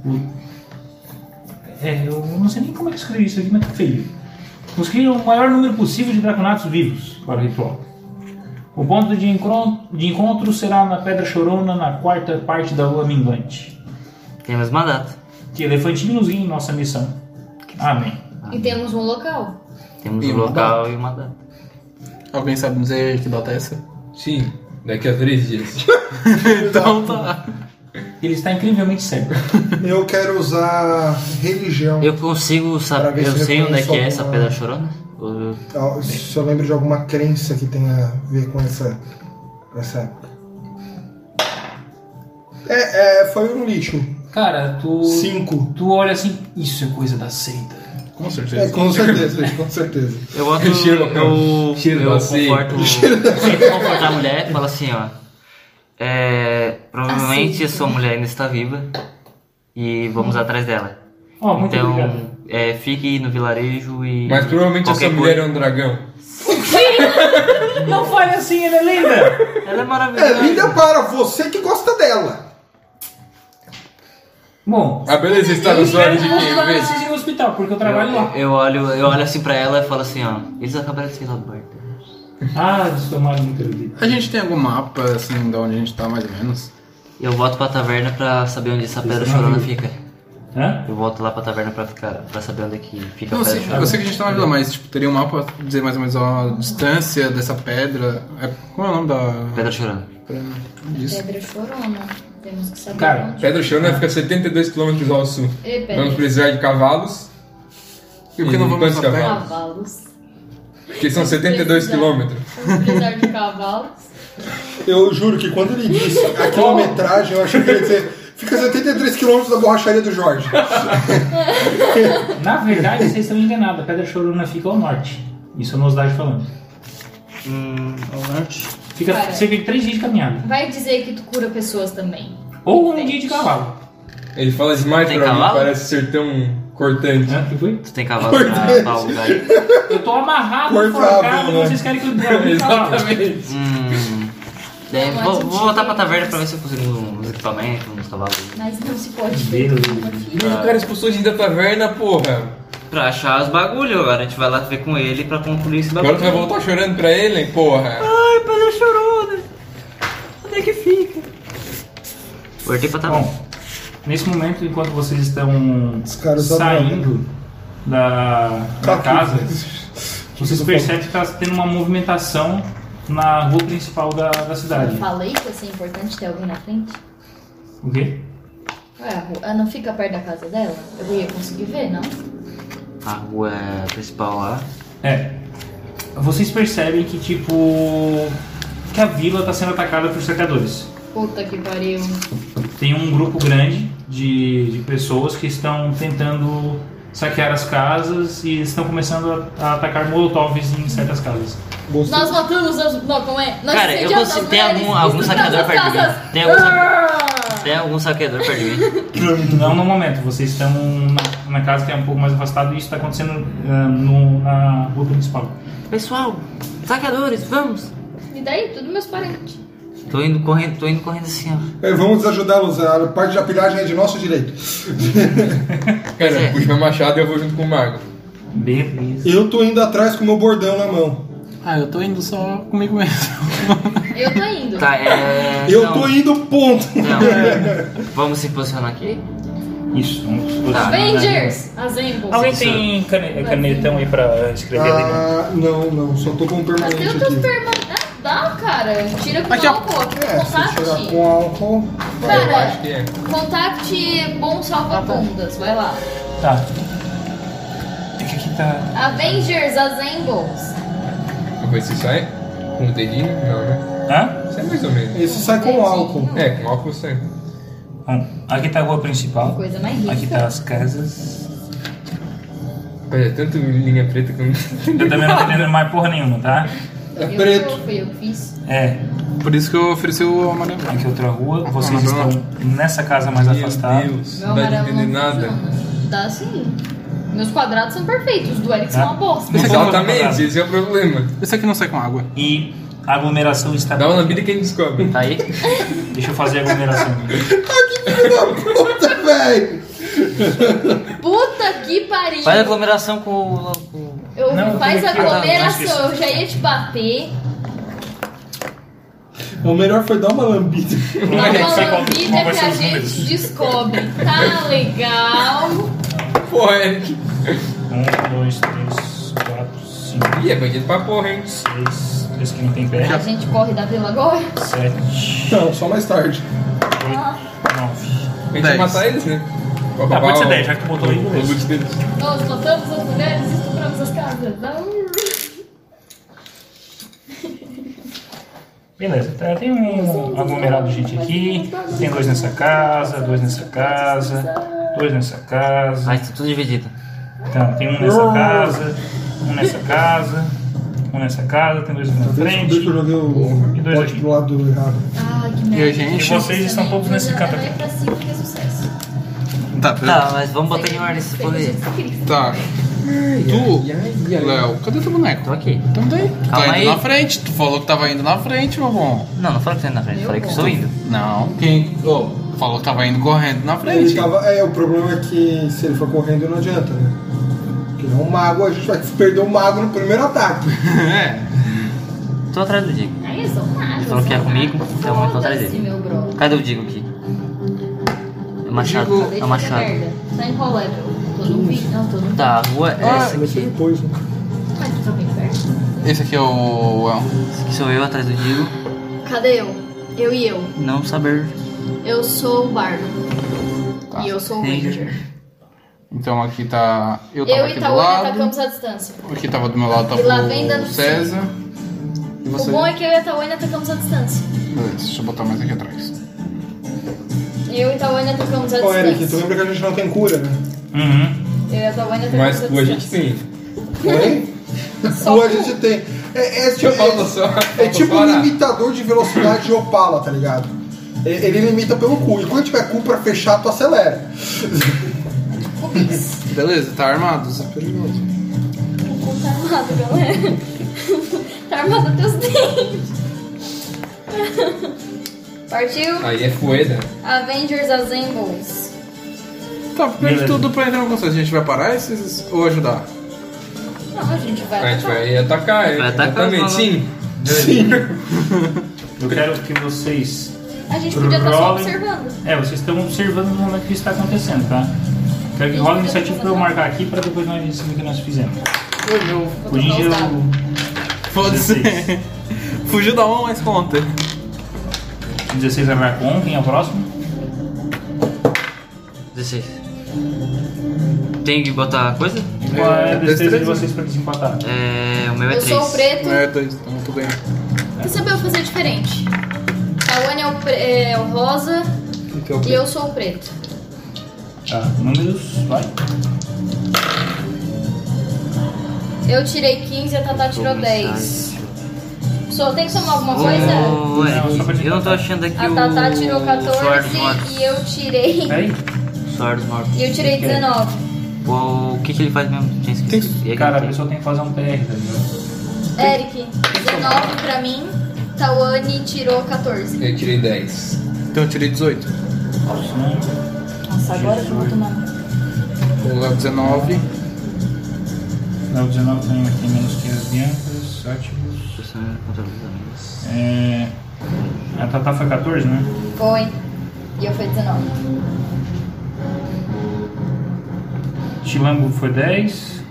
O- É, eu não sei nem como é que escrevi isso aqui, mas tá feio. Conseguir o maior número possível de draconatos vivos para o ritual. O ponto de encron- de encontro será na Pedra Chorona, na quarta parte da Lua Minguante.
Tem a mesma data.
Que elefante nos guie em nossa missão. Amém.
E temos um local.
Temos
E
um
uma
local e uma data.
Alguém sabe dizer que data é essa?
Sim, daqui a três dias.
Então tá.
Ele está incrivelmente cego.
Eu quero usar religião.
Eu consigo
Pra
saber,
ver
eu
se
sei onde é
reconhece
que é essa
alguma-
pedra chorona? Ou-
Ah, Se eu lembro de alguma crença que tenha a ver com essa. essa época. É, é, foi um lixo.
Cara, tu.
Cinco.
Tu olha assim, isso é coisa da seita.
Com
É,
certeza.
com certeza, com certeza.
Eu boto,
Cheiro,
eu,
cheiro
eu
da
conforto, eu sempre conforto a mulher e falo assim, ó. É, provavelmente a sua mulher ainda está viva e vamos atrás dela.
Ó, muito obrigado.
então, é, fique no vilarejo e.
Mas provavelmente
qualquer
essa mulher é
coisa-
um dragão.
Não fale assim, ela é linda!
Ela é
É
maravilhosa.
linda para você que gosta dela.
Bom,
A Ah, beleza está
eu
no suor
espero que
de quem,
vocês
vez.
vocês ir no hospital, porque eu trabalho
Eu,
lá.
eu olho, eu olho assim pra ela e falo assim, ó. Eles acabaram de sair lá do bar.
Ah, eles tomaram muito ali.
A gente tem algum mapa, assim, da onde a gente tá, mais ou menos?
Eu volto pra taverna pra saber onde essa pedra chorona fica.
Hã?
Eu volto lá pra taverna pra, ficar, pra saber onde é que fica
Não,
a pedra
sim, eu sei que a gente tá na vila, mas, tipo, teria um mapa, pra dizer mais ou menos a distância dessa pedra. É, como é o nome da...
Pedra chorona.
Isso.
Pedra chorona. Temos que saber
Cara,
onde.
Pedra Chorona né? fica 72 km ao sul.
E pedra.
Vamos precisar de cavalos,
E por que não
E
vamos
quantos
usar pedra?
cavalos?
Cavalos.
que são 72 km.
Vamos precisar de cavalos.
Eu juro que quando ele disse a quilometragem, eu achei que ele ia dizer. Fica 73 km da borracharia do Jorge.
Na verdade, vocês estão enganados. A Pedra Chorona fica ao norte. Isso é novidade falando.
Hum, ao norte.
Fica
Cara.
cerca de 3 dias de caminhada.
Vai dizer que tu cura pessoas também.
Ou um dia de cavalo.
Ele fala demais
Tem
pra mim,
cavalo?
parece ser tão cortante.
Né? Que foi?
Tu tem cavalo pra tal lugar.
Eu tô amarrado,
Cortável,
enforcado,
né?
vocês querem que eu derrube um cavalo.
Exatamente.
Hum. Daí
Não,
vou,
mas
vou
eu
voltar
te-
pra taverna pra ver se eu consigo uns equipamentos, uns cavalos.
Mas não se pode ver
Beleza.
tudo aqui.
Mas o cara expulsou a gente da taverna, porra.
Pra achar os bagulho, agora a gente vai lá ver com ele pra concluir esse bagulho.
Agora tu vai voltar chorando pra ele, hein, porra.
Ai, pedra chorona. Onde é que fica? Voltei pra taverna.
Bom, nesse momento, enquanto vocês estão
Os caras só
saindo da, da
Tá
casa,
tudo.
vocês percebem que está tá tendo uma movimentação na rua principal da, da cidade.
Eu falei que ia ser importante ter alguém na frente.
O quê?
Ué, a rua- ela não fica perto da casa dela? Eu ia conseguir ver, não?
A rua principal lá.
É. Vocês percebem que, tipo, que a vila está sendo atacada por cercadores.
Puta que pariu.
Tem um grupo grande de, de pessoas que estão tentando saquear as casas e estão começando a, a atacar molotovs em certas casas.
Nós matamos as. Não, como é? Nós
Cara, eu
incendiamos
consigo.
as
Tem
mulheres,
algum, algum
destruímos
saqueador
as
perto de
casas.
mim? Tem algum, sa-
Ah!
tem algum saqueador perto de mim?
Não no momento, vocês estão na, na casa que é um pouco mais afastada e isso está acontecendo ah, no- na rua principal.
Pessoal, saqueadores, vamos!
E daí? Tudo meus parentes.
Tô indo correndo, tô indo correndo assim, ó.
É, vamos ajudá-los. A parte da pilhagem é de nosso direito.
Cara, puxa meu machado e eu vou junto com o mago.
Beleza.
Eu tô indo atrás com o meu bordão na mão.
Ah, eu tô indo só comigo mesmo.
Eu tô indo.
Tá, é.
Eu
não,
tô indo, ponto.
Não. é. Vamos se posicionar aqui?
Isso. vamos
Tá.
Ah,
posicionar na-
Avengers! Assemble!
Alguém tem cane- canetão aí pra escrever? ali?
Ah, não, não. Só tô com o
Mas
permanente
eu tô
aqui.
permanente. Dá, cara. Tira com
Aqui, ó.
álcool.
É, se tirar
Contact.
com álcool.
Eu acho
Cara,
que é.
contact bom salva-bundas. Vai lá.
Tá. É que aqui tá...
Avengers Assembles.
Eu vou ver se sai com o dedinho. Não, né?
Hã?
Sai mais ou menos.
Esse sai com álcool.
É, com álcool sai.
Bom, aqui tá a rua principal.
Coisa mais rica.
Aqui tá as casas.
Olha, tanto linha preta que eu não
Eu também não tô entendendo mais porra nenhuma, tá?
É
Eu-
preto.
Foi eu que fiz.
É,
Por isso que eu ofereci o amarelo.
aqui é outra rua. Vocês
mas
estão
não.
nessa casa mais afastada.
Meu Deus,
Meu
não dá de
amarelo
entender
não
nada.
funciona. Dá sim. Meus quadrados são perfeitos, os do Eric
Ah.
são uma bosta.
Não vou
Exatamente, esse é o problema.
Esse aqui não sai com água.
E a aglomeração está...
Dá uma lambida que a gente descobre.
Tá aí?
Deixa eu fazer a aglomeração.
Puta, velho.
Puta que pariu!
Faz aglomeração com o. com-
Eu
Não, eu
faz
também quero. Ah,
aglomeração,
não,
eu já ia te bater.
É O melhor foi dar uma lambida.
é
Dá
Vamos ver
uma
qual- qual
lambida
vai
que
ser
a
os números.
gente descobre. Tá legal.
Porra, é. Eric.
Um, dois, três, quatro, cinco,
Ih, é bandido pra porra, hein?
seis, três que não tem pé,
A gente corre da vila agora.
sete,
Não, só mais tarde.
nove.
A gente vai
Dez.
matar eles, né? Pra
Tá,
roubar
pode ser
o-
dez, já que tu botou aí,
o
beleza.
loot deles.
Nós matamos as mulheres e estupramos as casas. Dá um-
Beleza, tá, tem um aglomerado de gente aqui, tem dois nessa casa, dois nessa casa, dois nessa casa,
Mas tá tudo dividido.
então, tem um nessa casa, um nessa casa, um nessa casa, tem dois aqui na
Deixa eu ver que eu
frente,
joguei
E
o
dois
pote
aqui.
do lado errado.
Ah, que
E a
merda.
e
gente. um
vocês estão todos nesse canto aqui.
Vai pra cima que é sucesso.
Tá,
Tá, mas vamos botar em ordem esse poder.
Tá. Tu, Léo, cadê teu boneco?
Tô aqui.
Então daí. Tu
Calma
tá indo
aí.
na frente. Tu falou que tava indo na frente, meu bom.
Não, não falei que tô indo na frente, falei que eu estou indo.
Não. Quem? Ô, falou que tava indo correndo na
Ele
frente.
tava, é, o problema é que se ele for correndo não adianta, né? Porque ele é um mago, a gente vai perder o mago no primeiro ataque.
é.
tô atrás do Diego.
Aí eu sou nada.
Ele falou que ia comigo, então eu tô atrás
Foda-se,
dele.
meu bro.
Cadê o Digo aqui? É machado,
Acabei de
é
fazer
machado.
merda. Tá em qual level? Tô no 20. Não, tô no 20.
Tá, a rua é
Ah,
essa
vai ser depois. né?
Mas tô bem perto.
Esse aqui é o. é
aqui, que sou eu atrás do Digo.
Cadê eu? Eu e eu.
Não saber.
Eu sou o Bardo.
Tá.
E eu sou o
Ranger.
Ranger.
o- Então aqui tá. Eu tava
Eu e
aqui do
Tawana
lado.
atacamos à distância.
Aqui tava do meu lado tava
E lá vem dando
o César. E
O
você.
bom é que eu e a Tawana atacamos à distância.
Beleza, deixa eu botar mais aqui atrás.
Eu e a Tawana atacamos à
Ó, Eric, tu
distância.
lembra que a gente não tem cura, né?
Uhum.
Eu e a Tawana atacamos
Mas
à
cu a gente
distância.
tem.
Oi?
Só
Ou a
cu.
gente tem. É, é,
Deixa eu falar
é,
só.
é tipo um
Bora.
limitador de velocidade de Opala, tá ligado? E- Ele limita pelo cu. E quando tiver cu pra fechar, tu acelera.
O Pix.
Beleza, tá armado, isso é perigoso.
O cu tá armado, galera. tá armado até os dentes. Partiu
Aí é fueda.
Avengers Assembles.
Tá, primeiro de tudo pra entrar no consenso, a gente vai parar esses ou ajudar?
Não, a gente vai tá-
A
atacar.
gente vai atacar. é.
Vai atacar,
Exatamente.
mano.
Sim.
Eu quero que vocês.
A gente podia estar só
Rolem.
observando.
É, vocês estão observando no momento que isso está acontecendo, tá? Quero que rola a
tá
iniciativa pra eu marcar aqui pra depois nós ver o que nós fizemos.
Vou
O
trocar
ninja
os dados.
é
Foda-se.
Dezesseis.
Fugiu da mão, mas conta.
o 16 é Marcon, quem é o próximo?
16. Tem que botar coisa?
E Qual é a
É,
destreza de
destreza.
vocês pra desempatar?
É. O meu é
Eu
3.
sou o preto.
É, dois, então tudo bem.
que sabia fazer diferente. Tawane é o, pre- é o rosa
Então,
e eu sou o preto.
Tá, números, vai.
Eu tirei 15 e a Tata tirou 10. Só tem que somar alguma coisa?
Ô, Eric,
Não, só pra gente
eu não tô
botar.
achando aqui
é. A
o.
Tata tirou
Suor dos
14
Mortos.
e eu tirei.
Peraí.
Suor dos Mortos.
E eu tirei 19.
O, o que que ele faz mesmo? Tinha esquecido. E aí,
Cara, a
tem?
pessoa tem que fazer um TR, tá ligado?
Eric, 19 pra mim. Tawane tirou 14.
Eu tirei 10.
Então eu tirei 18.
Senão-
Nossa, agora que eu vou tomar.
Vou lá 19.
Não, 19 tem, tem menos que as brancas, ótimos.
Pessoa controlada.
É... A Tata foi 14, né?
Foi. E eu fui 19.
Chilango foi 10.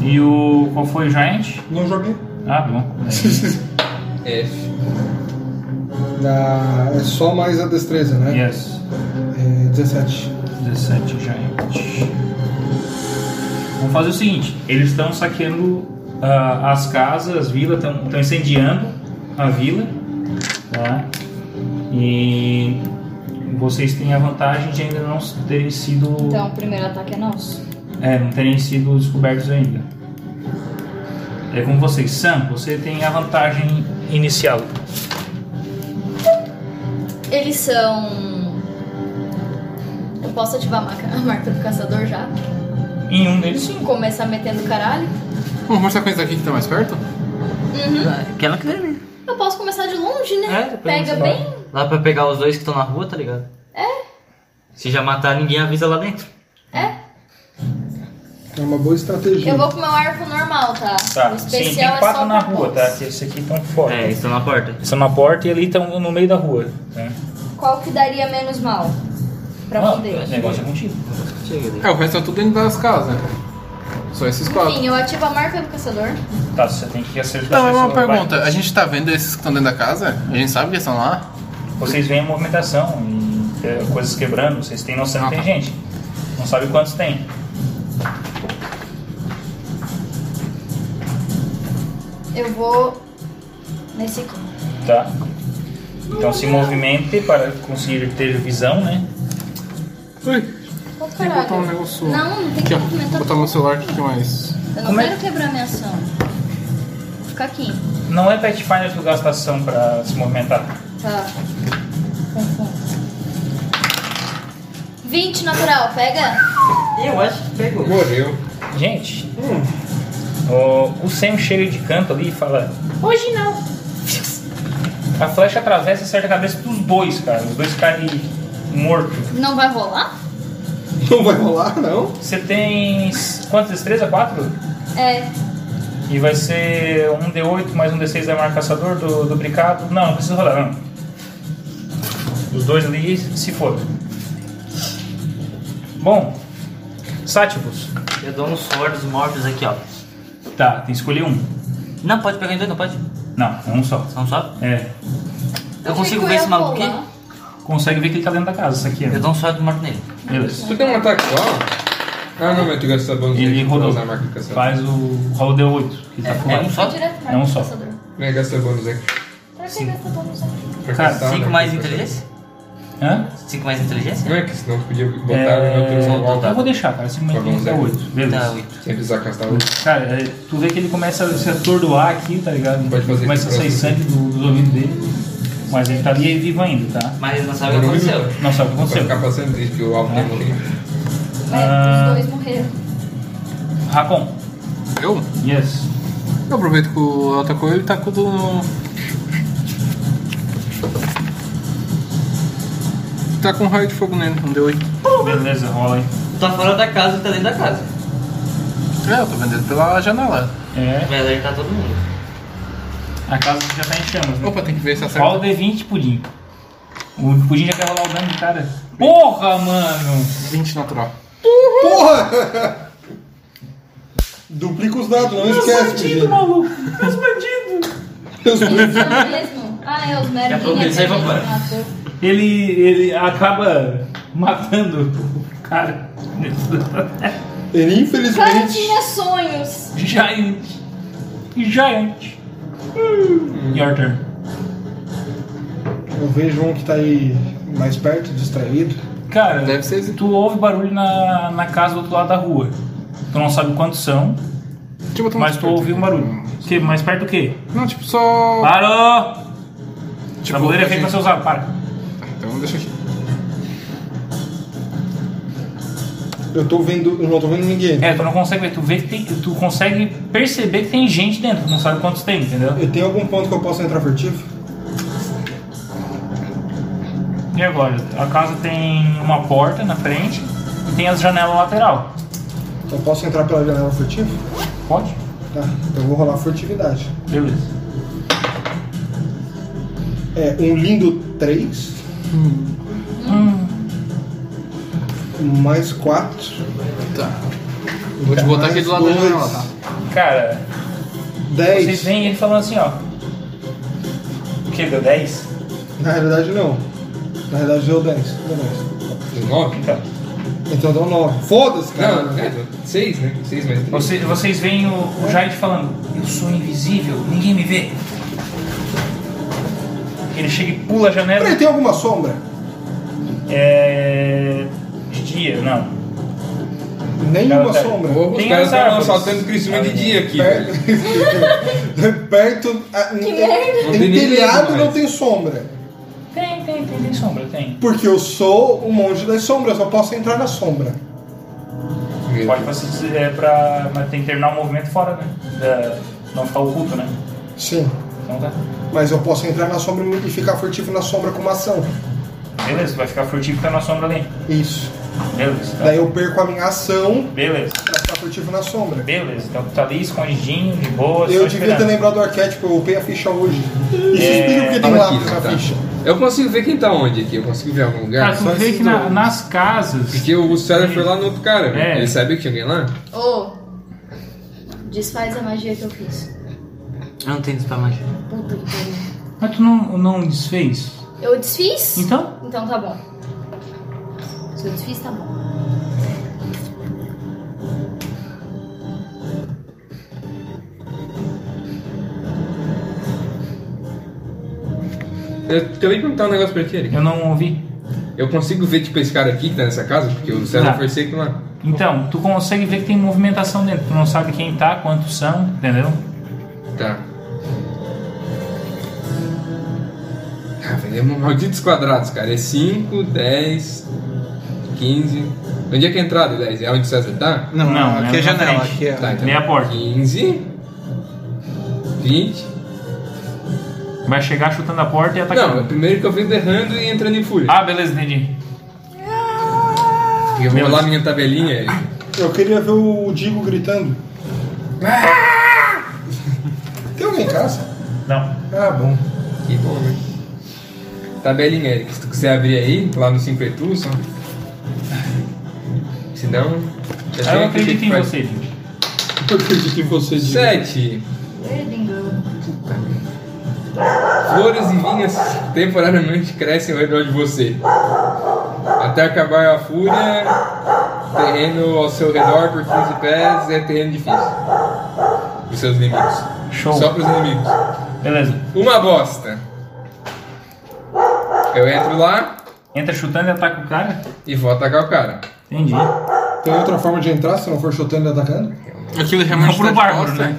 E o. Qual foi o Giant?
Não joguei.
Ah, bom.
F.
Ah, é só mais a destreza,
É,
né?
yes.
É, 17.
17 Giant. Vamos fazer o seguinte: eles estão saqueando ah, as casas, as vilas, estão incendiando a vila. Tá? E. Vocês têm a vantagem de ainda não terem sido.
Então, o primeiro ataque é nosso.
É, não terem sido descobertos ainda. É com vocês. Sam, você tem a vantagem inicial.
Eles são. Eu posso ativar a marca, a marca do caçador já?
Em um deles, sim.
Começar metendo caralho?
Vamos mostrar com esse aqui que tá mais perto?
Que ela que deve.
Eu posso começar de longe, né?
É, depois
Hum? Pega
você
bem.
Dá pra pegar os dois que estão na rua, tá ligado? É. Se já matar, ninguém avisa lá dentro.
É uma boa estratégia.
Eu vou com meu arco normal, tá?
Tá,
O
sim, tem
especial é
quatro
só
na
pra
rua,
poucos.
tá? Que Esses aqui estão fora.
É, estão na porta.
Estão na porta e ali estão no meio da rua. Né?
Qual que daria menos mal? Pra
Não,
poder.
o negócio é contigo.
Chega daí.
É, o resto é tudo dentro das casas. Só esses quatro.
Enfim, eu ativo a marca do caçador.
Tá, você tem que acertar.
Não, é uma
esse seu
pergunta.
vai.
A gente tá vendo esses que estão dentro da casa? A gente sabe que eles estão lá?
Vocês veem a movimentação e é, coisas quebrando. Vocês têm noção
Ah, tá.
que tem gente. Não sabe quantos tem.
Eu vou. Nesse aqui.
Tá? Então se movimente para conseguir ter visão, né?
Ui,
Ô, caralho.
tem que botar um negócio.
Não, não tem
Aqui,
que
ó.
movimentar.
Vou botar no celular aqui que mais.
Eu não
Como é-
quero quebrar minha ação. Vou ficar aqui.
Não é Pathfinder que tu gasta ação pra se movimentar.
Tá. Confundo. 20 natural, pega.
Eu acho que pegou.
Morreu.
Gente, o, o Sam chega de canto ali e fala: Hoje não. A flecha atravessa e acerta a cabeça dos dois, cara. Os dois caem mortos.
Não vai rolar?
Não vai rolar, não?
Você tem. quantas destreza? Quatro?
É.
E vai ser um D8 mais um D6 da marcaçador do, do bricado. Não, não precisa rolar, não. Os dois ali se foram. Bom, Sátivos.
Eu dou um uns swords mortos aqui, ó.
Tá, tem que escolher um.
Não, pode pegar em dois, não pode?
Não, é um só.
Não só?
É.
Eu consigo ver esse maluco aqui?
Consegue ver que ele tá dentro da casa, isso aqui.
Eu
ó.
dou um sword morto nele.
Beleza.
Tu tem um ataque qual? Ah, não, mas tu gastou bônus.
Ele
action pra
rodou.
usar a marca de caçador.
Faz o. Rola o D8. Que tá
É um
fumado.
só?
Direto pra
É um só.
caçador.
Vem gastar bônus aqui.
Pra que gasta bônus aqui?
Pra
Cara,
gastar, né,
Cinco mais
pra-
inteligência?
Hã?
Cinco mais inteligência?
Não é que senão tu podia botar
É,
é... outro
Vou
volta.
botar.
Eu vou deixar, cara. 5
Tá bom,
minutos é
Zé.
8. Beleza.
Tá, oito.
Sem precisar gastar outro.
Cara, é, tu vê que ele começa a se atordoar aqui, tá ligado?
Pode fazer
começa a
aqui
sair sangue
pra
do, dos ouvidos dele. Mas ele tá ali vivo ainda, tá?
Mas ele não sabe o que
Não,
aconteceu.
Não sabe o que
Pra
aconteceu.
ficar passando desde que o alvo tem morrido.
É, os dois morreram.
Ah, Racon.
Eu?
Yes.
Eu aproveito que o atacou ele tá com o do. Tá com um raio de fogo nele, não deu 8.
Beleza, rola aí.
Tá fora da casa e tá dentro da casa.
É, eu tô vendendo pela janela.
É.
Vai alertar todo mundo.
A casa já tá em chamas, né?
Opa, tem que ver se
Rola o
acerta.
D20, Pudim. O Pudim já quer rolar o dano de cara. Porra, mano!
20 natural.
Porra! Duplica os dados, não esquece,
Bandido,
Virgínia.
maluco! Os bandidos!
Eles são mesmo. Ah, é, os
Daqui a pouco
merguinhos.
eles saem pra fora.
Ele, ele acaba matando o cara.
Ele
Cara
infelizmente.
tinha sonhos.
Giant. Giant.
Hum.
Your turn.
Eu vejo um que tá aí mais perto, distraído.
Cara,
Deve ser esse.
tu ouve barulho na, na casa do outro lado da rua. Tu não sabe quantos são,
Deixa eu botar um
mas tu
desperto.
ouviu um barulho. Que, mais perto do quê?
Não, tipo, só.
Parou!
tipo,
Ah, a tabuleiro é
a
feito pra
gente-
ser usado, para.
Então deixa aqui.
Eu tô vendo. Eu não tô vendo ninguém.
É, tu não consegue ver, tu vê que tem. Tu consegue perceber que tem gente dentro, tu não sabe quantos tem, entendeu?
Eu tenho algum ponto que eu possa entrar furtivo?
E agora? A casa tem uma porta na frente e tem as janelas lateral.
Então eu posso entrar pela janela furtivo?
Pode?
Tá. Então eu vou rolar furtividade.
Beleza.
É, um lindo 3. Mais 4.
Tá. Eu vou te botar aqui do lado da janela, tá?
Cara, vocês
10.
veem ele falando assim, ó. É O que? Deu 10?
Na realidade, não. Na realidade, deu 10. Deu 10.
9?
Então.
Então deu 9. Foda-se, cara.
Não, é, 6, né? 6 mais 3.
Você- vocês veem o, o Jared falando, eu sou invisível, ninguém me vê. Ele chega e pula a janela.
Peraí, tem alguma sombra?
É. De dia, não.
Nenhuma
Cara, tá-
sombra.
Porra, os
Tem
caras
as
estavam
árvores.
assaltando Criciúma de dia aqui,
Per-
velho.
Perto. ah,
Que
tem-
merda.
Não tem
Tem
ninguém
telhado,
mais.
não tem sombra.
Tem, tem, tem, tem sombra, tem.
Porque eu sou o monge das sombras, eu posso entrar na sombra.
Pode você é pra. Mas tem que terminar o movimento fora, né? Da- não ficar oculto, né?
Sim.
Então tá.
Mas eu posso entrar na sombra e ficar furtivo na sombra com uma ação.
Beleza, vai ficar furtivo que tá na sombra ali.
Isso.
Beleza. tá.
Daí eu perco a minha ação
Beleza,
pra ficar furtivo na sombra.
beleza. Então tu tá ali escondidinho, de boa, só
Eu devia ter
esperando.
lembrado do arquétipo, eu upei a ficha hoje. Isso explica porque tem
Fala
lápis
É, aqui,
na
tá.
ficha.
Eu consigo ver quem tá onde aqui, eu consigo ver algum lugar.
Cara, Tá, tu vê que na- nas casas.
Porque o César foi lá no outro cara, velho.
É.
Ele sabia que tinha alguém lá?
Ô, desfaz a magia que eu fiz.
Eu não tenho isso pra magia.
Puta que pariu.
Mas tu não, não desfez?
Eu desfiz?
Hum.
Então?
Então tá bom. Se eu desfiz, tá bom.
Eu acabei de perguntar um negócio pra ti, Eric.
Eu não ouvi.
Eu consigo ver, tipo, esse cara aqui que tá nessa casa? Porque o César
Tá.
foi seco lá.
Então, tu consegue ver que tem movimentação dentro. Tu não sabe quem tá, quantos são, entendeu?
Tá. Ah, velho, é um malditos quadrados, cara. É 5, 10, 15. Onde é que é a entrada, 10? É onde o César tá?
Não,
Não,
aqui
é
é
na
janela,
frente.
aqui é.
Tá,
Meia porta.
15, 20.
Vai chegar chutando a porta e atacando.
Não, é o primeiro que eu venho berrando e entrando em fúria.
Tá Ah, beleza, entendi.
eu vou
meu Ah.
lá é minha tabelinha. Eric.
Eu queria ver o Digo gritando. Ah! alguém em casa?
Não.
Ah, bom.
Que bom, né? Tabelinha, Eric, se tu quiser abrir aí, lá no 5 Etus, só. Se não. já
Ah,
tem
eu
aqui
acredito
que
em
faz.
você, gente.
Eu acredito em você, Diego.
Sete.
Wedding Girl.
Flores e vinhas temporariamente crescem ao redor de você. Até acabar a fúria, terreno ao seu redor por 15 pés é terreno difícil. Os seus inimigos.
Show.
Só pros inimigos.
Beleza.
Uma bosta. Eu entro lá
Entra chutando e ataca o cara?
e vou atacar o cara.
Entendi.
Ah,
Tem outra forma de entrar se não for chutando e atacando?
Aquilo
Não
realmente tá
pro
de
bárbaro,
costa?
né?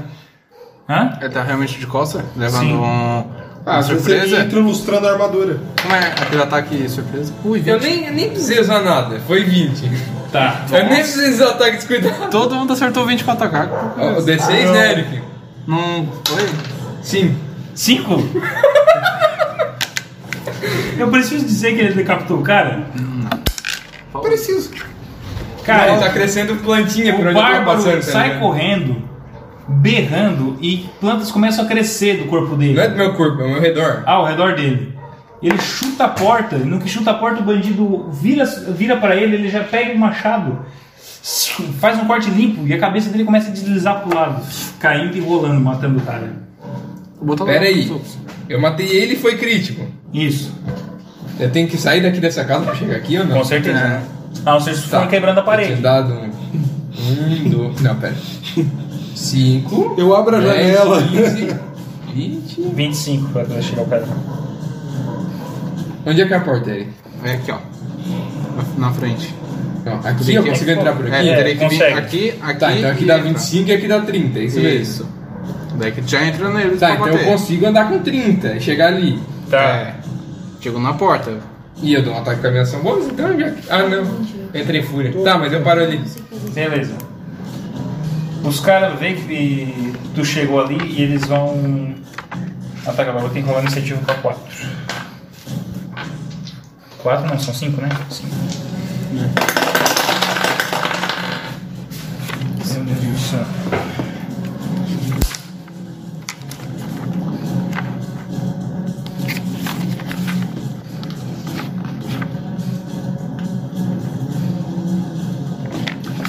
Hã?
Ele tá realmente de costa? Levando
Sim.
um. uma
Ah,
às vezes
surpresa?
Ele entra ilustrando a armadura.
Como é aquele ataque surpresa? Ui,
Eu
20.
nem, nem precisei usar nada, foi 20.
Tá.
Eu nem precisei usar ataque descuidado.
Todo mundo acertou 20 com o atacar. por
Ó, O
curioso.
D6, né, Eric?
Não foi?
Sim.
Cinco? Eu preciso dizer que ele decapitou o cara?
Preciso.
Cara,
Ele tá crescendo plantinha por
o
onde eu tô
bárbaro
passando. tá
sai
ligado?
correndo, berrando, e plantas começam a crescer do corpo dele.
Não é do meu corpo, é do meu redor.
Ah, ao redor dele. Ele chuta a porta, e no que chuta a porta, o bandido vira, vira para ele, ele já pega o machado, faz um corte limpo e a cabeça dele começa a deslizar pro lado, caindo e rolando, matando o cara.
Botou
Pera aí. Eu matei ele e foi crítico.
Isso,
Eu tenho que sair daqui dessa casa pra chegar aqui ou não? Tá.
com certeza.
É.
A não ser se forem quebrando a
Eu
parede.
tinha dado um. Um, dois. Não, pera. Cinco.
Eu abro a
dez,
janela.
15, 20.
25 para chegar ao cara.
Onde é que é a porta, Eric?
É aqui, ó. Na frente.
Não,
Tu
aqui
tem
eu
que-
consigo entrar por aqui?
É, teria que vir
consegue.
aqui, aqui.
Tá, então aqui
e
dá
entrar.
25 e aqui dá 30, é isso mesmo.
Isso. Daí que já entra neles
Tá,
pra
então eu
bater.
consigo andar com 30 e chegar ali.
Tá.
É. Chegou na porta.
E eu dou um ataque com a minha ação bônus, então já. Ah, não. Entrei em fúria. Tá, mas eu paro ali.
Beleza. Os caras veem que tu chegou ali e eles vão atacar. Agora tem que rolar iniciativa pra 4. 4 não, são 5, né? 5. Meu Deus do céu.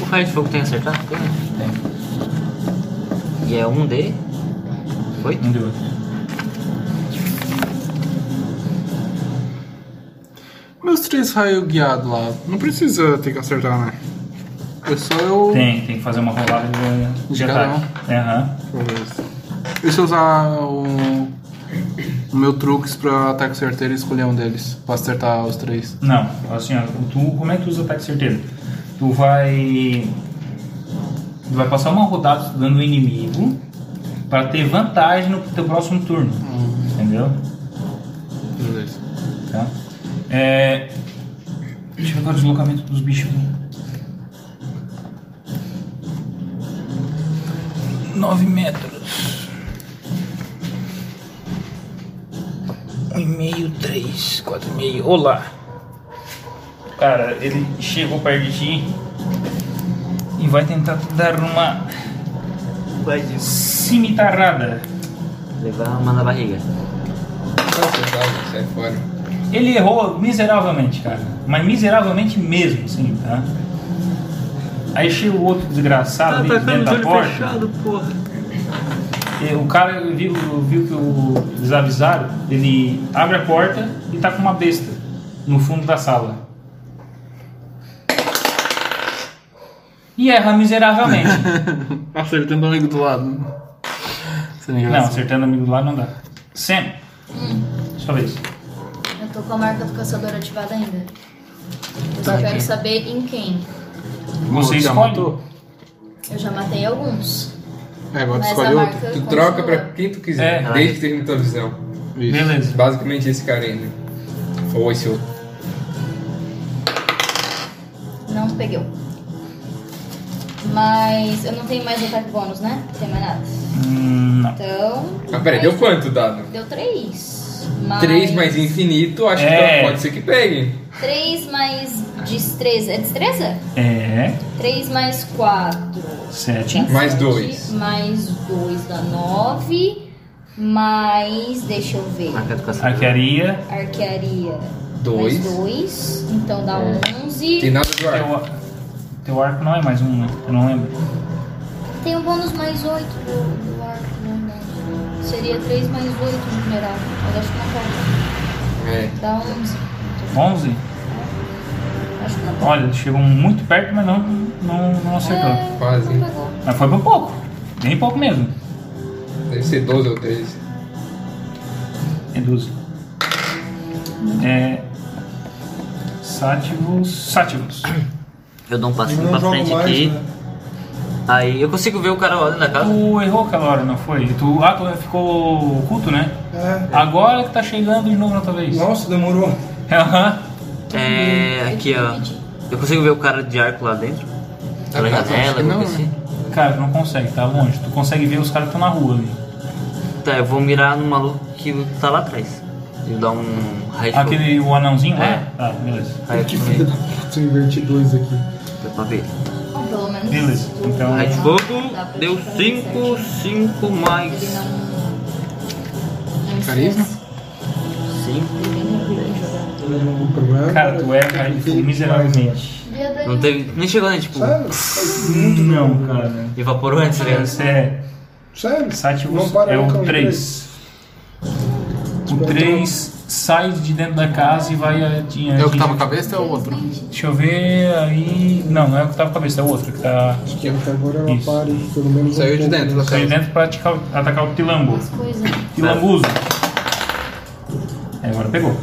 O raio de fogo tem acertado? Tem. E é um D. Foi?
Não deu.
Meus três raios guiados lá. Não precisa ter que acertar, né? É só eu.
Tem, tem que fazer uma rolada de, de
De cada
ataque. Aham.
Deixa eu ver. E se eu usar o. O meu truques pra ataque certeiro e escolher um deles. Pra acertar os três.
Não, assim, ó, tu, como é que tu usa ataque certeiro? Tu vai. Tu vai passar uma rodada estudando o inimigo para ter vantagem no teu próximo turno. Entendeu?
Beleza.
Tá? É, deixa eu ver agora o deslocamento dos bichos aqui. 9 metros. 1,5, 3, 4,5. Olá! Cara, ele chegou perto de ti e vai tentar te dar uma
Vai disso.
cimitarrada.
Levar uma na barriga.
Nossa, tá, sai fora.
Ele errou miseravelmente, cara. Mas miseravelmente mesmo, sim, tá? Aí chega o outro desgraçado ali dentro da porta.
porra.
e o cara viu, viu que o eles avisaram, ele abre a porta e tá com uma besta no fundo da sala. E erra miseravelmente.
Acertando o amigo do lado. Seria
não,
engraçado.
acertando o amigo lá não dá. Sam, sua vez.
Eu tô com a marca do caçador ativada ainda. Eu
Tá
só quero saber em quem.
Você
Já
escolhe.
matou?
Eu já matei alguns.
É, agora tu
Mas
escolhe
a
outro.
marca.
Tu troca
continua.
pra quem tu quiser,
É.
desde que termine tua visão.
Isso.
Beleza.
Basicamente esse cara aí, né? Ou esse outro.
Não peguei. Mas eu não tenho mais ataque bônus, né? Não tem mais nada.
Hum, não.
Então.
Ah, peraí, deu quanto dado?
Deu 3. Mais...
3 mais infinito, acho
É.
que pode ser que pegue.
3 mais destreza. É destreza?
É.
3 mais 4.
Sete.
Mais dois.
Mais 2 dá 9. Mais, deixa eu ver.
Marca educação.
é.
Arquearia.
Arquearia.
Dois. É.
Mais dois. Então dá 11.
Tem nada do ar.
Teu, teu arco não é mais um, né? Eu não lembro.
Tem um bônus mais 8 do, do arco, não, né? Seria 3 mais 8 no numeral. Mas acho que não conta.
É.
Dá 11.
11?
Acho que não conta.
Olha, chegou muito perto, mas não, não, não acertou.
É,
quase.
não pegou.
Mas foi bem pouco. Bem pouco mesmo.
Deve ser 12 ou 13.
Reduzo. É. Sátivos. Sátivos.
Eu dou um
Eu
passinho
não
pra
jogo
frente aqui.
mais, né?
Aí eu consigo ver o cara lá dentro da casa.
Tu errou aquela hora, não foi? Tu, ah, tu ficou oculto, né?
É.
Agora que tá chegando de novo na tua vez.
Nossa, demorou.
Aham.
É.
Eu
Aqui, ó.
pedi.
Eu consigo ver o cara de arco lá dentro?
Ah,
Pela
tá,
janela,
não,
alguma coisa assim.
né?
Cara, tu não consegue, tá longe. Tu consegue ver os caras que estão na rua ali.
Tá, eu vou mirar no maluco que tá lá atrás. E dar um raio de fogo.
Aquele o anãozinho lá?
É.
Tá, beleza.
Raio de
Que
fogo
filha
nele.
da puta, eu inverti dois aqui.
Deu pra ver.
Bom, Pelo menos.
Beleza. Então.
Raio de
Dá
fogo
pra
deu
ver que
5, 5 mais
Ele
5.
não. não
Carisma?
esquece. Ele não joga.
O problema
Cara, tu erra
é
aí
que-
miseravelmente.
Não teve. Nem chegou, né? Tipo,
Sério? Faz muito
Não, cara.
evaporou antes, tá ligado?
Esse é.
Sério? Não
Sátivos
para
é
nunca,
o
um
3. O 3 sai de dentro da casa e vai adiante.
É o que tá na cabeça ou é o outro?
Deixa eu ver aí. Não, não é o que tava com a cabeça, é o outro que tá.
Acho que agora ela
Isso.
pare, pelo menos. um
Saiu de
pouco.
dentro
né?
da
Saiu
casa.
dentro pra atacar o- atacar o Tilambo.
As coisas.
Tilambuzo. É, agora pegou.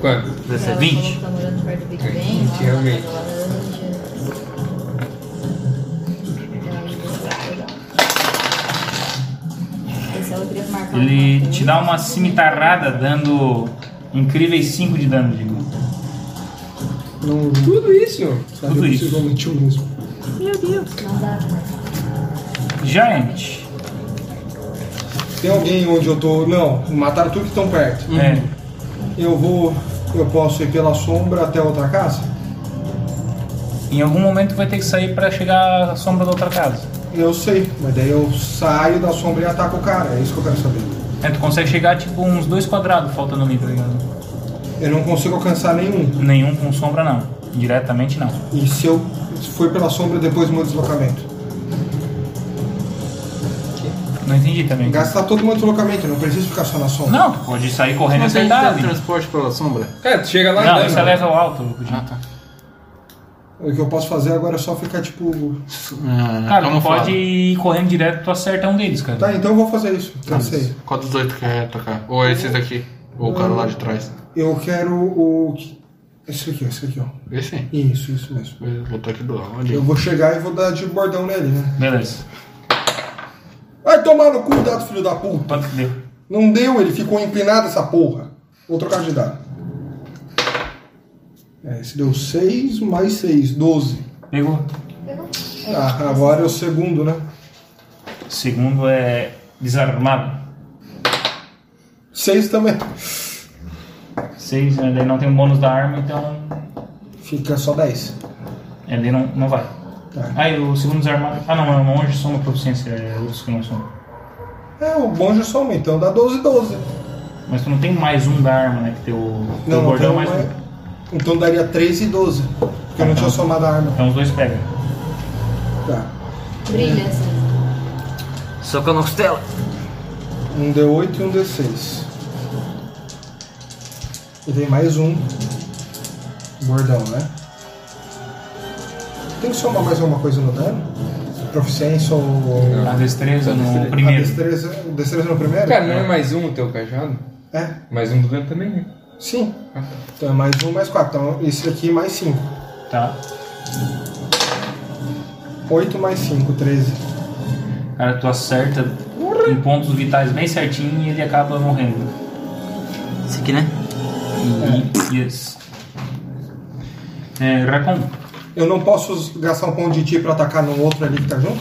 Quanto?
Ela
20.
falou que tá morando perto do Big Ben,
Vinte,
lá na
realmente.
Casa Laranja. Esse ela queria marcar
Ele
uma
te dá uma cimitarrada dando incríveis 5 de dano, digo.
Não,
Tudo isso?
sabe,
Tudo
eu
isso.
preciso omitir um mesmo.
coisa. Não dá.
Giant.
Tem alguém onde eu tô. Não, mataram tudo que estão perto.
É.
Uhum.
Eu vou. Eu posso ir pela sombra até outra casa?
Em algum momento vai ter que sair pra chegar à sombra da outra casa.
Eu sei, mas daí eu saio da sombra e ataco o cara. É isso que eu quero saber.
É, tu consegue chegar tipo uns dois quadrados faltando ali, tá ligado?
Eu não consigo alcançar nenhum.
Nenhum com sombra não. Diretamente não.
E se eu se for pela sombra depois do meu deslocamento?
Não entendi também.
Gastar todo o meu deslocamento, eu não preciso ficar só na sombra.
Não, tu pode sair correndo e
Mas tem
acertar ali.
transporte pela sombra?
Cara, tu chega lá
Não,
andando.
esse é level alto. Luigi.
Ah, tá.
O que eu posso fazer agora é só ficar tipo.
Ah,
Cara, tu
camuflado.
pode ir correndo direto, tu acerta um deles, cara.
Tá, então eu vou fazer isso. Cansei.
Qual dos dois tu quer tocar? Ou esse daqui? Ou o cara lá de trás?
Eu quero o. que- Esse aqui, ó, esse aqui, ó.
Esse?
Isso, isso mesmo.
Eu Vou É, botar aqui do lado.
Eu
ali.
vou chegar e vou dar de bordão nele, né?
Beleza.
Vai tomar no cu, dado, filho da puta.
Quanto que deu?
Não deu, ele ficou inclinado essa porra. Vou trocar de dado. É, esse deu 6 mais 6, 12.
Pegou.
Ah, agora é o segundo, né?
Segundo é desarmado.
6 também.
Seis, né? Daí não tem o bônus da arma, então.
Fica só 10.
É, daí não, não vai.
Tá.
Aí o segundo desarmado. Ah, não, é um monge soma proficiência, é outros que não somam.
É, o bonde só aumenta, então dá 12, 12.
Mas tu não tem mais um da arma, né? Que teu, teu
Não,
bordão
então,
é mais
é-
um.
então daria 13 e 12. Porque eu não tinha somado a arma.
Então os dois pegam.
Tá.
Brilha assim.
Só que eu não costela.
Um D8 e um D6. E tem mais um. Bordão, né? Tem que somar mais alguma coisa no dano? Proficiência ou.
A destreza no
A
primeiro.
destreza, destreza no primeiro?
Cara, não é mais um o teu cajado?
É,
Mais um do dano também, né?
sim. Então é mais um, mais quatro. Então esse aqui mais cinco.
Tá.
8 mais 5, 13.
Cara, tu acerta em pontos vitais bem certinho e ele acaba morrendo.
Esse aqui, né?
E, yes. É, Racon.
Eu não posso us- gastar um ponto de ti pra atacar no outro ali que tá junto?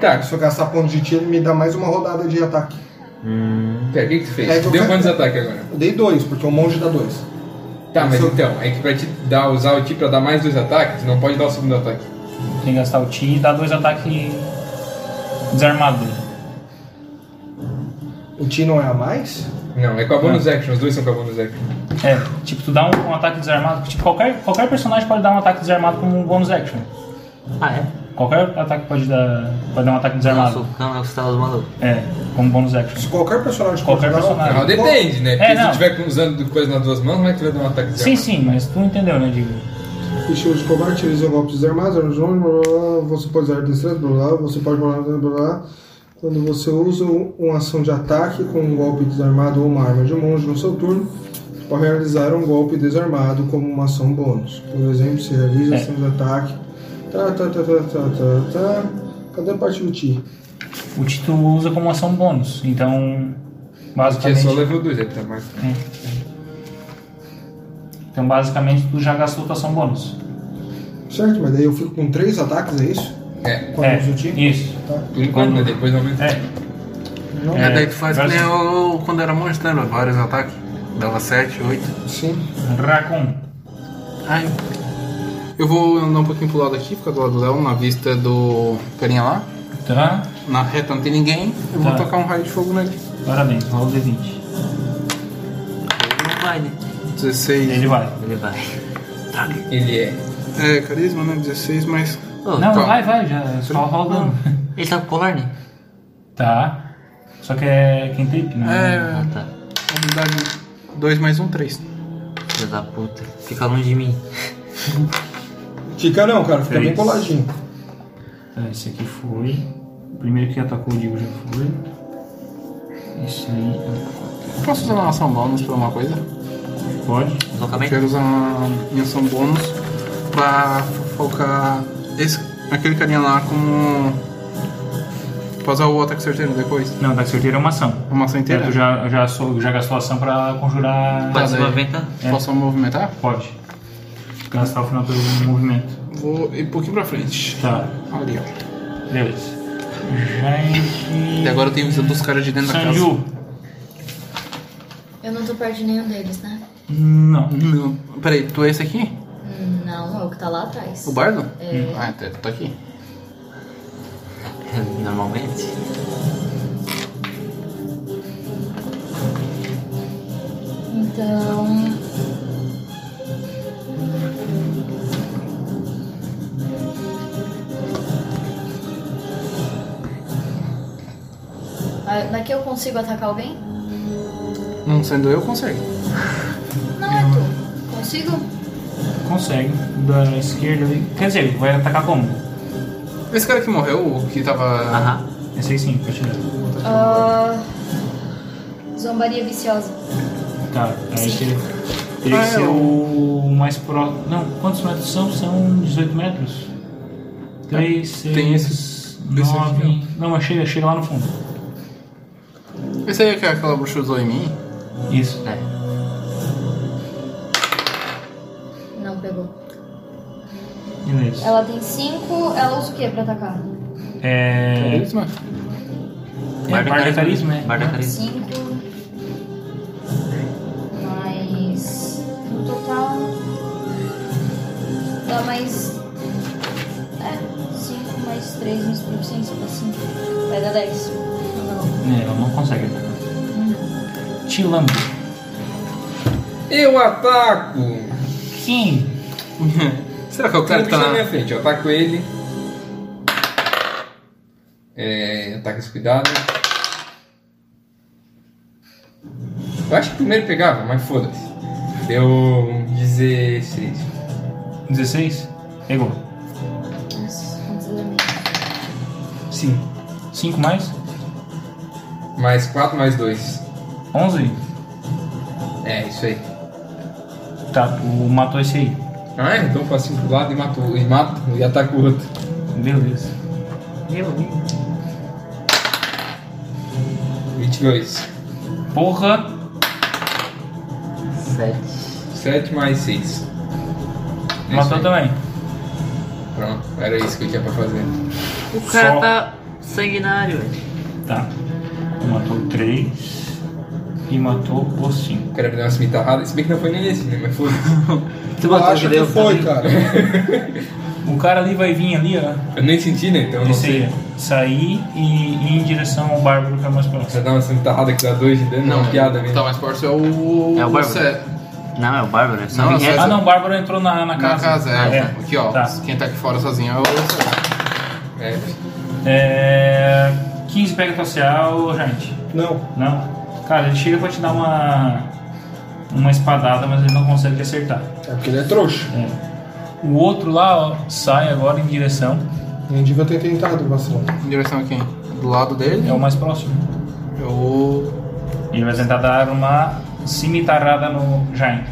Tá,
Se eu gastar ponto de ti, ele me dá mais uma rodada de ataque.
pera, o que que tu fez?
É que eu
Deu
quero-
quantos ataques agora?
Eu dei dois, porque o monge dá dois.
Tá, mas
Isso.
então, é que pra te dar, usar o ti pra dar mais dois ataques, tu não pode dar o segundo ataque.
Tem que gastar o Ti e dá dois ataques desarmados.
O Ti não é a mais?
Não, é com a bonus action, os dois são com a bonus action.
É, tipo, tu dá um, um ataque desarmado. Tipo, qualquer, qualquer personagem pode dar um ataque desarmado como um bônus action.
Ah, é?
Qualquer ataque pode dar, pode dar um ataque
Não, eu
desarmado.
sou- não, é o Stella do maluco.
É, como bônus action.
Se qualquer personagem
Qualquer
pode dar um-
personagem.
Não, depende, né? Porque
Ah, É,
se
não.
tu tiver usando coisa nas duas mãos, como é que tu vai dar um ataque de
Sim,
arma?
sim, mas tu entendeu, né, Digo?
Deixa os covardes, utiliza golpes armados, armas longas, blá, blá, blá, você pode usar destreza, blá, blá, você pode rolar, blá, blá, blá. Quando você usa um- uma ação de ataque com um golpe desarmado ou uma arma de monge no seu turno, você pode realizar um golpe desarmado como uma ação bônus. Por exemplo, você realiza
É.
ação de ataque. Tá, tá, tá, tá, tá, tá, tá. Cadê a parte do ti?
O Ti tu usa como ação bônus, então.
Que é só
Basicamente.
level 2, ele tá mais.
Então, basicamente, tu já gastou tua ação bônus.
Certo, mas daí eu fico com três ataques, é isso?
É,
Com
é,
a luz do ti?
isso.
por enquanto, né? Depois aumenta.
É,
Não?
É, daí tu faz que
Agora
nem
sim.
eu quando era monge, lembra? Vários ataques. Dava 7, 8.
É.
Sim.
Racon.
Ai. Eu vou andar um pouquinho pro lado aqui, ficar do lado do Léo, na vista do carinha lá.
Tá?
Na reta não tem ninguém. Eu vou
Tá.
tocar um raio de fogo nele.
Parabéns, rola o D20.
Ele não vai, né?
16.
Ele vai.
Ele vai.
Ele é.
É, carisma, né? 16, mas.
Ô,
Não,
Tá.
vai, vai, já. Só rola o dano.
Ele tá com colar, né?
Tá. Só que é quem tape, né?
É,
Ah, tá.
habilidade 2 mais 1, 3.
Filho da puta. Fica longe de mim.
Fica não, cara, fica bem
Três.
coladinho.
Tá, esse aqui foi. O primeiro que atacou o Digo já foi. Esse aí
Posso usar uma ação bônus pra uma coisa?
pode.
Deslocamento?
Quero usar uma minha ação bônus pra focar esse, aquele carinha lá como. Pra usar o ataque certeiro depois.
Não, ataque certeiro é uma ação.
Uma ação
Então,
inteira.
tu já, já, sou- já gastou ação pra conjurar.
Vai
Tá, daí.
desmovimentar?
É.
Posso movimentar?
Pode. Gastar o final do movimento.
Vou ir um pouquinho pra frente.
Tá,
Ali, ó.
beleza. Gente.
E agora é eu tenho vista dos caras de dentro da casa.
Sanju.
Eu não tô perto de nenhum deles, né?
Não.
Não. Peraí, tu é esse aqui?
Hum, Não, é o que tá lá atrás.
O bardo?
É.
Ah, tá, tá aqui.
Normalmente.
Então. Ah, Daqui eu consigo atacar alguém?
Não sendo eu, consegue.
Não, é tu. Consigo?
Consegue. Da esquerda ali. Quer dizer, vai atacar como?
Esse cara que morreu, o que tava.
Aham.
Esse aí sim, É pra tirar.
Ah, zombaria viciosa.
Tá, aí teria, teria
Ah,
que
é
ser o mais próximo. Não, quantos metros são? São 18 metros? 3, 6,
Ah, tem esse aqui,
9. Não, mas chega, chega lá no fundo.
Esse aí é que aquela bruxa usou em mim?
Isso.
É.
Não pegou.
É
Beleza.
Ela tem 5, ela usa o que pra atacar?
É. É
Carisma?
barda carisma, É né?
Barda carisma.
5 mais no total dá mais é 5 mais 3 mais proficiência dá 5 vai dar 10 não
É, ela não consegue. Tilambo.
Eu ataco!
Sim.
Será que é
Tem
o
um
cara que
bicho
tá
na minha
na.
frente, eu ataco ele. É, ataque esse cuidado. Eu acho que primeiro pegava, mas foda-se. Deu 16.
16? Pegou.
Nossa, quantos elementos?
Sim.
5 mais?
Mais 4, mais 2.
11?
É, isso aí.
Tá, tu matou esse aí.
Ah, é? então faço um pro lado e mato, e mato e ataco o outro.
Beleza.
22.
Porra!
Sete.
7 mais É 6.
matou também.
Pronto, era isso que eu tinha pra fazer.
O cara
Só.
tá sanguinário, velho.
Tá. Tu matou 3. E matou o 5.
O cara me deu uma cimitarrada, se bem que não foi nem esse, né? Mas foi.
Tu
Eu acho que
deu
foi, cara.
O cara ali vai vir ali, ó.
Eu nem senti, né? Então eu não sei.
Descer, sair e ir em direção ao bárbaro que é mais
Você
próximo.
dá uma cintarrada que dá dois de dano, não, então uma piada mesmo.
Tá mais forte é o.
É o Bárbaro.
Cé-
Não, é o Bárbaro, é só
Não,
vir
só-
reto.
Ah, não, o bárbaro entrou na, na
Na
casa.
casa, é.
Ah,
Aqui, ó.
Tá.
Quem tá aqui fora sozinho é o. Cé.
É.
É, 15 pega social, gente.
Não.
Não? Cara, ele chega pra te dar uma. Uma espadada, mas ele não consegue te acertar.
É porque ele é trouxa.
É. O outro lá, ó, sai agora em direção.
Nem devia ter tentado, vacilão.
Em direção a quem? Do lado dele?
É o mais próximo.
É o.
Ele vai tentar dar uma cimitarrada no Giant.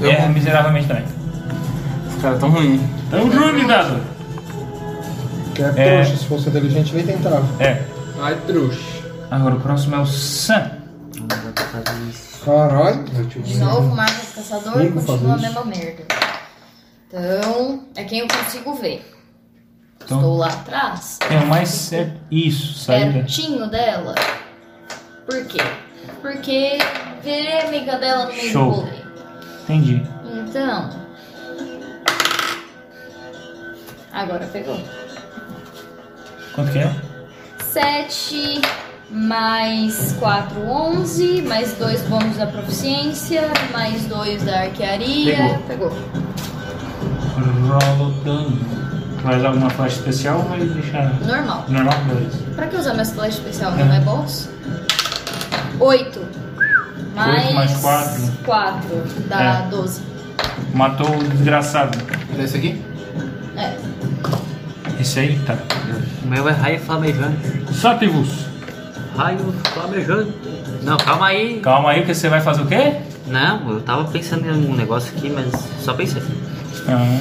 Eu-
Erra É, miseravelmente também.
Os caras tão ruim.
Então, Júnior, dado.
Que é,
É.
trouxa. Se fosse inteligente, nem tentava.
É.
Ai, trouxa.
Agora o próximo é o Sam.
Caralho.
De novo, marca do caçador e
Nunca
continua a
fazer
mesma merda. Então, é quem eu consigo ver.
Então-
Estou lá atrás,
É o mais certo. Isso, né? saída.
pertinho dela. Por quê? Porque virei amiga dela no meio
Show.
do rolê.
Entendi.
Então. Agora pegou.
Quanto que é?
7 mais 4, 11. Mais 2 bônus da proficiência. Mais 2 da arquearia. Pegou.
Rola o dano. Faz alguma flecha especial ou vai deixar
Normal.
normal? Beleza.
Pra que usar minha flash especial? Não é bolso? 8. Mais,
mais quatro.
4 dá
É.
12.
Matou o desgraçado.
Era esse aqui?
É.
Esse aí tá.
O meu é raio flamejante.
Sativus.
Raio flamejante. Não, calma aí.
Calma aí, que você vai fazer o quê?
Não, eu tava pensando em algum negócio aqui, mas só pensei.
Ah,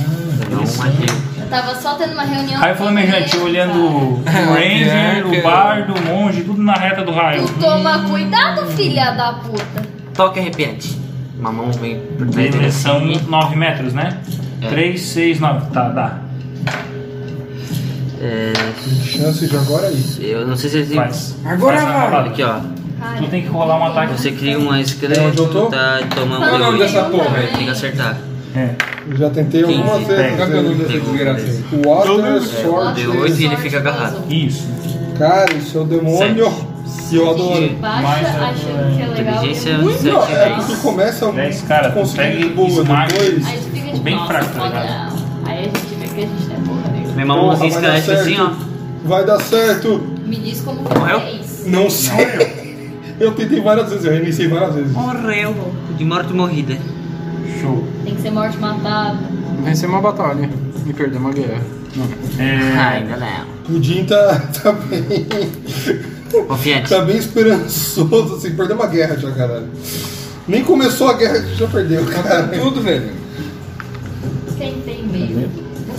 Não,
isso.
mas
Eu tava só tendo uma reunião.
Raio flamejante,
com ele,
olhando o
cara.
Ranger, o bardo, o monge, tudo na reta do raio.
Tu toma cuidado, filha da puta.
toque arrepiante. Mamão vem por trás dele.
São 9 metros, né?
É.
3, 6, 9. Tá, dá.
É,
Chance de agora aí.
eu não sei se ele.
Faz.
Agora
Faz a
vai.
rolada.
Aqui ó,
Tu tem que rolar um ataque.
você cria uma
É onde eu tô?
esqueleto, tá tomando
Qual é o nome dessa
Nenhum
porra aí?
também.
Tem que acertar.
É.
Eu já tentei
Quinze,
algumas
pega. é,
vezes.
Qual que é o nome dessa
Pegou.
desgraça
O Water
Pegou.
Sword.
Deu oito e ele
Sorte
fica agarrado.
azul.
Isso.
Cara, isso é o demônio. E eu adoro.
Mais
Baixa,
a-
achando que é legal.
Inteligência
e é muito-
Não, é
7
porque tu começa a
Dez, cara, tu pega
conseguir
e
boa
esmaga.
Aí tu
depois.
fica tipo,
Bem
nossa,
fraco, tá
foda.
ligado?
Aí a gente vê que a gente não é porra nenhuma.
Meu mamãozinho
Porra, vai dar
esquelético assim, ó.
Vai dar certo.
Me diz como
Morreu?
que é isso.
Não sei. Eu tentei várias vezes, eu reiniciei várias vezes.
Morreu. De morte morrida.
Show.
Tem que ser morte matada.
Vencer uma batalha e perder uma guerra.
Ah,
É,
ainda não.
O Jim tá, tá bem.
Confiante.
Tá bem esperançoso, assim, perdeu uma guerra já, caralho. Nem começou a guerra, já perdeu, cara.
Tá tudo, velho.
Quem tem medo?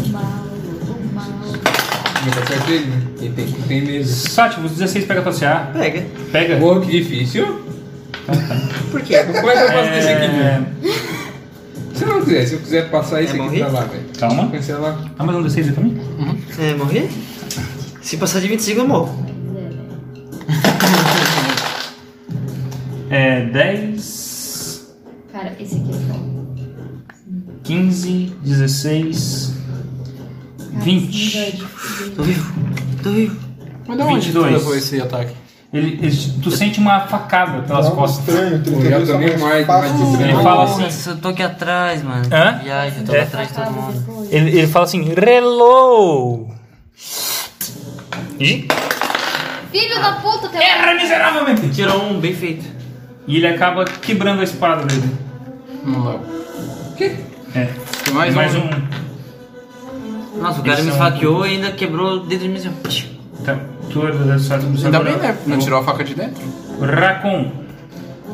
O mal, o mal.
Não tá certo ele, né? Quem tem, quem tem mesmo.
Sátivos, 16 pega pra CA.
Pega.
Pega.
Porra, que difícil.
Por quê?
Como é que eu faço com esse aqui,
É,
velho? Se eu não quiser, se eu quiser passar esse
Quer
aqui
morrer?
pra lá, velho.
É, Calma.
Cancelar.
Dá mais um D6 aí pra mim?
Você vai É, morrer? Se passar de 25 eu morro.
É, 10,
Cara, esse aqui é foda.
15, 16,
Cara,
20.
esse negócio é difícil.
Tô vivo. Tô vivo.
Mas da onde
22.
tu levou esse ataque?
Ele, ele- tu sente uma facada pelas
Algo
costas.
estranho,
Eu já
32 só
tomei
tá mais
mais-
fácil
mais
de
Ele
treinar.
fala assim-
Nossa, eu tô aqui atrás, mano.
Hã?
Viagem, eu tô
É.
atrás de todo mundo.
Ele, ele fala assim, relo! E
Filho da puta, tem
erra miseravelmente!
Tirou um, bem feito.
E ele acaba quebrando a espada dele.
Não leva.
É.
Tem mais,
mais
um.
um.
Nossa, o cara
Eles
me
são-
esfaqueou e ainda quebrou o dedo de mim. assim, ó.
Tá, tu é só
Ainda bem, né? Não tirou a faca de dentro.
Racon.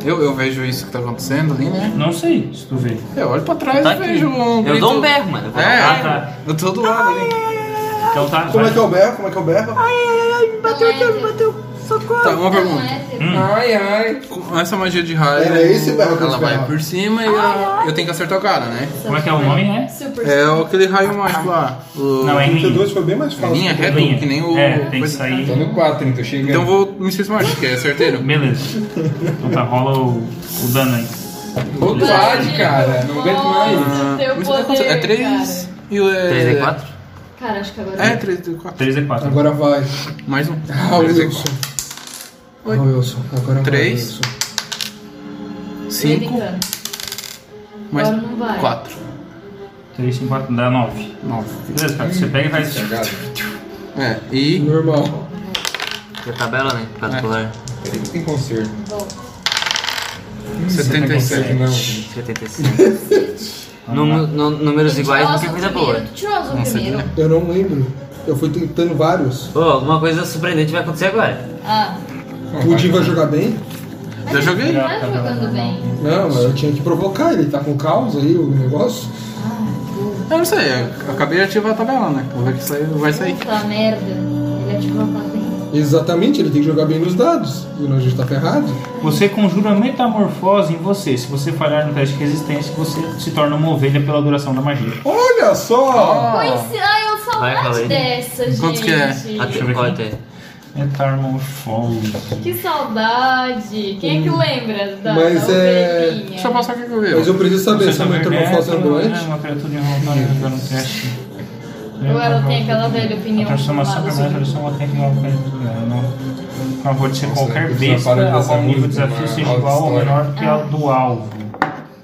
Eu, eu vejo isso que tá acontecendo ali, né?
Não sei se tu vê.
Eu olho pra trás
Tá
e
aqui.
vejo um.
Eu
grito-
dou um berro, mano. Eu vou
É,
dar um
Ah,
berro.
tá.
eu tô do lado ali.
Então tá.
Como é
vai.
que é o berro? Como é que é o berro?
Bateu aqui, me bateu.
Tá, uma
Não
pergunta.
é, teu.
Hum.
Ai, ai.
Com essa magia de raio.
Era é esse berro que eu
Ela vai
esperava.
por cima e a- eu tenho que acertar o cara, né?
Como é que é o nome, né?
Super.
É o- aquele raio mágico lá. O...
Não, é em linha.
32 foi bem mais fácil.
Linha reta,
Linha.
que nem o.
É, tem que
coisa.
sair.
Tô no 4, então chega.
Então eu vou me ser smart, que é certeiro.
Beleza. Então tá, rola o, o dano aí.
Vontade, cara. Não aguento mais.
Ah,
Teu
mas você tá
poder,
conseguindo- é 3 e o. é-
3D4?
Cara, acho que agora.
É, 3D4.
3D4.
Agora vai.
Mais um.
Ah,
Wilson.
3D4. Oi.
Wilson. Agora vai.
Três.
Wilson.
5
Brincando.
mais
Agora não vai.
4.
3, 5, 4, dá 9.
9.
Beleza, cara. Você pega e faz.
Cagado.
É, e.
Normal.
Que é tabela, né? Por causa
É.
do colar.
Peraí que Tem conserto. Conserto
77.
não.
75. Num- num- números iguais,
Nossa,
qualquer é coisa
o primeiro,
boa.
Tu tirou azul primeiro.
Eu não lembro. Eu fui tentando vários.
Pô, alguma coisa surpreendente vai acontecer agora.
Ah,
O Di vai jogar bem?
Já joguei?
não tá jogando bem.
Não, mas eu tinha que provocar. Ele tá com causa aí, o negócio.
Eu não sei, É, eu acabei de ativar a tabela, né? Vou ver que sai- vai sair.
Puta merda. Ele é de colocar bem.
Exatamente, ele tem que jogar bem nos dados. E nós a gente tá ferrado.
Você conjura metamorfose em você. Se você falhar no teste de resistência, você se torna uma ovelha pela duração da magia.
Olha só!
Pois ai, eu
Vai,
saudade
Valeria.
dessa, gente.
Quanto que é?
Até o corte aí.
Metamorfose.
Que saudade. Quem é que lembra da,
Mas
da
é-
ovelhinha?
Deixa eu passar o que que eu vi.
Mas eu preciso saber
Você
se a
sabe
metamorfose
que é
ambulante.
Uma criatura involuntária jogando um teste.
Ou ela tem aquela velha
A
opinião assim.
transformação
formada
permanente transforma
sobre-
até que não não- não pode ser
Nossa,
qualquer
isso é uma
besta
parada
a
dessa
qual nível de
música,
desafio
uma
seja
aula de
igual ou
história.
menor
Ah.
que a do alvo.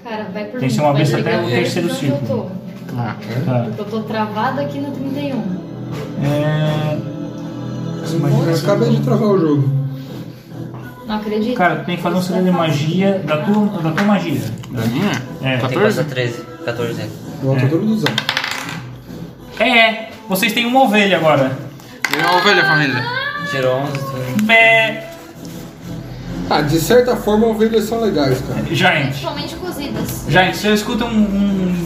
Cara, vai por
Tem que ser
mim,
uma
vai
besta até
chegar
o
perto
terceiro
de onde
círculo.
eu tô.
Ah,
Tá.
Porque eu tô travada aqui no 31.
É...
Eu acabei de travar o jogo.
Não acredito.
Cara, tu tem que fazer um CD de magia da tua, da tua magia.
da minha?
É.
Tem quase
14?
13, 14. né?
Eu tô todo ilusão.
É, vocês têm uma ovelha agora.
Minha ovelha, família.
Tirou 11, tudo.
Bé,
Ah, de certa forma, ovelhas são legais, cara.
Giant.
Principalmente cozidas.
Gente, você escuta um, um-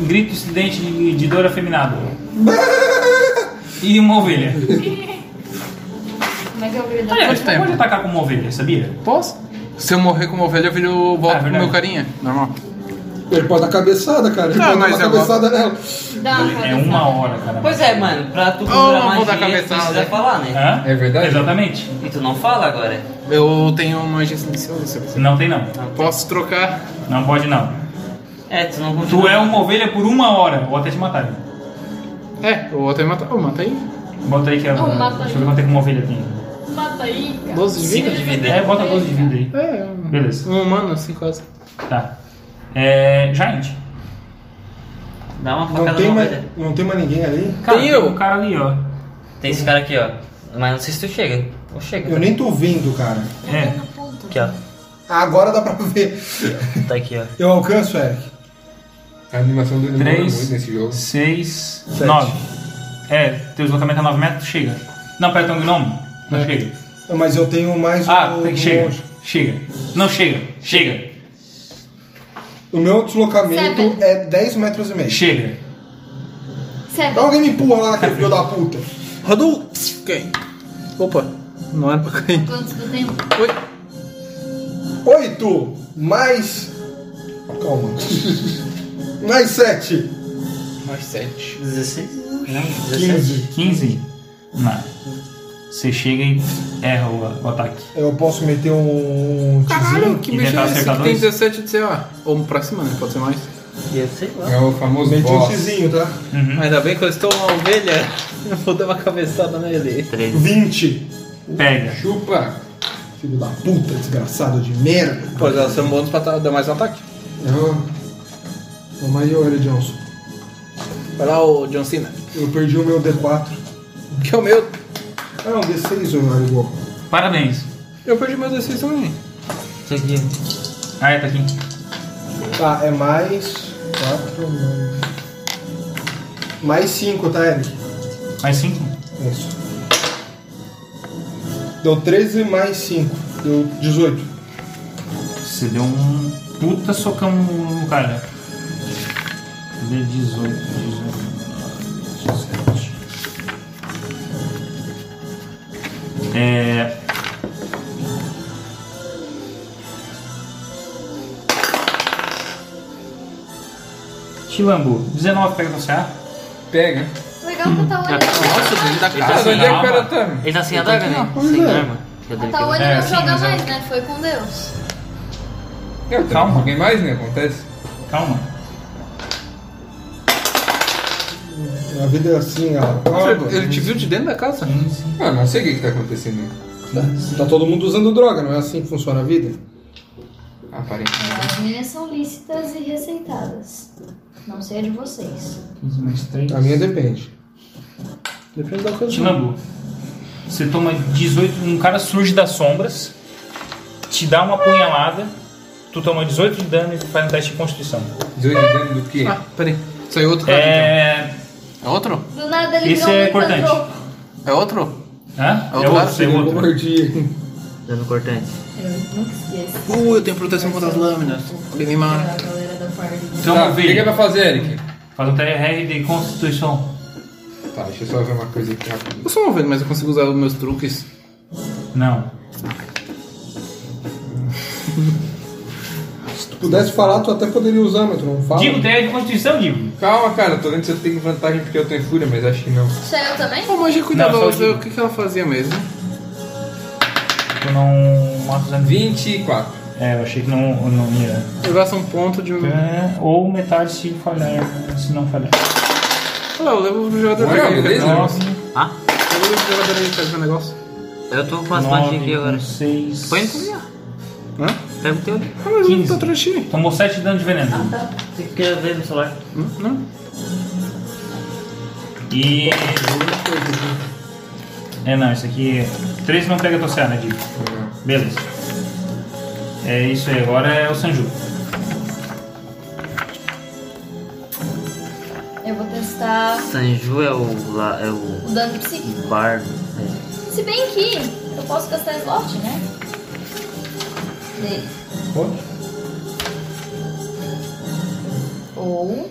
um grito estridente de, de dor afeminado. E uma ovelha.
Como é que eu grito?
Olha,
Quanto
você
tempo?
pode atacar com uma ovelha, sabia?
Posso? Se eu morrer como ovelha, eu viro, volto
Ah,
pro
verdade.
meu carinha. Normal.
Ele pode dar cabeçada, cara. Ele
Não,
pode dar
mas é
uma
eu gosto.
cabeçada nela.
Dá uma
É uma hora, cara.
Pois é, mano, pra tu
Oh,
curar
não vou
magia,
dar
tu
cabeçada.
precisa falar, né?
Hã?
É verdade?
Exatamente.
E tu não fala agora.
Eu tenho magia silenciosa. se eu quiser.
Não tem não.
Posso trocar?
Não pode não.
É, tu não continua.
Tu é uma ovelha por uma hora, ou até te matarem.
É, eu vou até matar. Eu matei.
Bota aí que é.
Não, mata
Deixa eu
aí.
ver quanto é que uma ovelha tem.
Mata aí, cara.
12 de vida?
5 de vida.
É, bota 12 de vida aí.
É,
Beleza.
um humano assim quase.
Tá. É. Giant.
Dá uma facada
Não
na
tem, mais,
orelha.
não tem mais ninguém ali?
Cara,
Tem
tem
eu?
um cara ali, ó.
Tem esse cara aqui, ó. Mas não sei se tu chega. Ou chega. tá?
Eu nem tô vendo, cara.
É.
Aqui, ó.
Ah, agora dá pra ver.
Tá aqui, ó.
Eu alcanço, Eric.
A animação do demora muito nesse
3,
jogo.
6, 9. É, teu deslocamento é 9 metros, chega. Não, pera, tem um gnomo. Não chega.
Mas eu tenho mais um-
Ah,
o-
tem,
o-
chega. Chega. Não chega. Chega.
O meu deslocamento
Seven.
é 10 metros e meio.
Chega.
Sério.
Então alguém me empurra lá naquele filho da puta.
Rodou! Quem? Opa, não era pra cair.
Quanto do tempo?
Oi.
8 mais. Calma. mais 7.
Mais 7.
16? Não, 17.
15.
15? Não. Você chega e erra o, o ataque.
Eu posso meter um.
Caralho,
tizinho?
que
E
bicho
tentar
é esse
acertar
que tem
dois?
17 de CA? Ou pra cima, né? Pode ser mais.
Eu sei lá.
É o famoso
Meti um
boss.
tizinho, tá?
Uhum.
Ainda bem que eu estou uma ovelha. Eu vou dar uma cabeçada nele.
13.
20.
Pega.
Chupa!
Filho da puta, desgraçado de merda.
Pô, elas são é, bônus pra ta- dar mais um ataque.
Eu... Toma aí, olha, Johnson.
Vai lá, o John Cena.
Eu perdi o meu D4.
Que é o meu.
Ah, não, D6, eu ligou.
Parabéns.
Eu perdi meu D6 também.
Isso aqui.
Ah, é, tá aqui.
Tá, é mais. 4, mais. Mais 5, tá, Eric?
Mais 5?
É Isso. Deu 13 mais 5. Deu 18.
Você deu um puta socão no cara. Cadê 18, 18, 17. É. Chilambo, 19 pega você, ah?
Pega.
Tá Legal que eu
tá
tava olhando.
Nossa, dele
assim.
Ah, onde
Ele tá sem
da
é que o
arma.
cara tá?
Ele tá sem a daga, né?
pois
Sem
é.
arma. Que eu dei
Tá
que eu-
olhando
É,
não
sim,
joga
mas eu-
mais, né? Foi com Deus.
Eu,
Calma.
Alguém mais, né? Acontece.
Calma.
A vida é assim, ó.
Ele, ele te viu de dentro da casa?
15.
Ah, não sei o que, que tá acontecendo. aí.
Tá todo mundo usando droga, não é assim que funciona a vida?
Aparentemente.
As minhas são lícitas e receitadas. Não sei a de vocês.
15 mais 3.
A minha depende. Depende da ocasião.
Tinambu. Você toma 18. Um cara surge das sombras, te dá uma punhalada, tu toma 18 de dano e tu faz um teste de constituição.
18 de dano do quê?
Ah, peraí. Saiu outro cara.
É.
então. É outro?
Do nada ele
Esse
virou
é
um
importante.
misantropo.
É outro?
Hã?
É o
É
cara
outro, é
Ele
outro.
Mordia.
Dando Tá cortante.
Eu nunca esqueço.
Uh, eu tenho proteção contra as lâminas. Alguém me mata.
A galera da parte.
Então,
Tá, o que, que é
ovelha,
pra fazer, Eric?
faz um TR de constituição.
Tá, deixa eu só ver uma coisa aqui rapidinho.
Eu sou um velho, mas eu consigo usar os meus truques.
Não.
Se tu pudesse falar, tu até poderia usar, mas tu não fala.
Digo, TR de constituição, Digo.
Calma, cara, tô vendo se eu tenho vantagem porque eu tenho fúria, mas acho que não.
Sou eu também?
Pô, magia
Não, só
cuidadosa,
digo.
o que, que ela fazia mesmo?
Tu não mata os animais.
24.
É, eu achei que não, não ia.
Eu gasto um ponto de. Olha,
É, ou metade se falhar, se não falhar.
eu levo pro jogador
Olha,
dele.
beleza.
Eu levo
Nove,
Ah,
pro jogador dele fazer o negócio.
eu tô com as magias aqui agora.
nove, um, seis.
Põe no teu ali,
Hã?
ó. Pega o teu ali.
Ah, mas eu
15.
tô travesti.
Tomou 7 de dano de veneno.
Você quer ver no celular?
Hum, Não?
E. É não, isso aqui. 3 não pega tossear, né, Digo? Beleza. É isso aí, agora é o Sanju.
Eu vou testar
Sanju é o. la- é
o
o. né?
dano psíquico.
bardo.
Se bem que eu posso gastar slot, né? Dele. Ou.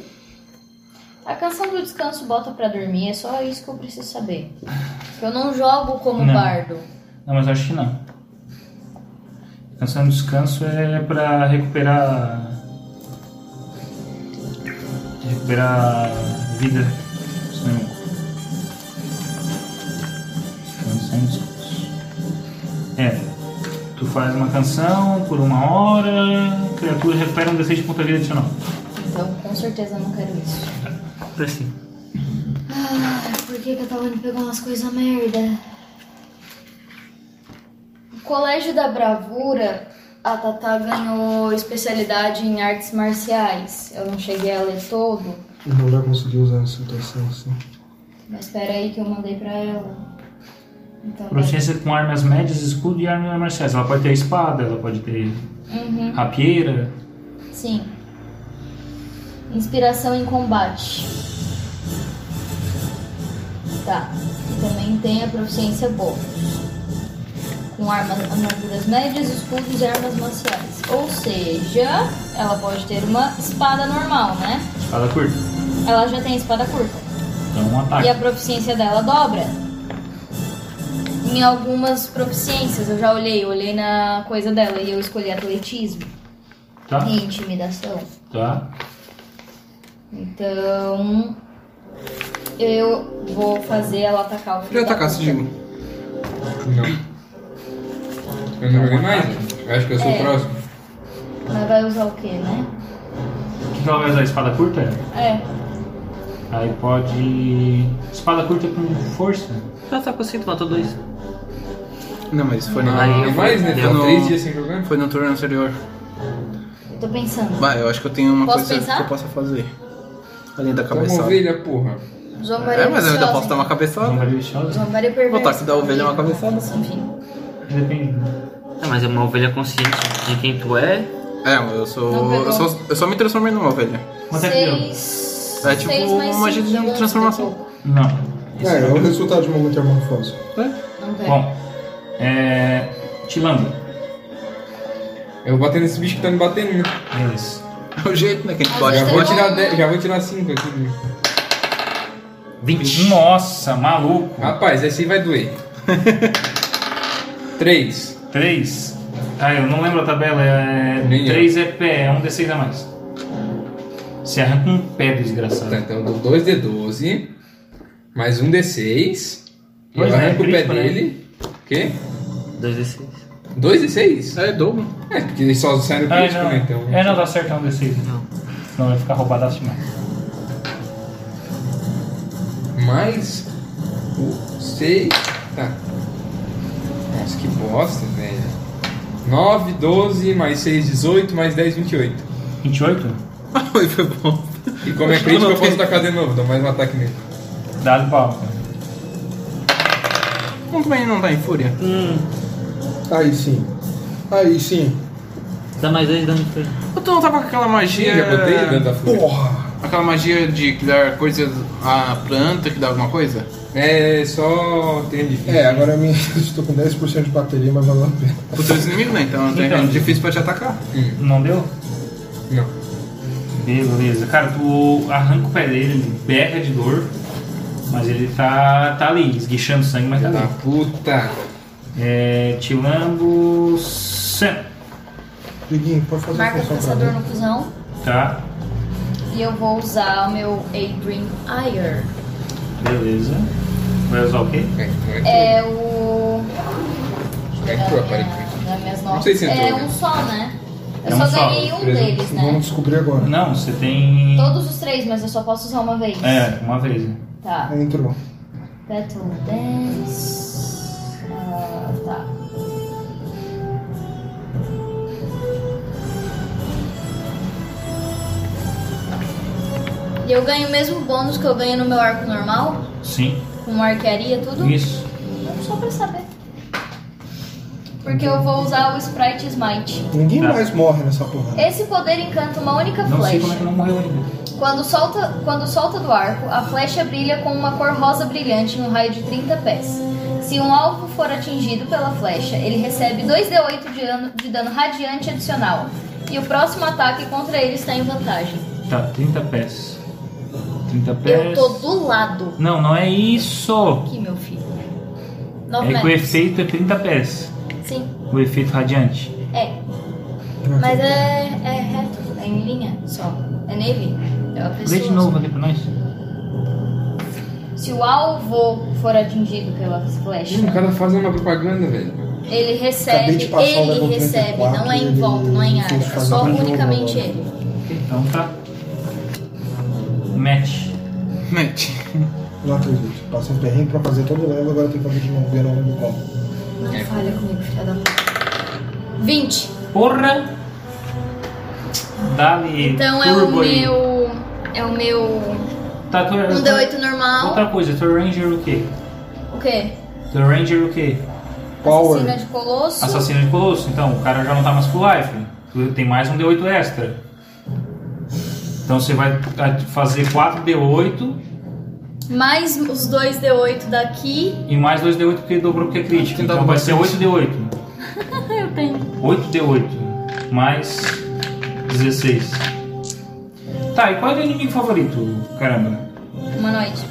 A canção do descanso bota pra dormir, é só isso que eu preciso saber. Que eu não jogo como
Não.
bardo.
Não, mas eu acho que não. Canção de descanso é pra recuperar. Recuperar vida. se não me engano. Canção de descanso. É. Tu faz uma canção por uma hora, criatura recupera um D6 de ponta vida adicional.
Então com certeza eu não quero isso.
É. Assim.
Ah, por que, que a Tawane pegou umas coisas merda? No Colégio da Bravura, a Tatá ganhou especialidade em artes marciais. Eu não cheguei a ler todo,
Eu não vai conseguir usar essa situação assim.
mas espera aí que eu mandei pra ela. Então,
Proficiência com armas médias, escudo e armas marciais. Ela pode ter espada, ela pode ter
Uhum,
rapieira.
sim. Inspiração em combate. Tá. E Também tem a proficiência boa. Com armas, armaduras médias, escudos e armas marciais. Ou seja, ela pode ter uma espada normal, né?
Espada curta.
Ela já tem espada curta.
Então um ataque.
E a proficiência dela dobra. Em algumas proficiências, eu já olhei, eu olhei na coisa dela e eu escolhi atletismo
Tá?
e intimidação.
Tá.
Então. Eu vou fazer ela atacar o filho.
Já tá
da
atacasse,
puta.
digo.
Não. Eu não joguei mais? Eu acho que eu sou
É.
o próximo.
Mas vai usar o quê, né?
O que que ela vai usar? Espada curta?
É.
Aí pode. Espada curta com força?
Já tá com cinto, matou dois.
Não, mas foi no.
Aí
Não
eu
mais, né?
fui-
Tá
eu
três
não-
dias sem jogar.
Foi no turno anterior.
Eu tô pensando.
Vai, eu acho que eu tenho uma
Posso
coisa
pensar?
que eu possa fazer. Além da
Toma
cabeçada.
Tá ovelha, porra.
Zombaria
É, mas eu ainda posso dar uma
Não
cabeçada.
vai lixosa?
Zombaria perversa.
Vou tacar da ovelha uma cabeçada.
Enfim.
Depende.
É, mas é uma ovelha consciente de quem tu é.
É, eu
Não
sou,
pegou.
eu sou. Eu só me transformei numa ovelha.
Quanto é que deu?
Seis.
É tipo
seis mais
uma magia
cinco, então, tá
de
onze,
transformação.
pouco.
Não. Esse
É, é
não
o
deu.
resultado de uma metamorfose.
Não pega.
Bom. É. Tilambo.
Eu vou bater nesse bicho que tá me batendo, né?
Beleza.
É o jeito, né? Que a gente
Às
pode.
Já
vezes
vou
Tá bom.
tirar, dez- já vou tirar 5 aqui. né?
20.
Nossa, maluco.
Rapaz, esse aí vai doer. 3.
3. Ah, eu não lembro a tabela. É...
Nem eu.
3 é pé, é um D6 a mais. Você arranca um pé, desgraçado.
Tá, então eu dou 2 D12, mais um D6. E eu
Pois é,
arranco o pé
crítico, né?
dele. O quê?
2 e 6.
2 e 6?
É, dobro.
É, porque eles só saem no
um. Ah,
crítico,
não.
né? Então.
É, não, dá certo, é um D6.
Não.
Senão vai ficar roubadaço demais.
Mais o 6. Tá. Nossa, que bosta, velho. 9, 12, mais 6, 18, mais 10, 28.
28?
Ai, foi bom.
E como é
Acho que
crítico,
eu não
eu posso
tenho.
tacar de novo, então mais um ataque mesmo.
Dado pra alta.
Como também não tá em fúria?
Aí sim. Aí sim.
Dá mais dois danos pra ele.
Eu não tava com aquela magia.
Ih, já botei né? dentro da fúria.
Porra!
Aquela magia de que dá coisa a planta, que dá alguma coisa?
É só terreno difícil.
É, agora eu estou com 10% de bateria, mas valeu a pena.
Pro teu inimigo, né? Então, então é
Então.
difícil pra te atacar.
Não deu?
Não.
Beleza. Cara, tu arranca o pé dele, ele berra de dor. Mas ele tá, tá ali, esguichando sangue, mas tá
Ah,
Da
ali.
puta.
É, tirando... Sam.
Diguinho, pode fazer a
é, Marca
função pra
um
caçador
mim.
no cuzão.
Tá,
E eu vou usar o meu Adrian Ire.
beleza. Vai usar o quê?
É, não é que-
É o.
É que tu aparentemente.
É, nas minhas
Não sei se
notas.
entrou,
É
né?
um só, né? Eu
É
só
um só.
ganhei um
Por exemplo,
deles, né?
Vamos descobrir agora.
Não, você tem...
Todos os três, mas eu só posso usar uma vez.
É, uma vez.
Tá.
Entrou.
Battle Dance. Ah, tá. E eu ganho o mesmo bônus que eu ganho no meu arco normal?
Sim,
Com arquearia, tudo?
isso.
Não, Só pra saber. Porque eu vou usar o Sprite Smite.
Ninguém
Tá.
mais morre nessa porra.
Esse poder encanta uma única
Não sei
flecha.
como é que não morreu ainda.
Quando solta, quando solta do arco, a flecha brilha com uma cor rosa brilhante em um raio de 30 pés. Se um alvo for atingido pela flecha, ele recebe 2d8 de, ano- de dano radiante adicional. E o próximo ataque contra ele está em vantagem.
Tá, 30 pés. 30 pés.
Eu tô do lado
Não, não é isso.
aqui, meu filho. 9
É que o
metros.
efeito é 30 pés.
Sim,
O efeito radiante.
é. Mas é, é reto, é em linha só. É nele. É uma pessoa.
Lê de novo ali pra nós.
Se o alvo for atingido pela flecha,
Ih, O cara faz uma propaganda, velho.
Ele
Acabei de
recebe,
passar o level
ele
34,
recebe, não é em
ele
volta, não é em
fez
área,
fazer
só
um jogo
unicamente
agora.
ele.
Então tá. Match.
Mete.
Não acredito. Passei um perrengue pra fazer todo o level, agora tem que fazer de novo. Ver ao longo do combo.
Não falha comigo, filha da puta. 20.
Porra! Dali.
Então é o
turbo aí.
meu. Um É o meu.
Tá, tu,
1d8 normal.
Outra coisa, tu é Ranger o quê?
O quê?
Tu é Ranger o quê?
Assassina de colosso.
Assassino de Colosso. Então, o cara já não tá mais full life. Tu tem mais um D8 extra. Então você vai a- fazer 4 D8
Mais os 2d8 daqui.
e mais 2 D8 porque dobrou porque é crítico. Então vai ser 8 D8.
Eu tenho.
8 D8 mais 16. Tá, e qual é o teu inimigo favorito? Caramba.
Uma noite.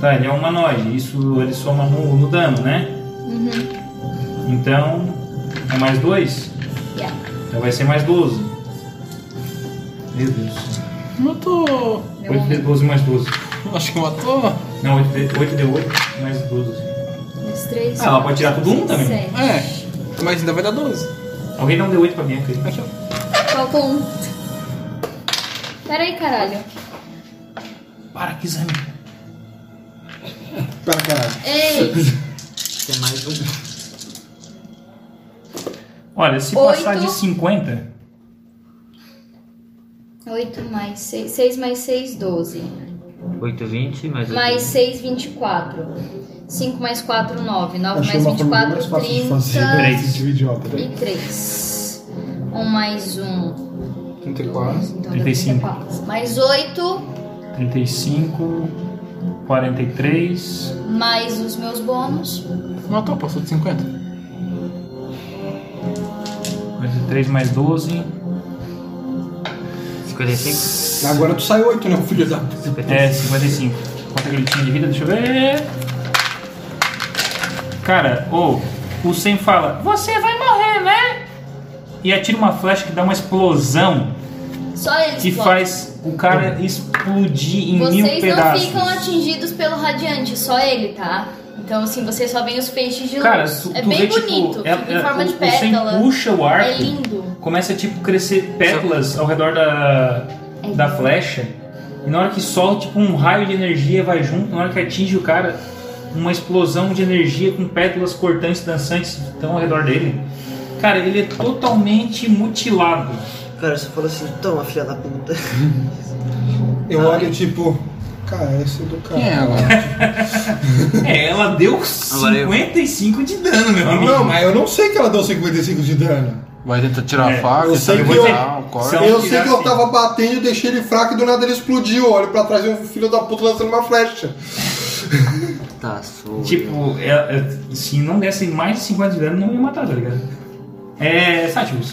Tá, ele é um humanoide. Isso ele soma no, no dano, né?
Uhum.
Então é mais 2.
Yeah.
Então vai ser mais 12. Meu Deus.
Matou.
Meu
8 D12 mais 12.
Acho que matou.
Não, 8D, 8D8 mais 12.
2, 3.
Ah, ela pode tirar tudo um também.
É. Mas ainda vai dar 12.
Alguém dá um D8 pra mim aqui.
Aqui, ó.
Falta um. Peraí, caralho.
Para, que exame.
Pera, é? caralho.
Ei!
Tem mais um.
Olha, se
Oito.
passar de 50,
8 mais 6, 6 mais 6, 12.
8, 20, mais 8.
Mais 6, 24. 5 mais 4, 9. 9
Achei
mais
uma forma mais
24,
fácil de fazer
Três.
30.
esse vídeo idiota.
E 3. 1 mais 1.
34.
Então,
35.
34. Mais 8.
35, 43.
Mais os meus bônus.
Matou, passou de 50.
43 mais 12.
55?
Agora tu sai 8, né, filho da puta?
55.
É, 55. Quanto é que ele tinha de vida? Deixa eu ver. Cara, ou o Sem fala: Você vai morrer, né? E atira uma flecha que dá uma explosão
Só eles.
que
podem.
faz o cara explodir em mil
Vocês não
pedaços.
ficam atingidos pelo radiante, só ele, tá? Então, assim, vocês só veem os peixes de luz.
Cara, tu,
é
tu
bem
vê,
bonito,
tipo, é-
fica
é-
em forma
o-
de
você
pétala.
puxa o arco,
É lindo.
começa a tipo crescer pétalas ao redor da, da flecha. E na hora que solta, tipo, um raio de energia vai junto, na hora que atinge o cara, uma explosão de energia com pétalas cortantes, dançantes estão ao redor dele. Cara, ele é totalmente mutilado.
Cara, você falou assim, toma, filha da puta.
Eu
Ah.
olho tipo, cara, esse é do cara.
Quem é ela?
É, ela deu
Agora eu.
55 de dano, meu amigo.
Ah, Não, mas eu não sei que ela deu 55 de dano.
Vai tentar tirar
É,
a faca,
eu sei
tentar
que eu-
liberar o corte.
Então,
eu sei que eu
assim.
tava batendo, eu deixei ele fraco e do nada ele explodiu. Eu olho pra trás e um filho da puta lançando uma flecha.
Tá, sou.
Tipo, é, é, se não desse mais de 50 de dano, não ia matar, tá ligado? É. Sátimus.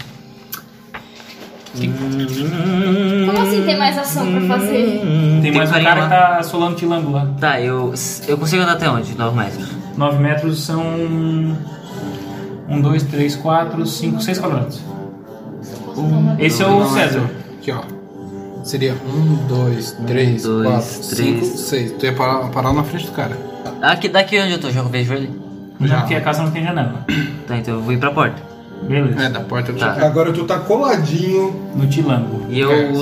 Como assim tem mais ação pra fazer?
Hum,
Tem mais um
carinha
cara
lá.
que tá assolando Tilango lá.
Tá, eu. Eu consigo andar até onde? né? 9 metros.
9 metros são. 1, 2, 3, 4, 5, 6 quadrados. Esse é o César.
Aqui, ó. Seria um, dois, três,
dois,
quatro, cinco,
três.
seis. Tu ia parar, parar na frente do cara.
Aqui, daqui onde eu tô, já vejo ele.
Já
Já.
porque a casa não tem janela.
Tá, então eu vou ir pra porta.
Beleza.
É, da porta do
Tá.
Ah.
cara.
Agora tu tá coladinho.
No Tilango.
E eu
É, você
O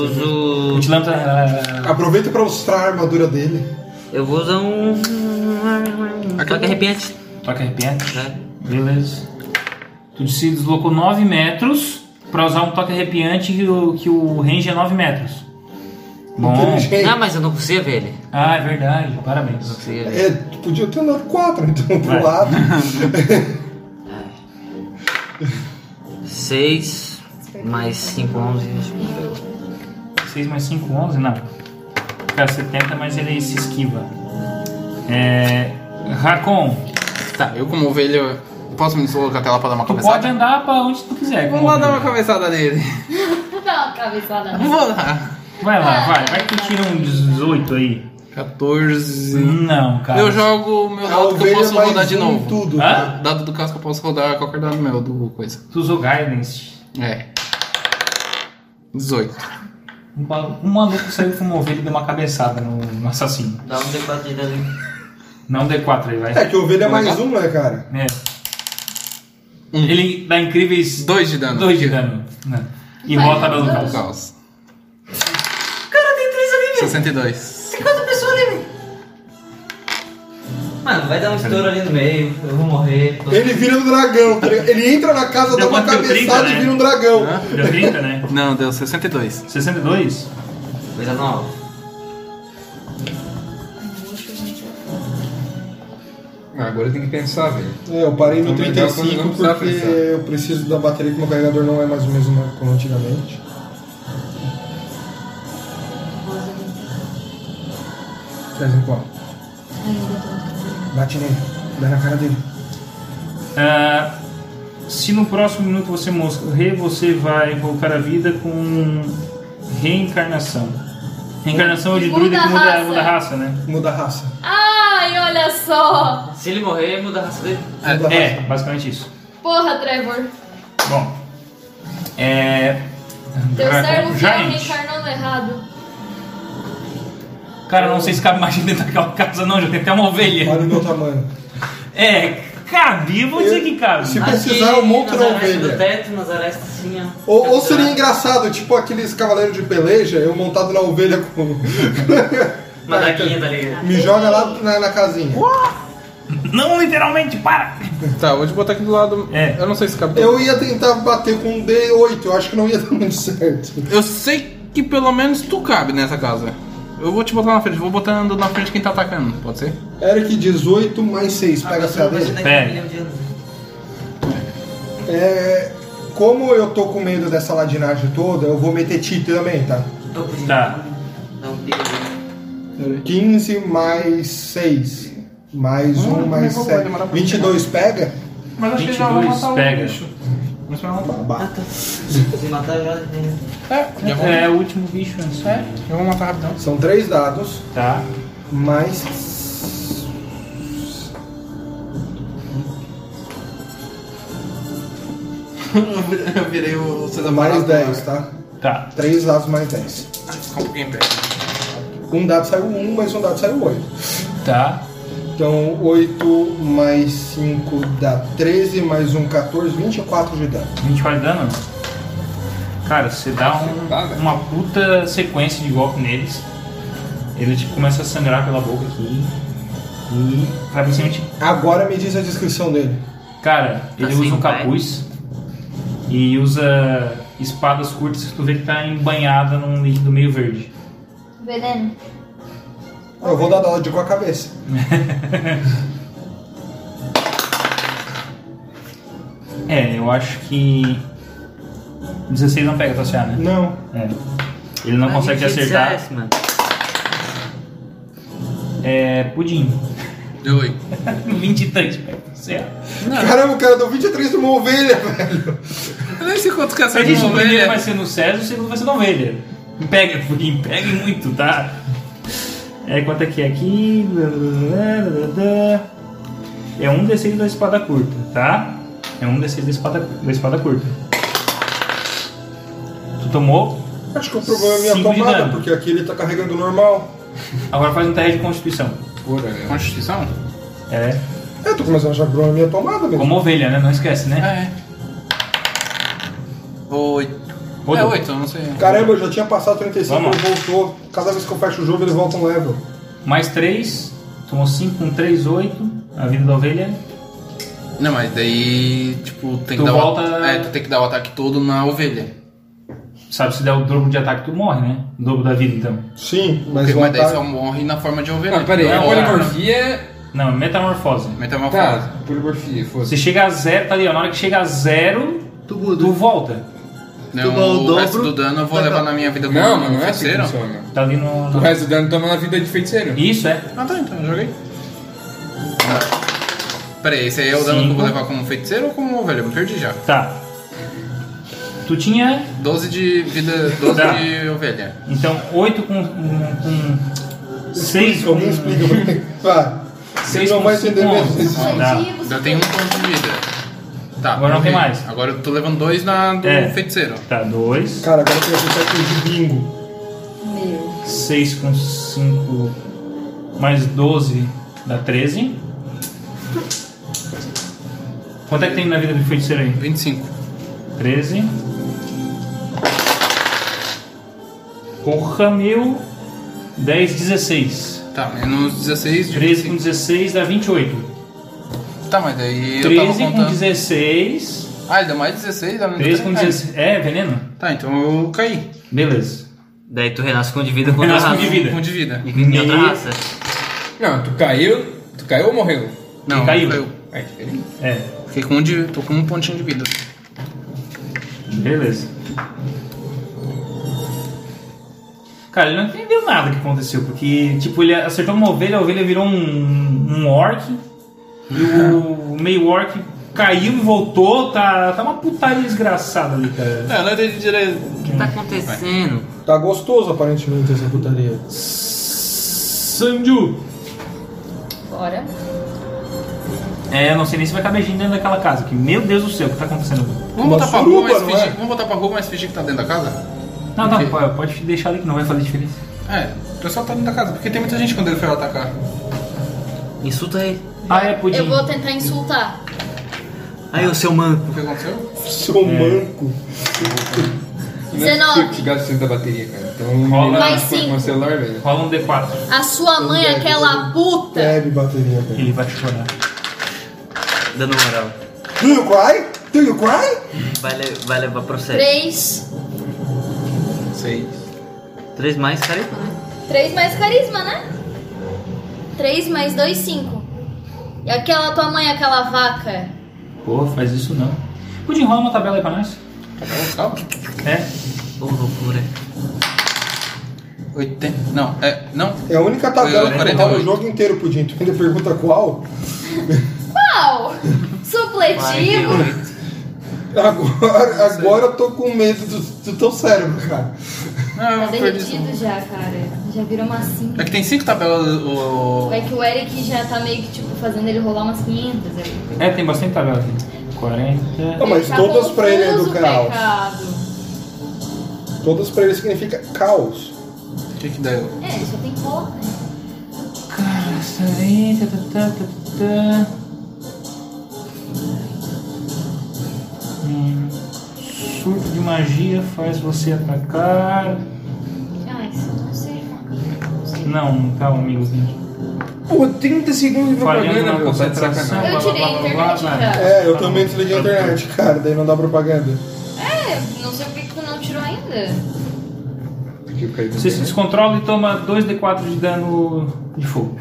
uso.
Tilango tá.
Aproveita pra mostrar a armadura dele.
Eu vou usar um. Só que é arrepiante.
Toca arrepiante.
né?
Beleza. Tu se deslocou 9 metros pra usar um toque arrepiante que o, que o range é 9 metros. Bom.
Inteligente.
Ah, mas eu não conseguia ver ele. Eu
Ah, é verdade.
Não
Parabéns.
conseguia ver.
É, tu podia ter andado 4, então pro
Vai.
lado.
6 mais 5, 11.
6 mais 5, 11? Não. Cara, 70, mas ele se esquiva. É. Racon,
Tá, eu como ovelha, posso me deslocar até lá pra dar uma
tu
cabeçada?
pode andar pra onde tu quiser.
Vamos lá dar uma cabeçada nele.
Dá uma cabeçada.
Vou lá.
Vai
Ah.
lá, vai. Vai que tu tira um 18 aí.
14.
Não, cara.
Eu jogo É o meu
A
dado que eu
ovelha
posso
mais
rodar de
um em
novo.
Tudo.
Hã?
Dado do caso que eu posso rodar qualquer dado meu, do coisa.
Tu usou guidance.
É. 18.
Um, ba- um maluco saiu com uma ovelha e deu uma cabeçada no, no assassino.
Dá um D4 de dano.
Não D4 aí, vai.
É que ovelha é mais um, né, cara?
É.
Um.
Ele dá incríveis
2 de dano.
2 de dano. né? E volta a tabela do caos.
Caos. Cara, tem 3 ali, 62.
Mano, vai dar um estouro ali no meio. Eu vou morrer.
Ele vira um dragão, tá ligado? ele entra na casa, dá
Deu
uma
quanto? Deu
cabeçada
30,
e
né?
vira um dragão.
Deu 30, né?
Não, deu 62.
62?
Coisa nova.
Ah, Agora tem que pensar, velho.
É, eu parei no
Então, melhor quando
35
não precisar
porque
pensar.
eu preciso da bateria que meu carregador não é mais o mesmo como antigamente. Traz um qual? Bate nele, dá na cara dele.
Ah, se no próximo minuto você morrer, você vai voltar à vida com reencarnação. Reencarnação é o de
Muda
druida que
a
muda,
raça.
muda a raça, né?
Muda a raça.
Ai, olha só!
Se ele morrer, muda a raça dele.
Muda a raça.
É, basicamente isso.
Porra, Trevor.
Bom, é.
Teu servo
então,
fiel
Giant.
reencarnou no errado.
Cara, não sei se cabe mais gente dentro daquela casa, não. Já tem até uma ovelha.
Olha o meu tamanho.
É, cabe, eu vou dizer que
Se
cabe.
precisar, eu monto na
nas arestas do
ovelha.
teto, nas arestas assim, ó.
Ou, ou seria engraçado, tipo aqueles cavaleiros de peleja, eu montado na ovelha com.
Uma daquinha, tá ligado?
Me joga lá na, na casinha.
Não literalmente, para!
Tá, vou te botar aqui do lado.
É.
Eu não sei se cabe.
Eu ia tentar bater com um D8, eu acho que não ia dar muito certo.
Eu sei que pelo menos tu cabe nessa casa. Eu vou te botar na frente, vou botando na frente quem tá atacando, pode ser?
Eric, 18 mais 6, pega a CA dele. É, como eu tô com medo dessa ladinagem toda, eu vou meter ti também, tá?
Tá.
Não, perigo.
15 mais 6, mais 1 mais 7. 22 pega?
Mas
22 pega.
Babá.
Se matar já. né?
É, já vou,
É o último bicho antes.
já vou matar rapidão.
São 3 dados,
Tá.
mais.
eu virei o César
mais 10, tá?
Tá.
3 dados mais 10.
Alguém pega.
Um dado saiu 1, mas um dado saiu 8.
Tá.
Então 8 mais 5 dá 13, mais um 14, 24 de dano.
24 de dano? Cara, você dá um-
Tá, velho.
uma puta sequência de golpe neles. Ele tipo, começa a sangrar pela boca aqui. E vai pra cima de ti.
Agora me diz a descrição dele.
Cara, ele
Assim,
usa um
vai.
capuz e usa espadas curtas que tu vê que tá embanhada num líquido meio verde.
Veneno.
Eu vou dar dado de com a cabeça.
É, eu acho que. 16 não pega, Tassiá, né?
Não.
É. Ele não consegue acertar.
mano.
É. Pudim.
Deu oito.
23 pega, Tassiá.
Caramba, o cara deu 23 numa ovelha, velho.
Eu nem sei quanto que essa
A gente, o primeiro vai
ovelha.
ser no César, o segundo vai ser na ovelha. Pega, Fuguinho, pega e muito, tá? É, quanto é que é aqui? É um D6 da espada curta, tá? É um D6 da espada, da espada curta. Tu tomou?
Acho que o problema é a minha
Cinco de
tomada,
dano.
porque aqui ele tá carregando normal.
Agora faz um teste de constituição.
Porra, meu.
Constituição?
É,
Eu tô começando a achar que o problema é a minha tomada mesmo.
como ovelha, né? Não esquece, né?
É. Oito.
Rodou.
É oito, eu não sei.
Caramba, eu já tinha passado 35,
Vamos.
ele voltou. Cada vez que eu fecho o jogo, ele volta um level.
Mais 3, tomou 5, 1, 3, 8. A vida da ovelha.
Não, mas daí, tipo, tem
Tu
que dar o
volta-
É, tu tem que dar o ataque todo na ovelha.
Sabe, se der o dobro de ataque, tu morre, né? O dobro da vida, então.
Sim, mas
Porque,
o
é
mas
um
daí só
ataque...
morre na forma de ovelha.
Não, peraí,
Não
é
é ovelha.
polimorfia.
Não, é metamorfose.
Metamorfose.
Tá, polimorfia, foda-se.
Você chega a zero, tá ali, ó. Na hora que chega a zero,
Tu
tu
mudou.
volta.
Não,
dá o
o
dobro,
resto do dano eu vou
tá,
levar
tá.
na minha vida como
Não, mas não é assim que
feiticeiro.
funciona.
Tá ali no.
O
no-
resto do dano toma na vida de feiticeiro.
Isso é.
Ah tá, então eu joguei. Tá. Peraí, esse aí é o dano que eu vou
Cinco.
levar como feiticeiro ou como ovelha? Eu perdi já.
Tá. Tu tinha.
12 de vida, 12
Tá.
de ovelha.
Então, 8 com. com 6 com.
Alguém explica pra mim. Vai.
6
Não
com
vai
cinco,
entender mesmo.
onze. Tá.
Motivos.
Eu tenho um ponto de vida. Tá,
Agora não tem
ok.
mais.
Agora eu tô levando dois na do
É.
feiticeiro.
Tá, 2.
Cara, agora eu tenho que fazer de bingo.
Meu.
6 com 5 mais 12 dá 13. Quanto é que tem na vida do feiticeiro aí?
25.
13. Porra, meu. 10, 16.
Tá, menos 16 de
13 com
25.
16 dá 28.
Tá, mas daí eu
13
tava
com
contando.
16.
Ah, ele deu mais 16, dá menos
13 com
Ah,
16. É, veneno?
Tá, então eu caí.
Beleza.
Daí tu renasce com de vida com outra
Renasce com
raça.
de vida.
Um de vida.
E com outra
E-
raça.
Não, tu caiu. Tu caiu ou morreu?
Não,
caiu.
caiu.
É diferente.
É,
Fiquei com um de. tô com um pontinho de vida.
beleza. Cara, ele não entendeu nada que aconteceu, porque, tipo, ele acertou uma ovelha, a ovelha virou um, um orc, e o meio orc caiu e voltou, tá, tá uma putaria desgraçada ali, cara.
É, eu não entendi direito.
O que tá acontecendo?
Tá gostoso, aparentemente, essa putaria.
Sanju!
Bora.
É, eu não sei nem se vai caber gente dentro daquela casa, que meu Deus do céu, o que tá acontecendo?
Vamos
Uma
botar pra rua,
suruba,
mas
não
fingir.
é?
Vamos botar pra rua, mas fingir que tá dentro da casa?
Não, não,
Ok.
pode- pode deixar ali que não vai fazer diferença.
É, o pessoal tá dentro da casa, porque tem muita gente quando ele foi atacar.
Insulta ele.
Ah, é, pudim.
Eu vou tentar insultar.
Aí, ô seu manco.
O que aconteceu?
É.
Seu manco.
Não é
19.
possível que gaste da bateria, cara. Então,
Rola.
melhor
Mais
que foi com
cinco.
o celular, velho.
Rola um D4.
A sua mãe, é aquela
Tá.
puta.
Bebe bateria, velho.
Ele vai chorar.
Dando moral.
Do you cry? Do you cry?
Vai, le- vai levar processo.
Três.
Seis.
Três mais, carisma, né?
Três mais carisma, né? Três mais dois, cinco. E aquela tua mãe, é aquela vaca.
Pô, faz isso não. Pudim, rola uma tabela aí pra nós.
Calma.
É.
Ô, loucura.
80. Não, é. Não.
É a única tabela que eu rola o
48.
jogo inteiro, Pudim. Tu ainda pergunta qual?
Qual? Supletivo.
48.
Agora, agora eu tô com medo do, do teu cérebro, cara.
Não,
Tá
eu perdi isso.
derretido já, cara. Já virou massinha.
É que tem cinco tabelas. O...
É que o Eric já tá meio que, tipo, fazendo ele rolar umas 500. Ele
É, tem bastante tabela aqui. 40.
Não, mas
tá
todas
né,
pra ele é do
confuso,
caos.
pecado.
Todas pra ele significa caos.
O que que dá eu?
É, só tem pouco, né?
Hum, Surto de magia faz você atacar.
Ah, isso eu não sei, mano. Não sei.
Não, tá calma, amiguzinho.
Pô, 30 segundos de
Falhando na
propaganda, pô, tá de
concentração.
sacanagem.
Eu tirei a internet, cara.
É,
Tá
eu também desliguei a internet, cara, daí não dá propaganda.
É, não sei por que que tu não tirou ainda.
Porque eu caí do
Você se descontrola e toma 2d4 de dano de fogo.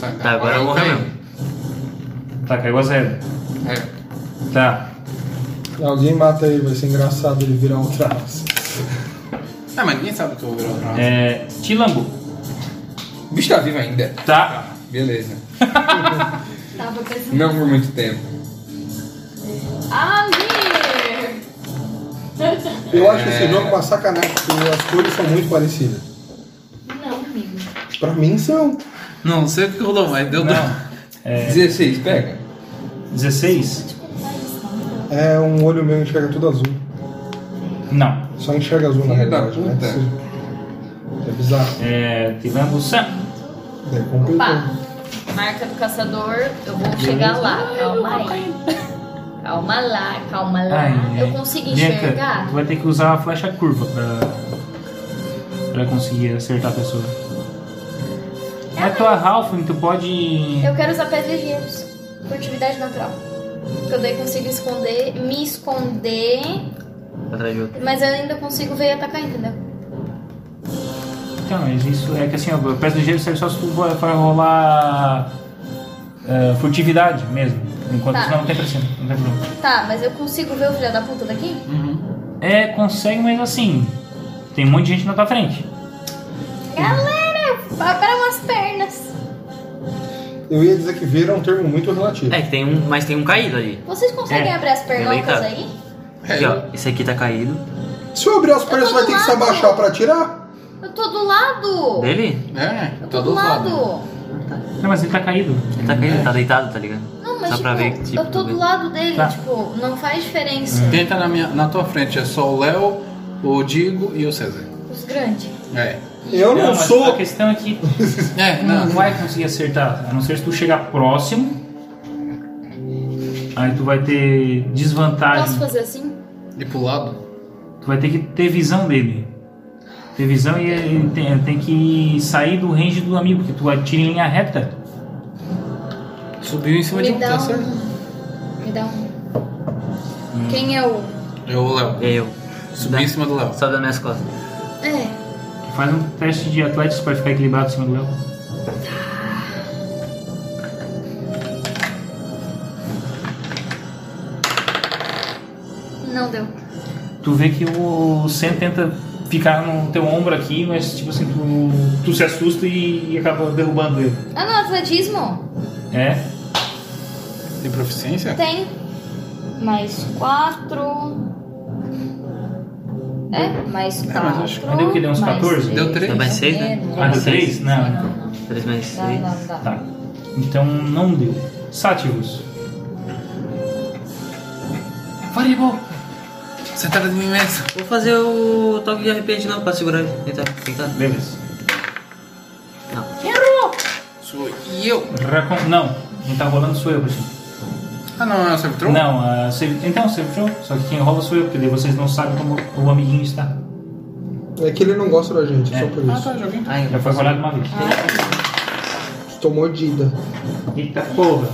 Tá,
Tá, agora eu morro
caí.
mesmo.
Tá, caiu a zero.
É.
Tá.
Alguém mata ele, vai ser engraçado ele virar um traço.
Ah, mas ninguém sabe que eu vou virar o braço.
É. Tilambo.
O bicho tá vivo ainda.
Tá.
Beleza.
Tava pensando.
Não por muito tempo.
Amir!
Eu acho que esse jogo é uma sacanagem, porque as cores são muito parecidas.
Não, amigo.
Pra mim são.
Não sei o que rolou, mas deu dano.
Não. É,
16, pega.
16?
É um olho meu enxerga tudo azul.
Não.
Só enxerga azul na
Filho da
realidade, né?
puta.
Isso É bizarro. É
É. Tilambo Sam.
Daí complicou.
Pá, marca do caçador, eu vou chegar lá. Calma aí. Calma lá, calma lá.
Ai,
É, eu
ai.
consigo
Bianca,
enxergar?
tu Ah, vai ter que usar a flecha curva pra, pra conseguir acertar a pessoa. É a tua Halfling, tu pode.
Eu quero usar pedregeiros. Furtividade natural. Porque eu daí consigo esconder, me esconder,
Atrás de outro.
mas eu ainda consigo ver e atacar, entendeu?
Então, mas isso é que assim, ó, o pés do gelo serve só se tu vai vai rolar eh, furtividade mesmo. Enquanto
Tá.
isso não tem pra cima, não tem problema.
Tá, mas eu consigo ver o filho da puta daqui?
É, consegue, mas assim, tem um monte de gente na tua frente.
Galera, abra umas pernas.
Eu ia dizer que ver é um termo muito relativo.
É, que tem um, mas tem um caído ali.
Vocês conseguem
É,
abrir as pernocas
deitado.
aí?
É.
Aqui, ó. Esse aqui tá caído.
É.
Se eu abrir as pernas, você vai ter que se abaixar pra tirar?
Eu tô do lado!
Dele?
É,
Tô do lado!
Não, mas ele tá caído.
Ele tá caído, tá deitado, tá ligado?
Não, mas
Só
tipo,
pra ver que tipo.
eu tô do lado dele,
Tá.
tipo, não faz diferença.
Quem tá na, minha, na tua frente é só o Léo, o Digo e o César.
Os grandes.
É.
Eu não,
mas
sou.
A questão é que
É,
tu não
não.
vai conseguir acertar, a não ser se tu chegar próximo. Aí tu vai ter desvantagem.
Posso fazer assim?
E pro lado?
Tu vai ter que ter visão dele. Ter visão e ele tem, tem que sair do range do amigo, que tu atira em linha reta.
Subiu em cima de
Me
um,
dá
tá certo?
um. Me dá um. Quem é o.
Eu, o Léo.
E aí É eu.
Subi em cima do Léo.
Sobe das minhas costas.
É.
Faz um teste de atlético pra ficar equilibrado em cima do Léo.
Não deu.
Tu vê que o Sen tenta ficar no teu ombro aqui, mas tipo assim, tu, tu se assusta e, e acaba derrubando ele.
Ah, não, atletismo?
É?
Tem proficiência?
Tem. Mais quatro. É, mais
mas
quatro.
acho que-
Mas deu o quê? Deu uns
mais
14?
Deu três.
Deu mais seis, né?
Ah, deu três? Não.
Três mais
Não,
seis.
não, não.
Tá. Então não deu. Sátiros.
Fireball! Você tá de mim mesmo.
Vou fazer o toque de arrepende não pra segurar ele. Tentar, tentar.
Beleza.
Sou eu.
Racon... Não. Quem tá rolando sou eu, Priscila.
Ah, não, é o Servitron?
Não, a save... então save throw, só que quem rola sou eu, porque daí vocês não sabem como o amiguinho está.
É que ele não gosta da gente,
É.
só por
Ah,
isso.
tá, joguei.
Ai,
Já foi rolado uma vez.
tá.
Estou mordida.
Eita porra!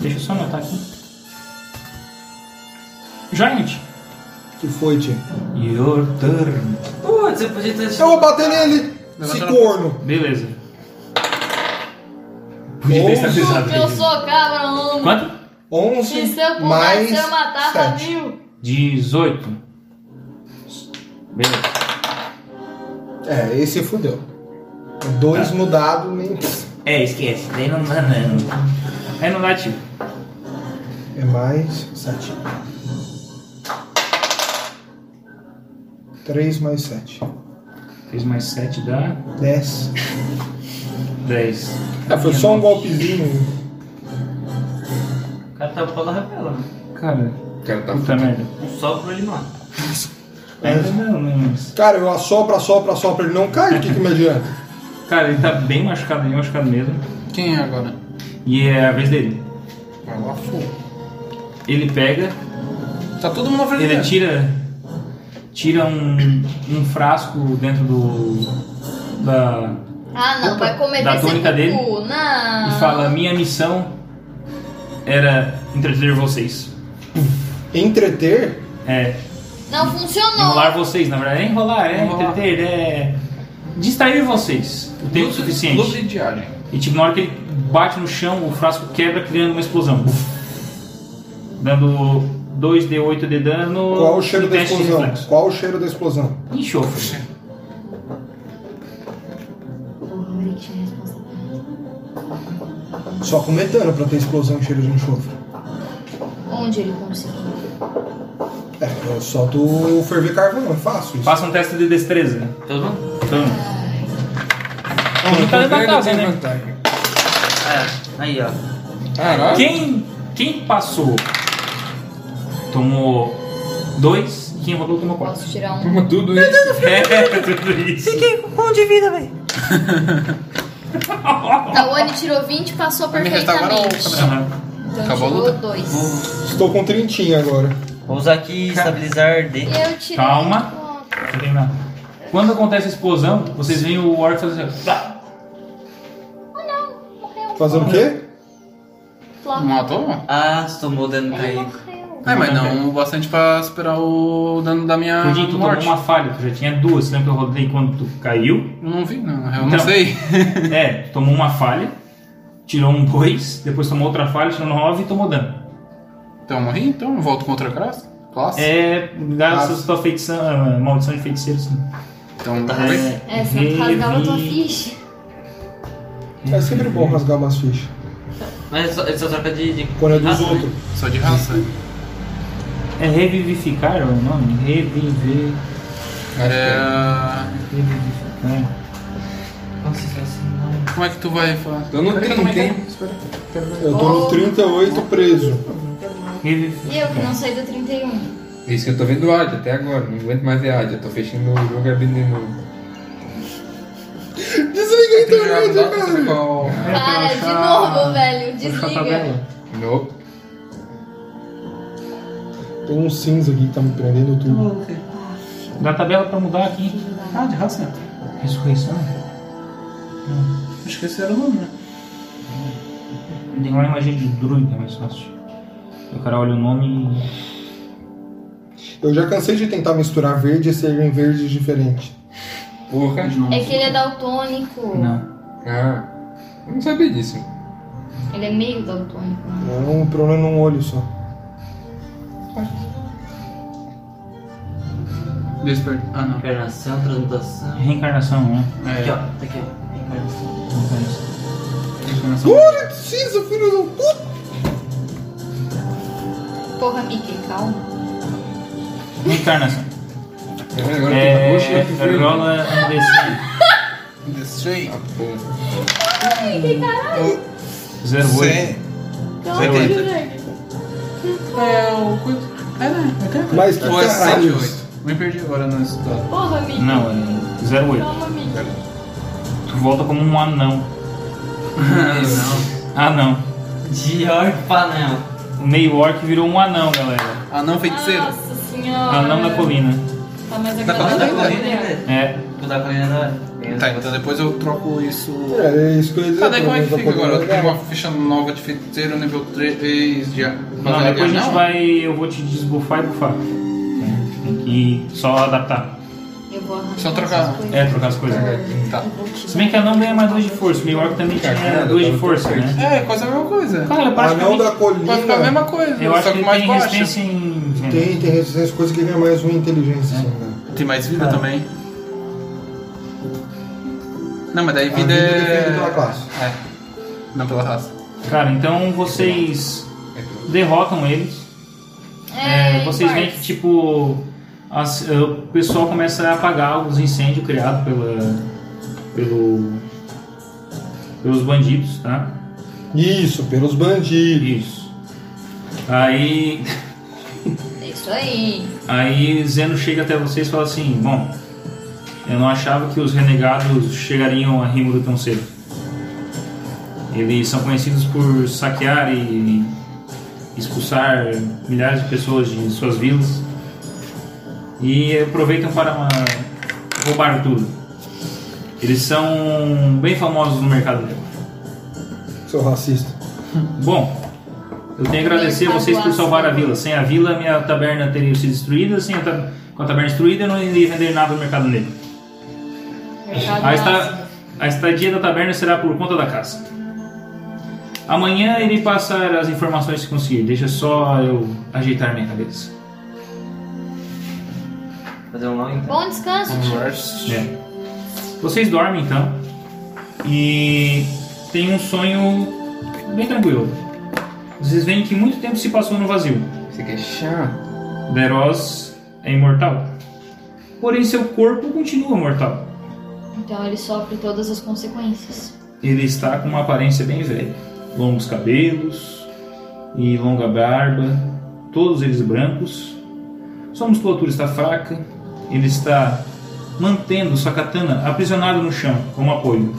Deixa eu só anotar aqui. Giant!
Que foi, tio?
Your turn.
Putz, eu podia ter.
Eu vou bater nele! Se corno!
Beleza. Podia ter estatizado.
Eu sou cabrão.
Quanto?
Se
11
seu
mais
pudesse, eu tá matava
7.
mil.
18. Beleza.
É, esse fudeu. Dois no dado, nem...
É, esquece. Daí não dá, não. É, não dá tiro.
É mais 7. 3 mais 7.
Fez mais 7, dá
10.
10.
É, foi só um golpezinho.
O cara tá o pau da rapela.
Cara,
O cara tá
puta merda.
é. Só pro ele não.
Ainda não, né? Mas...
Cara, eu assopro, assopro, assopro, ele não cai, o que, que me adianta?
Cara, ele tá bem machucado, bem machucado mesmo.
Quem é agora?
E é a vez dele.
Vai lá, fogo.
Ele pega,
Tá todo mundo na frente
ele
dele.
tira. Tira um, um frasco dentro do. Da.
Ah, não,
Opa,
vai comer
da túnica dele.
Não.
Ah.
E fala, minha missão era entreter vocês.
Entreter?
É,
Não funcionou.
enrolar vocês, na verdade, é enrolar, é
Enrolar.
entreter, é distrair vocês o tempo
Luta-
suficiente.
Luta de diário.
E tipo, na hora que ele bate no chão, o frasco quebra, criando uma explosão. Dando 2d8 de dano.
Qual o cheiro
e
da
teste de
explosão?
reflexo.
Qual o cheiro da explosão?
Enxofre.
Só com metano pra ter explosão e cheiro de enxofre.
Onde ele conseguiu?
É, eu solto o ferver carvão, eu faço isso.
Faça um teste de destreza.
Todo mundo?
Então, Ele tá dentro da casa, né?
Vantagem.
É, aí ó.
Caralho.
quem, quem passou tomou 2 e quem rodou tomou 4.
Posso tirar um?
Como tudo isso.
É, tudo isso.
Fiquei com um ponto de vida, velho.
Tawane Tá, tirou 20 e passou
Vai me restaurar
perfeitamente.
ou-
Aham.
Então
Acabou a
tirou
luta?
dois.
Estou com trintinha agora.
Vou usar aqui estabilizar D.
Eu tirei.
Calma. Deixa eu terminar. Quando acontece a explosão, vocês veem o orc fazer assim. ó.
Fazendo o quê?
Não matou?
Ah, você tomou dano caído.
É, mas não o bastante pra superar o dano da minha
Pudim, tu tá tomou
Ah, morte.
uma falha, tu já tinha duas, lembra que eu rodei quando tu caiu?
Não vi, não. Eu não
Então.
sei.
é, tomou uma falha, tirou um dois, depois tomou outra falha, tirou nove e tomou dano.
Então eu morri, então eu volto contra a classe. Classe.
É, graças à tua feitição, ah, maldição de feiticeiro, sim.
Então tá bem.
né?
É, você não rasgava a tua ficha.
É sempre bom rasgar umas fichas.
Mas ele só, ele só troca de. de
Quando é dos
raça, né?
outros.
Só de raça.
É revivificar é o nome? Reviver.
é.
é.
Cara,
Revivificar.
Nossa, isso é assim, não.
como é que tu vai falar?
Eu Então não
é
tenho tempo.
Eu tô no 38 preso.
Revivificar.
E um. eu que não saí do 31.
É Isso que eu tô vendo Ad até agora. Não aguento mais ver Ad. Eu tô fechando o jogo e abrindo de novo.
Desliga a internet,
Dá pra
cara.
saber qual-
É
Para, de novo, velho. Desliga.
Nope.
Tem um cinza aqui que tá me prendendo tudo.
Dá tabela pra mudar aqui.
Ah, de raça.
Ressurreição? Hum.
Acho que esse era o nome, né?
Tem uma imagem de druida mais fácil. O cara olha o nome e.
Eu já cansei de tentar misturar verde e ser em verdes diferente.
Porra.
É que ele é daltônico.
Não.
Ah. Eu não sabia disso.
Ele é meio daltônico. né?
É um problema num olho só.
Desper... Ah, não.
Encarnação, transmutação.
Reencarnação, né?
Aqui
É.
ó, Tá aqui ó. Reencarnação.
Reencarnação.
Transformação.
Olha que cinza, filho do puto!
Porra, Mickey, calma.
Reencarnação.
Tá Agora
É,
eu tô na roxa.
rola um D100.
Descer.
Ah, porra.
Zero oito.
É o... quanto? É, né? Até
Mas que
Ou é 7
caralho.
ou 8? Me perdi agora no resultado.
Porra, Mickey.
Não, é zero oito.
Calma, Mickey.
Tu volta como um anão.
não.
Ah, não.
De orpa não.
O meio orc virou um anão, galera.
Ah, não, feiticeiro.
Nossa senhora.
Anão da colina.
Tá, mas
Da
agora
Mas
colina
da
tá
colina,
colina.
né?
É.
Tu da colina
Ah.
da.
Tá, então depois eu troco isso...
É, é isso que eu ia dizer.
Tá, daí como é que
pra
fica
mim, pra
agora? Eu
poder
tenho
olhar.
uma ficha nova de feiticeiro, nível 3 de...
Não,
é
depois a gente vai. Eu vou te desbufar e bufar. Tem que só adaptar.
Eu vou arrancar.
Só trocar.
essas coisas.
É, trocar as coisas.
Tá.
Eu vou te-
Se bem que anão ganha mais dois de força. O meio orc também tinha
Caramba,
dois de
tá
força, né?
É, quase a mesma coisa.
Cara,
Anão
praticamente.
da colina.
Vai ficar a mesma coisa,
Eu acho
só
que
que
ele
mais
tem
baixa.
resistência em.
assim.
Tem, tem resistência, coisa que ganha mais um em inteligência. né? se não me engano.
Tem mais
É.
vida também. Não, mas daí
A vida
vida é...
depende pela classe.
É. Não pela raça.
Cara, então vocês derrotam eles. É, vocês veem que tipo as- eh, o pessoal começa a apagar os incêndios criados pela, pelo, pelos bandidos, tá?
Isso, pelos bandidos.
Isso. Aí
É Isso. Isso aí.
Aí Zeno chega até vocês e fala assim: Bom, eu não achava que os renegados chegariam a Rímulo tão cedo. Eles são conhecidos por saquear e expulsar milhares de pessoas de suas vilas e aproveitam para ah, roubar tudo. Eles são bem famosos no mercado negro.
Sou racista.
Bom, eu tenho que agradecer a vocês por salvar a vila. Sem a vila, minha taberna teria sido destruída. Sem a ta- Com a taberna destruída, eu não iria vender nada no mercado negro.
Mercado
A,
ácido.
esta... a estadia da taberna será por conta da casa. Amanhã ele passa as informações que conseguir. Deixa só eu ajeitar minha cabeça.
Fazer um nó então.
Bom descanso, tio.
É. Vocês dormem então e tem um sonho bem tranquilo. Vocês veem que muito tempo se passou no vazio.
Você quer chá?
Deros é imortal. Porém, seu corpo continua mortal.
Então ele sofre todas as consequências.
Ele está com uma aparência bem velha. Longos cabelos e longa barba, todos eles brancos. Sua musculatura está fraca. Ele está mantendo sua katana aprisionada no chão como apoio.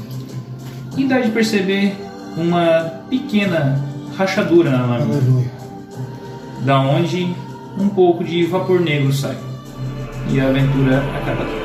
E dá de perceber uma pequena rachadura na lâmina,
Aleluia.
da onde um pouco de vapor negro sai. E a aventura acaba aqui.